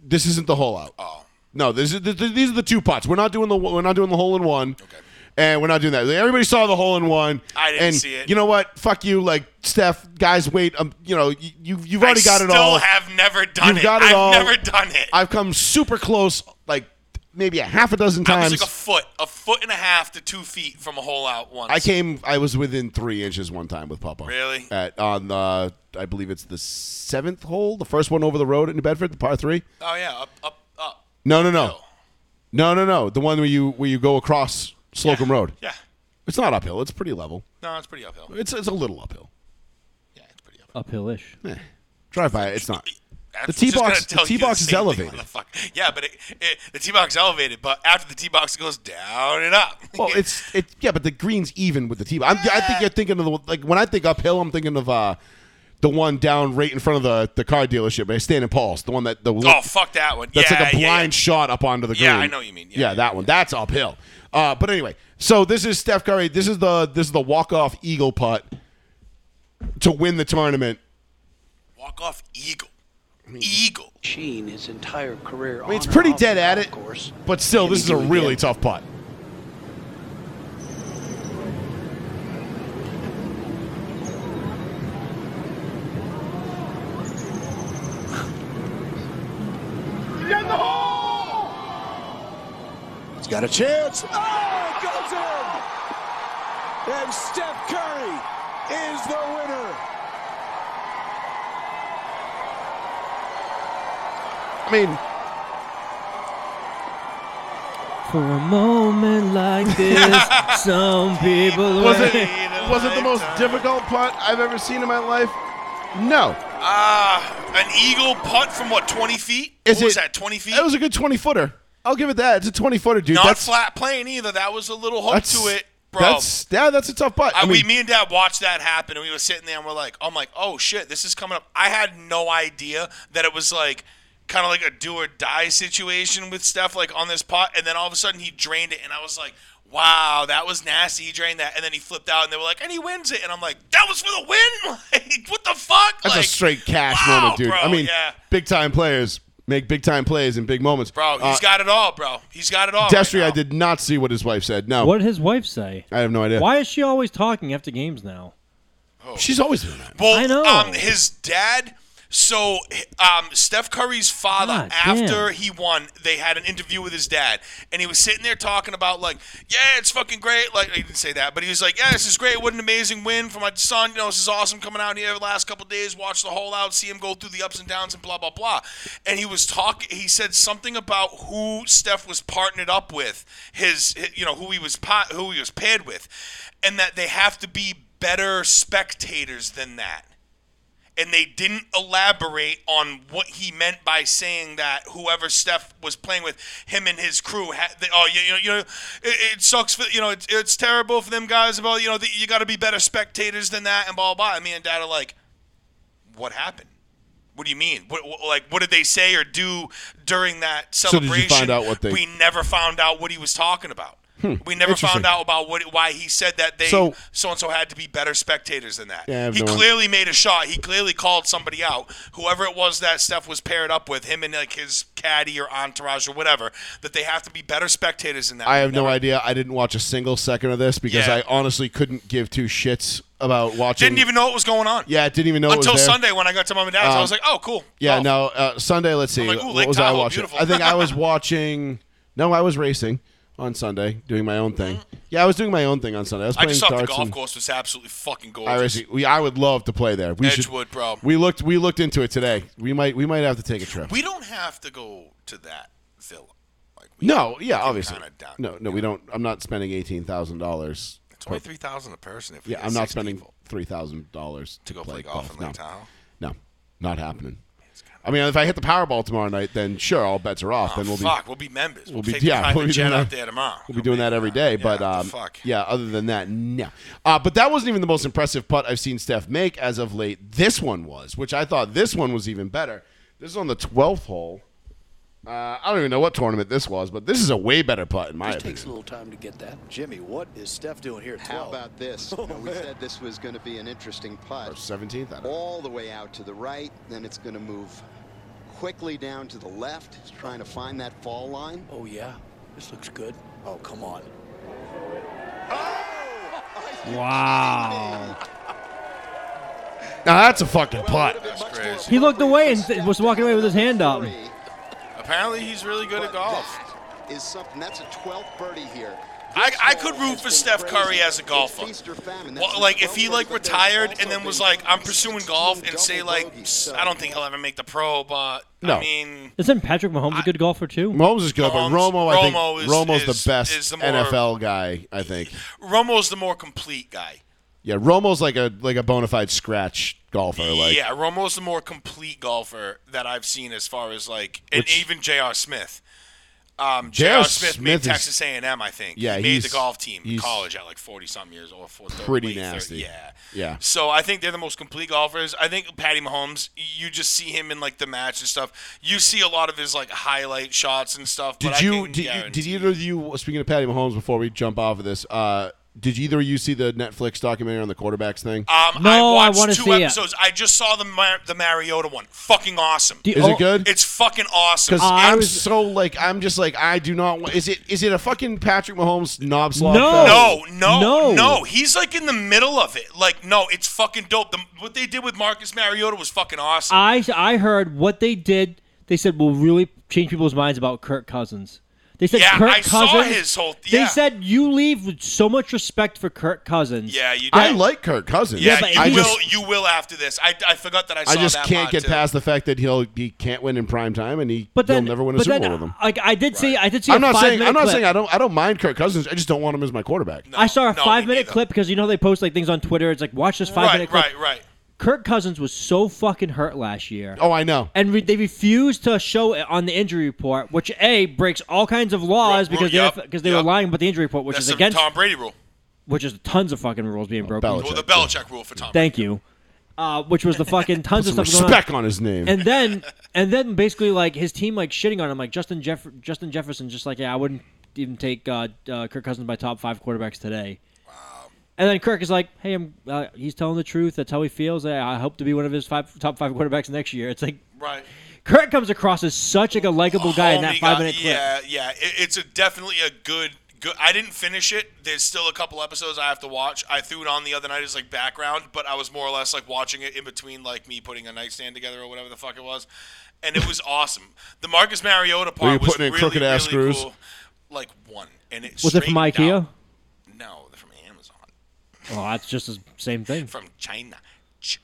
this isn't the hole out.
Oh,
No, this is, th- th- these are the two pots. We're not doing the we're not doing the hole in one.
Okay.
And we're not doing that. Everybody saw the hole in one.
I didn't
and
see it.
You know what? Fuck you, like Steph. Guys, wait. Um, you know, you, you you've already
I
got
still
it all.
have never done
You've
it.
got it
I've
all.
never done it.
I've come super close, like maybe a half a dozen
I was
times.
like a foot, a foot and a half to two feet from a hole out once.
I came. I was within three inches one time with Papa.
Really?
At on the, I believe it's the seventh hole, the first one over the road in New Bedford, the par three.
Oh yeah, up, up, up.
No, no, no, no, no, no. The one where you where you go across Slocum Road.
Yeah.
It's not uphill. It's pretty level.
No, it's pretty uphill.
It's it's a little uphill.
Yeah, it's pretty uphill.
Uphill-ish.
Drive by it. It's not.
That's
The tee
just gonna
box- the
tell
tee
you
box is
same thing,
elevated.
motherfucker. Yeah, but it, it, the tee box is elevated, but after the tee box, it goes down and up.
Well, it's it. Yeah, but the green's even with the tee. I'm, I think you're thinking of the like when I think uphill, I'm thinking of uh, the one down right in front of the, the car dealership, right? Stan and Paul's, the one that the
oh fuck that one.
that's
yeah,
like a blind
yeah, yeah.
shot up onto the green.
Yeah, I know what you mean. Yeah,
Yeah,
yeah,
that one. That's uphill. Uh, but anyway, so this is Steph Curry. This is the this is the walk off eagle putt to win the tournament.
Walk off eagle.
Mm-hmm.
Eagle.
machine his entire career.
I mean, it's
on or
pretty
off the
dead at
golf
it,
Course.
but still,
Can
this
he
is a
do it
really
again?
tough putt.
He's got a chance. Oh, it goes in. And Steph Curry is the winner.
I mean,
For a moment like this, some people
was
wait.
it was it the most difficult putt I've ever seen in my life? No,
Ah, an eagle putt from what, 20 feet? what was that, 20 feet?
That was a good 20 footer. I'll give it that. It's a 20 footer, dude.
Not
that's
flat plane either. That was a little hook
that's,
to it, bro.
That's, yeah, that's a tough putt.
I,
I
we,
mean,
me and Dad watched that happen, and we were sitting there, and we're like, "I'm like, oh shit, this is coming up." I had no idea that it was like kind of like a do or die situation with Steph, like on this pot, and then all of a sudden he drained it, and I was like, "Wow, that was nasty." He drained that, and then he flipped out, and they were like, "And he wins it," and I'm like, "That was for the win!" Like, what the fuck?
that's
like,
a straight cash
wow,
moment, dude.
Bro,
I mean,
yeah.
big time players make big time plays in big moments.
bro, he's
Uh,
got it all, bro. He's got it Oh, all.
Destry,
right
I
now.
did not see what his wife said. No,
What did his wife say?
I have no idea.
Why is she always talking after games now?
Oh.
She's always doing that.
Well,
I know.
Um, his dad. So, um, Steph Curry's father,
God
after
damn.
he won, they had an interview with his dad, and he was sitting there talking about like, yeah, it's fucking great. Like he didn't say that, but he was like, yeah, this is great. What an amazing win for my son. You know, this is awesome coming out here the last couple days, watch the whole out, see him go through the ups and downs, and blah blah blah. And he was talking. He said something about who Steph was partnered up with, his, you know, who he was pot, who he was paired with, and that they have to be better spectators than that and they didn't elaborate on what he meant by saying that whoever Steph was playing with, him and his crew, had, they, oh, you, you know, you know, it, it sucks for you know, it's it's terrible for them guys. About you know, that you got to be better spectators than that, and blah blah. blah. And me and Dad are like, what happened? What do you mean? What, what- like, what did they say or do during that
did you
celebration?
find out what they- Hmm,
We never found out what he was talking about. We never
interesting.
found out about what why he said that they
So-
so and so had to be better spectators than that.
Yeah, I have
he
no idea.
clearly made a shot. He clearly called somebody out. Whoever it was that Steph was paired up with, him and like his caddy or entourage or whatever, that they have to be better spectators than that.
I have no idea. I didn't watch a single second of this because
Yeah.
I honestly couldn't give two shits about watching.
Didn't even know what was going on.
Yeah, I didn't even know it was
Until
there. Um,
Sunday when I got to mom and dad's, I was like, "Oh, cool."
Yeah,
Oh.
no. Uh, Sunday, let's see.
I'm like, ooh,
what
Lake
was I
Tahoe,
watching?
beautiful.
I think I was watching. No, I was racing on Sunday, doing my own thing. Yeah, I was doing my own thing on Sunday. I was
Mm-hmm. I
playing
just thought the
darts
golf
and
course was absolutely fucking gorgeous.
I racing. We, I would love to play there. We
Edgewood,
should,
bro.
We looked. We looked into it today. We might. We might have to take a trip.
We don't have to go to that villa. Like we
no. Yeah. Obviously.
kinda down-
No. No. We don't. I'm not spending eighteen thousand dollars.
twenty three thousand a person. If we
Yeah.
get
I'm not
six
spending
people.
three thousand dollars
To go play golf in Lake Tahoe?
No. No. Not happening. I mean, if I hit the Powerball tomorrow night, then sure, all bets are off. then we'll be
Oh, fuck, we'll be members. We'll,
be-
take
yeah,
the private
we'll be
jet
doing
out
that.
there tomorrow.
We'll be doing that every day,
Yeah,
but
what the
um,
fuck.
yeah. Other than that, no. Uh, but that wasn't even the most impressive putt I've seen Steph make as of late. This one was, which I thought this one was even better. This is on the twelfth hole. Uh, I don't even know what tournament this was, but this is a way better putt in my
It takes a
opinion.
little time to get that.
Jimmy, what is Steph doing here at
How
12?
about this? You know, we said this was going to be an interesting putt.
Seventeenth. I don't know.
All the way out to the right, then it's going to move quickly down to the left. He's trying to find that fall line.
Oh, yeah. This looks good. Oh, come on.
Wow.
Now that's a fucking
Well,
putt.
it would've been much more
crazy.
He looked away and
appropriate for
was walking away with his hand up.
Steph Curry,
Apparently, he's really good
but
at golf.
that is something. That's a 12th birdie here.
I,
This
I
hole
could root
has
for
been
Steph Curry
crazy.
as a
It's
golfer.
feast or famine. That's
Well,
the
like if he
12th
like
birdie, but there's
retired
also
and then was
been
like, I'm pursuing
16
golf and say
double
like,
bogeys, so-
I don't think he'll ever make the pro, but
No.
I mean,
Isn't Patrick Mahomes a good golfer too?
Mahomes is good, but
Mahomes-
Romo, I think
Romo is-
Romo's
is-
the best
is the more-
NFL guy. I think.
Romo's the more complete guy.
Yeah, Romo's like a like a bona fide scratch golfer. Like,
yeah, Romo's the more complete golfer that I've seen as far as like, and
Which-
even J.R. Smith. Um,
J.R.
J.R. Smith,
Smith
made
is-
Texas A&M, I think.
Yeah,
he made the
he's-
golf team in
he's
college at like 40 something years old. Four,
pretty
late thirty-
nasty.
Yeah.
Yeah.
So I think they're the most complete golfers. I think Patty Mahomes, you just see him in like the match and stuff. You see a lot of his like highlight shots and stuff.
Did
but I
you
can
did, you
guarantee-
did either of you speaking of Patty Mahomes before we jump off of this? Uh, did either of you see the Netflix documentary on the quarterbacks thing?
Um,
No, I
I watched
wanna
two
see it.
episodes. I just saw the Mar- the Mariota one. Fucking awesome.
Do you-
Is
oh,
it good?
it's fucking awesome.
Because
Uh, I
I'm
was-
so like I'm just like I do not. want Is it is it a fucking Patrick Mahomes knob slog?
No.
fest?
No, no,
No.
no, He's like in the middle of it. Like, no, it's fucking dope. The, what they did with Marcus Mariota was fucking awesome.
I I heard what they did. They said will really change people's minds about Kirk Cousins. They said
Yeah,
Kirk
I saw
Cousins.
his whole-
They
yeah.
said you leave with so much respect for Kirk Cousins.
yeah, you.
I
do.
like Kirk Cousins.
Yeah,
but
you
I
will.
just
you will after this. I, I forgot that I saw
I just
that
can't
pod,
get
too.
past the fact that he'll he can't win in prime time and he
But then
he'll never win a
but
Super
then,
Bowl with him.
Like I did see, I did see.
I'm
a
not
five
saying
minute
I'm not
clip.
saying I don't I don't mind Kirk Cousins. I just don't want him as my quarterback.
No,
I saw a
no, me
five minute
neither.
clip because you know they post like things on Twitter. It's like watch this five
Right,
minute clip.
right, right.
Kirk Cousins was so fucking hurt last year.
Oh, I know.
And re- they refused to show it on the injury report, which a breaks all kinds of laws
Ru- ru-
because they
yup,
because they were
yup.
lying about the injury report, which
That's
is
the
against
Tom Brady rule.
which is tons of fucking rules being broken.
Belichick.
Well, the Belichick rule for Tom. Brady.
Thank you. Uh, which was the fucking tons of
Some
stuff going on.
respect on his name.
And then and then basically like his team like shitting on him like Justin Jeff- Justin Jefferson just like yeah I wouldn't even take uh, uh, Kirk Cousins by top five quarterbacks today. And then Kirk is like, "Hey, I'm." Uh, he's telling the truth. That's how he feels. I, I hope to be one of his five top five quarterbacks next year. It's like
Right.
Kirk comes across as such like a likable guy in that
Homie uh,
five
guy-
minute clip.
Yeah, yeah. It, it's a definitely a good. Good. I didn't finish it. There's still a couple episodes I have to watch. I threw it on the other night as like background, but I was more or less like watching it in between like me putting a nightstand together or whatever the fuck it was, and it was awesome. The Marcus Mariota part
Were you
was
putting in
really,
crooked ass
really
screws?
cool. Like one, and it
Was it from
straightened
IKEA?
out. No, they're from Amazon,
Oh, that's just the same thing.
from China. Ch-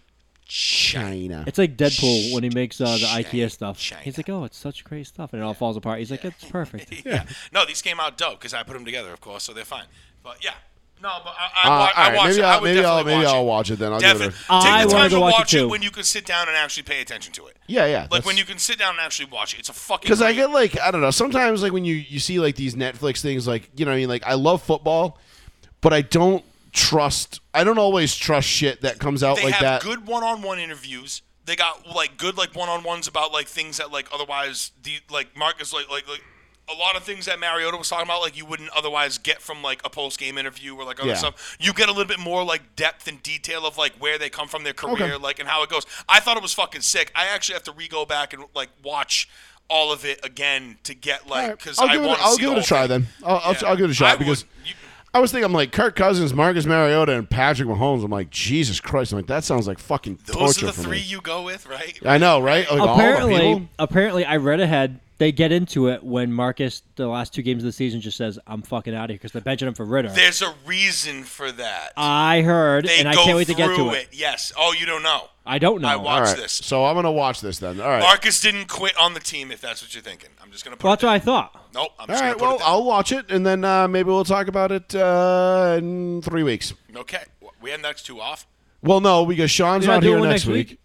China.
It's like Deadpool when he makes uh, the IKEA stuff.
China.
He's like, "Oh, it's such great stuff," and it all falls apart. He's like, "It's perfect."
yeah. No, these came out dope because I put them together, of course, so they're fine. But yeah. No, but I,
Uh,
I, wa-
all
I
right,
watched
maybe
it.
I'll-
I would
maybe
definitely
I'll- maybe
watch
I'll
it.
watch it then. I'll give it
Definitely.
a-
Take
I
the
wanted
time
to
to
watch it
watch it
too.
when you can sit down and actually pay attention to it.
yeah, yeah.
Like when
that's-
you can sit down and actually watch it. It's a fucking.
Because I
great-
get like I don't know. Sometimes like when you you see like these Netflix things, like you know, what I mean, like I love football, but I don't trust. I don't always trust shit that comes out
they
like
have
that.
good one-on-one interviews. They got like good like one-on-ones about like things that like otherwise the like Marcus like like like a lot of things that Mariota was talking about like you wouldn't otherwise get from like a post-game interview or like other
Yeah.
stuff. You get a little bit more like depth and detail of like where they come from, their career,
Okay.
like and how it goes. I thought it was fucking sick. I actually have to re-go back and like watch all of it again to get
All
like
right,
because
I'll
I
give it.
want to
I'll give it a try then. I'll, I'll, I'll give it a shot
I
because.
would. You-
I was thinking, I'm like Kirk Cousins, Marcus Mariota, and Patrick Mahomes. I'm like, Jesus Christ! I'm like, that sounds like fucking
Those
torture
are the
for
three
me.
you go with, right?
I know, right? Like, all the
apparently,
people?
apparently, I read ahead. They get into it when Marcus, the last two games of the season, just says, "I'm fucking out of here" because they're benching him for Ritter.
There's a reason for that.
I heard,
they
and I
go
can't wait to get
through
to it.
Yes. Oh, you don't know.
I don't know.
I
All
watched
right,
this.
so I'm gonna watch this then. All right.
Marcus didn't quit on the team, if that's what you're thinking. I'm just gonna put.
well,
it
that's what I thought.
there. Nope. I'm
all
just
right.
gonna
Well,
put
I'll watch it and then uh, maybe we'll talk about it uh, in three weeks.
it there. Okay. Well, We had next two off.
Well, no, because Sean's
You're not
not here
doing one
next
next
week.
week?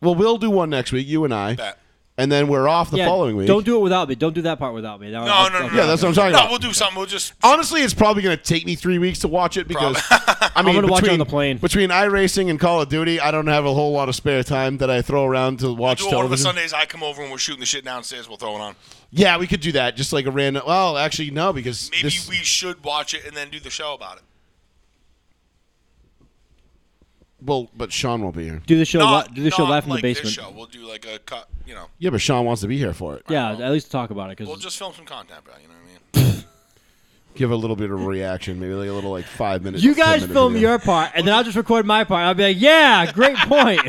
Well, we'll do one next week, you and I,
Bet.
and then we're off the
yeah,
following week.
Don't do it without me. Don't do that part without me.
No, no, no, no.
Yeah, that's what I'm talking
no,
about.
we'll do something. We'll just.
Honestly, it's probably going to take me three weeks to watch it because I mean,
gonna watch it
between,
on the plane.
Between iRacing and Call of Duty, I don't have a whole lot of spare time that I throw around to watch
Do it one of the
television.
Sundays I come over and we're shooting the shit downstairs. We'll throw it on.
yeah, we could do that, just like a random. Well, actually, no, because
Maybe
this,
we should watch it and then do the show about it.
Well, but Sean won't be here.
Do the show.
Not-
li- do the show
not
live from
like
the
This
basement.
show. We'll do like a cut. You know,
Yeah, but Sean wants to be here for it.
Yeah, at least talk about it because
we'll just film some content, bro. You know what I mean?
Give a little bit of reaction, maybe like a little like five minutes.
you guys film your part, and then I'll just record my part. I'll be like, "Yeah, great point."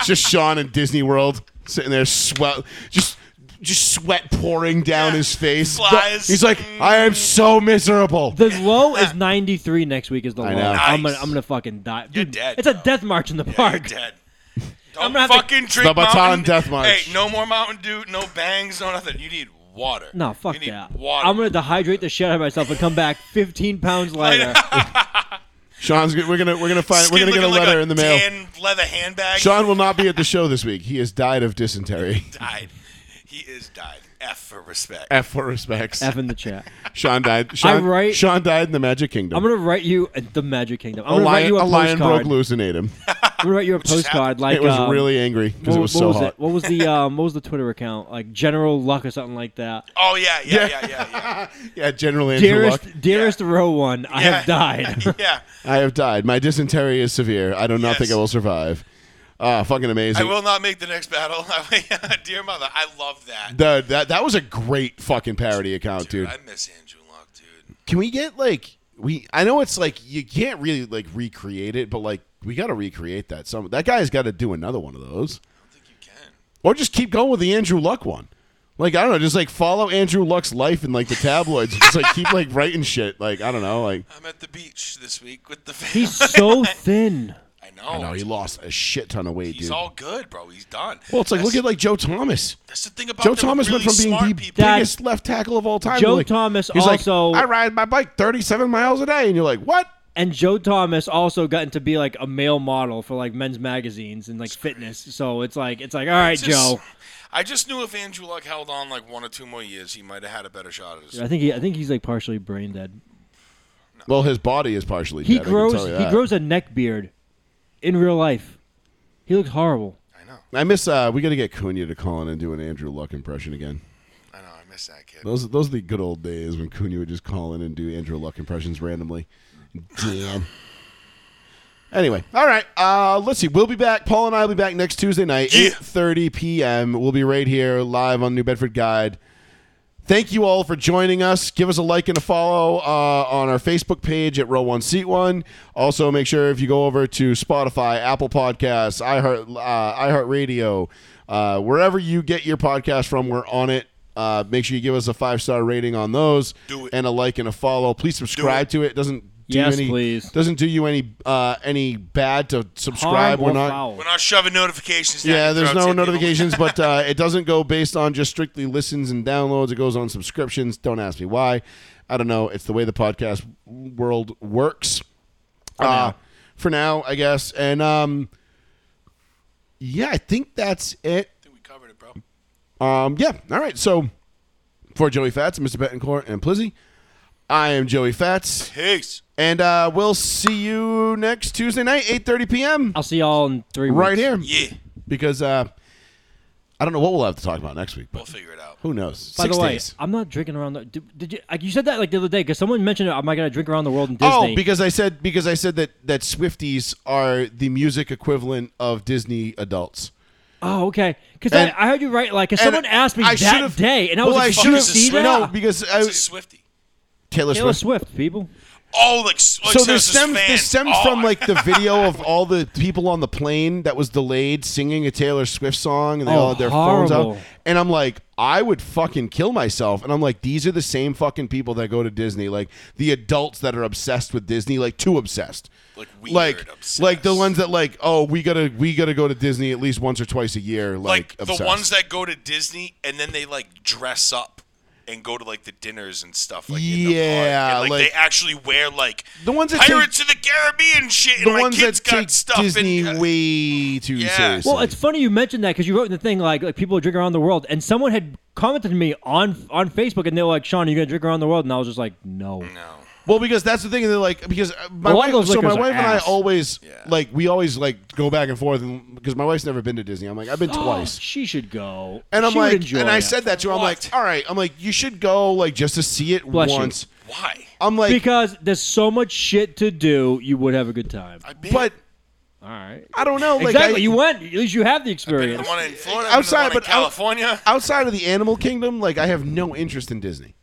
It's just Sean in Disney World sitting there, sweat, just just sweat pouring down his face.
Flies.
He's like, I am so miserable.
The low is 93 next week is the low.
I know.
I'm
Nice.
gonna I'm gonna fucking die. Dude,
You're dead,
It's a
bro.
death march in the
Yeah, you're
park.
dead. Don't
gonna have to-
fucking
The
drink
Bataan
Mountain-
Death March.
Hey, no more Mountain Dew, no bangs, no nothing. You need water.
No, fuck
you need
that.
Water.
I'm gonna dehydrate the shit out of myself and come back 15 pounds lighter.
Sean's go- we're gonna we're gonna find
Skin
we're gonna get a
looking
letter
like
in the mail.
Tan leather handbag.
Sean will not be at the show this week. He has died of dysentery.
died. He is died. F for respect.
F for respects.
F in the chat.
Sean died. Sean,
write-
Sean died in the Magic Kingdom.
I'm gonna write you uh, the Magic Kingdom. I'm
a
gonna write
lion,
you a,
a lion broke
postcard.
loose and ate him.
I'm gonna write you a
just
postcard
happened.
like
it was
um,
really angry because
what,
it was
what
so hot.
It? What was the um, what was the Twitter account like General Luck or something like that?
Oh yeah, yeah, yeah, yeah,
Yeah, General Andrew
Dearest
Luck.
dearest row one, I
Yeah.
have died.
yeah. yeah.
I have died. My dysentery is severe. I do not
Yes.
think I will survive. Ah, fucking
I
amazing.
will not make the next battle. Dear mother, I love that.
The, that that was a great fucking parody account, dude.
I miss Andrew Luck, dude.
Can we get like we? I know it's like you can't really like recreate it, but like we got to recreate that. Some that guy's got to do another one of those,
I don't think you can.
or just keep going with the Andrew Luck one. Like I don't know, just like follow Andrew Luck's life in like the tabloids. just like keep like writing shit. Like I don't know, like
I'm at the beach this week with the family.
He's so thin.
I know.
I know he lost a shit ton of weight,
Oh, He's
dude.
all good, bro. He's done.
well, it's like look
That's-
at like Joe Thomas.
That's the thing about
Joe
them
Thomas went
really
from being
smart
the
people.
Dad,
biggest left tackle of all time.
Joe
to, like,
Thomas
he's like,
also-
I ride my bike 37 miles a day, and you're like, what?
And Joe Thomas also gotten to be like a male model for like men's magazines and like fitness. So it's like it's like all right,
Just-
Joe.
I just knew if Andrew Luck held on like one or two more years, he might have had a better shot at his.
I think he, I think he's like partially brain dead.
Well, his body is partially
He
dead, I can
grows
tell you
he
that.
grows a neck beard in real life. He looks horrible.
I know,
I miss. Uh, we got to get Cunha to call in and do an Andrew Luck impression again.
I know, I miss that kid.
Those those are the good old days when Cunha would just call in and do Andrew Luck impressions randomly. Damn. Anyway, all right. Uh, let's see. We'll be back. Paul and I will be back next Tuesday night,
Yeah.
eight thirty p.m. We'll be right here live on New Bedford Guide. Thank you all for joining us. Give us a like and a follow uh, on our Facebook page at Row One Seat One. Also, make sure if you go over to Spotify, Apple Podcasts, iHeart, uh, iHeartRadio, uh, wherever you get your podcast from, we're on it. Uh, make sure you give us a five star rating on those,
Do it.
and a like and a follow. Please subscribe to it. Doesn't do
Yes,
any,
please.
Doesn't do you any uh, any bad to subscribe.
Harm
We're
or
not.
foul.
We're not shoving notifications. down
Yeah,
your
there's no
throats here, people.
notifications, but uh, it doesn't go based on just strictly listens and downloads. It goes on subscriptions. Don't ask me why. I don't know. It's the way the podcast world works. uh, for now, I guess. And um, yeah, I think that's it.
I think we covered it, bro.
Um, yeah. All right. So for Joey Fats, Mr. Betancourt, and Plizzy, I am Joey Fats,
Peace.
and uh, we'll see you next Tuesday night, 8:30 p.m.
I'll see y'all in three
right
weeks.
here.
Yeah,
Because uh, I don't know what we'll have to talk about next week,
we'll
but
figure it out.
who knows?
By
Six
the way, uh,
days.
I'm not drinking around the. Did, did you? Like you said that like the other day because someone mentioned am I gonna drink around the world in Disney?
Oh, because I said because I said that that Swifties are the music equivalent of Disney adults.
Oh, okay. Because
And-
I, I heard you right. Like, 'cause
and
someone asked me
I
that
should've-
day, and I was
well, I
like, "Did you
should've-
see that?"
No, because I,
It's a Swifty.
Taylor,
Taylor
Swift.
Swift, people.
Oh, like, s- like
So this
Santa's
stems
fan.
this stems
Oh,
from
I-
like the video of all the people on the plane that was delayed singing a Taylor Swift song, and they
Oh,
all had their phones
horrible.
out. And I'm like, I would fucking kill myself. And I'm like, these are the same fucking people that go to Disney, like the adults that are obsessed with Disney, like too obsessed.
Like weird
like,
obsessed.
like the ones that like, oh, we gotta we gotta go to Disney at least once or twice a year.
like
Like,
the
obsessed.
ones that go to Disney and then they like dress up and go to like the dinners and stuff. Like in the
Yeah,
park. And, like,
like-
they actually wear like
The ones that
Pirates of the Caribbean shit.
the
and
ones
like, kids
that
got
take
stuff
Disney
and, uh,
way too
Yeah.
seriously.
Well, it's funny you mentioned that because you wrote in the thing like, like people drink around the world, and someone had commented to me on on Facebook, and they were like, "Sean, are you gonna drink around the world?" And I was just like, "No."
no.
Well, because that's the thing. They're like because uh, my
A lot
wife,
of those
so my
liquors are
wife and I
ass.
always
Yeah.
like we always like go back and forth and, because my wife's never been to Disney. I'm like I've been twice.
She should go.
And I'm
Oh, She would
like,
enjoy
and I
it.
said that to her. I'm like,
What?
all right. I'm like, you should go, like, just to see it
Bless you.
once.
Why?
I'm like,
because there's so much shit to do, you would have a good time.
I've been,
but
All right.
I don't know. Like,
exactly.
I-
you went. At least you have the
been to the
experience.
one in Florida,
Outside,
outside,
but out-
but California.
outside of the animal kingdom, like, I have no interest in Disney.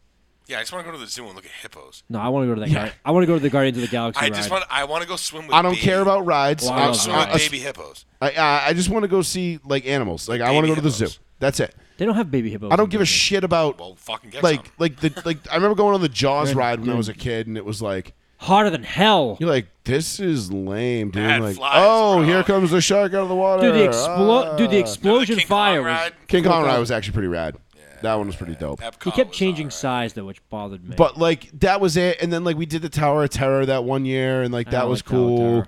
yeah, I just want to go to the zoo and look at hippos.
No, I want to go to that. Guar- I want to go to the Guardians of the Galaxy.
I
ride.
just want. I want to go swim with.
I don't
baby-
care about uh, rides.
Well, I
I,
love
swim
I-
with baby hippos.
I- I- I just want to go see like animals. Like, I want to
Baby
go to the zoo.
hippos.
That's it.
They don't have baby hippos.
I
in
don't give a
Disney.
shit about
Well, fucking get
like
some.
like the like I remember going on the Jaws
You're-
ride when I
you're-
was a kid, and it was like
Hotter than hell.
you're like this is lame, dude.
Bad
like
flies,
oh,
bro.
here comes the shark out of the water.
Dude, the explo-
Ah.
dude, the
Remember the
explosion
Uh, King Kong
fire was-
ride?
King Kong ride was actually pretty rad. that one was pretty dope.
Epcot
He kept
was
changing
alright.
size though, which bothered me.
But like that was it, and then like we did the Tower of Terror that one year, and like
I
that
don't
was
like Oh, Tower of
cool.
Terror.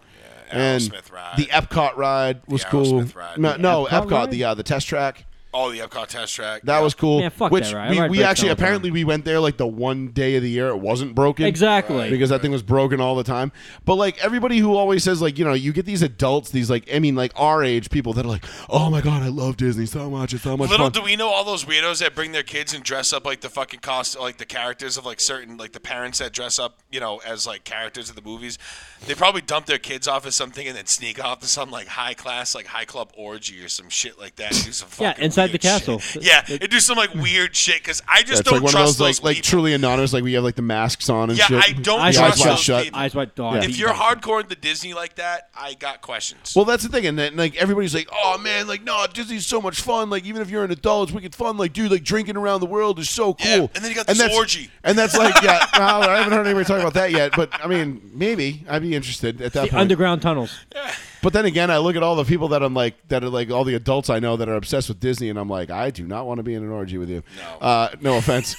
and
Aerosmith ride.
the Epcot ride was
The
cool.
Aerosmith ride.
No,
The
no,
Epcot
Epcot,
ride?
the uh, the test track.
Oh, the Epcot test track.
That
Yeah.
was cool.
Yeah, fuck
which
that ride. I
we,
ride
we
bikes
actually
all the time.
apparently we went there like the one day of the year it wasn't broken.
Exactly.
Because that thing was broken all the time. But like everybody who always says like, you know, you get these adults, these like I mean like our age people that are like, "Oh my god, I love Disney so much. It's so much
Little
fun."
do we know all those weirdos that bring their kids and dress up like the fucking cost, like the characters of like certain, like the parents that dress up, you know, as like characters of the movies. They probably dump their kids off as something and then sneak off to some like high class, like high club orgy or some shit like that. and Do some
Yeah,
fucking
inside the
weird
castle.
shit. Yeah, and do some like weird shit because I just
That's
don't
like one of
trust
those like like
people.
truly anonymous like we have like the masks on and
Yeah,
shit.
I don't
The eyes
eyes wide
trust
wide
those
shut.
people.
eyes wide dog.
If you're hardcore into Disney like that, I got questions.
Well, that's the thing, and then like everybody's like, "Oh man, like no, Disney's so much fun. Like even if you're an adult, it's wicked fun. Like dude, like drinking around the world is so cool."
Yeah, and then you got this
that's-
orgy.
and that's like, yeah, well, I haven't heard anybody talk about that yet. But I mean, maybe I'd be interested at that
the
point.
underground tunnels.
but then again, I look at all the people that I'm like, that are like all the adults I know that are obsessed with Disney, and I'm like, I do not want to be in an orgy with you. No, uh, no offense,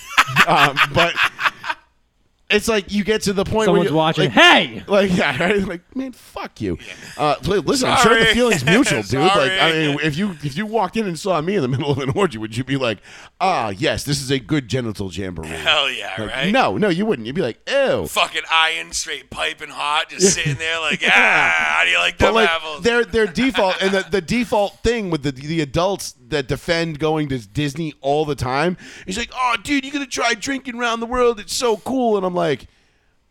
um, but it's like you get to the point where
Someone's
you're-
watching.
like-
hey,
Like yeah, right? like man, fuck you. Uh, li- listen, I'm sure the
Sorry.
feeling's mutual, dude. Like I
Sorry.
mean, if you if you walked in and saw me in the middle of an orgy, would you be like, ah, yes, this is a good genital jamboree?
Hell yeah,
Like,
right?
No, no, you wouldn't. You'd be like, ew.
Fucking iron, straight piping hot, just sitting there like, ah, how do you like
but
them
like
apples?
their their default and the, the default thing with the the adults that defend going to Disney all the time is like, oh, dude, you're gonna try drinking around the world. It's so cool, and I'm like,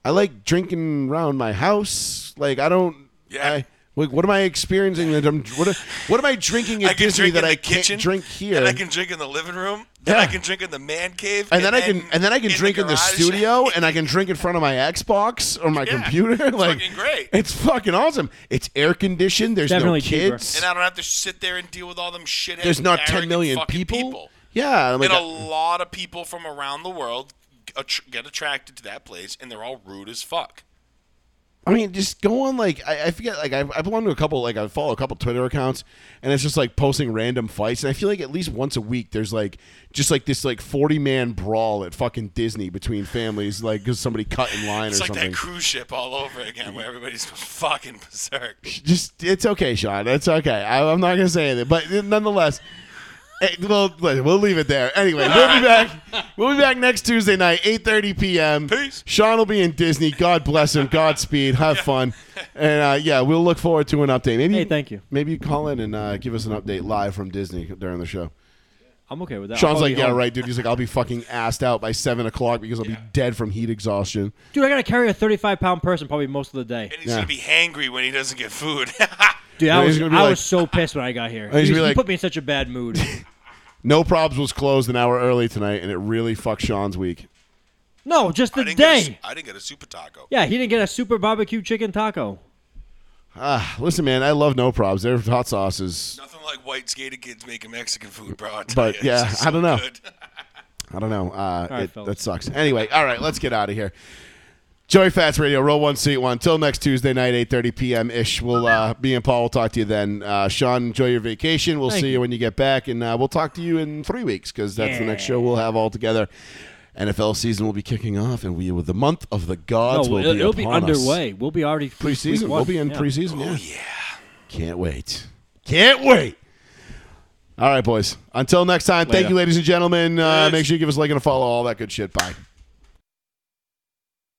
I like drinking around my house. Like I don't.
Yeah.
I, like, what am I experiencing? That I'm what? am- What am I drinking at
I can
Disney
drink
that
in the
I can't
kitchen,
drink here?
and I can drink in the living room, then
Yeah.
I can drink in the man cave,
and then I can and then I can drink in the
garage.
studio and I can drink in front of my Xbox or my
Yeah.
computer.
It's
like
fucking great.
It's fucking awesome. It's air conditioned. There's
Definitely
no
cheaper.
kids.
and I don't have to sit there and deal with all them shitheads.
there's not
arrogant
10 million
fucking
people. Oh Yeah, I'm like,
and a lot of people from around the world attr- get attracted to that place, and they're all rude as fuck.
I mean, just go on. Like, I, I forget. Like, I, I belong to a couple. Like, I follow a couple Twitter accounts, and it's just like posting random fights. And I feel like at least once a week, there's like just like this like forty man brawl at fucking Disney between families, like because somebody cut in line
It's
or
like
something.
that cruise ship all over again, where everybody's fucking berserk.
just it's okay, Sean. It's okay. I, I'm not gonna say anything, but nonetheless, eh, we'll we'll leave it there. Anyway, we'll be back. We'll be back next Tuesday night, 8:30 p.m.
Peace.
Sean will be in Disney. God bless him. Godspeed. Have fun. And uh, yeah, we'll look forward to an update. Maybe
Hey, thank you.
Maybe you call in and uh, give us an update live from Disney during the show.
I'm okay with that. Oh, I'll
Sean's
probably
like, yeah,
home.
right, dude. He's like, I'll be fucking assed out by seven o'clock because I'll be dead from heat exhaustion.
Dude, I gotta carry a 35 pound person probably most of the day.
And he's
Yeah.
gonna be hangry when he doesn't get food.
Dude, I
And
was,
he's
I
gonna be like-
was so pissed when I got here.
he's
You
gonna be
you
like-
put me in such a bad mood.
No Probs was closed an hour early tonight, and it really fucked Sean's week.
no, just the
I didn't get a
day.
su- I didn't get a super taco.
yeah, he didn't get a super barbecue chicken taco.
Listen, man, I love no probs. Their hot sauce is,
Nothing like white skated kids making Mexican food, bro. I tell
But,
ya,
yeah,
it's just
I
so
don't know.
good.
I don't know, uh,
right,
it-
fellas.
that sucks. Anyway, all right, let's get out of here. Joey Fats Radio, roll one, seat one. Till next Tuesday night, eight thirty p.m. ish. We'll uh, me and Paul will talk to you then. Uh, Sean, enjoy your vacation. We'll
Thank
see you.
you.
when you get back, and uh, we'll talk to you in three weeks because that's the next show we'll have all together. NFL season will be kicking off, and we with the month of the gods
no,
will
it'll,
be
it'll be
upon us.
underway. We'll be already pre- week
Preseason,
one.
we'll be in
Yeah. Oh,
preseason. yeah. Can't wait. Can't wait. All right, boys. Until next time, thank
Later.
you, ladies and gentlemen. Uh, make sure you give us a like and a follow, all that good shit. Bye.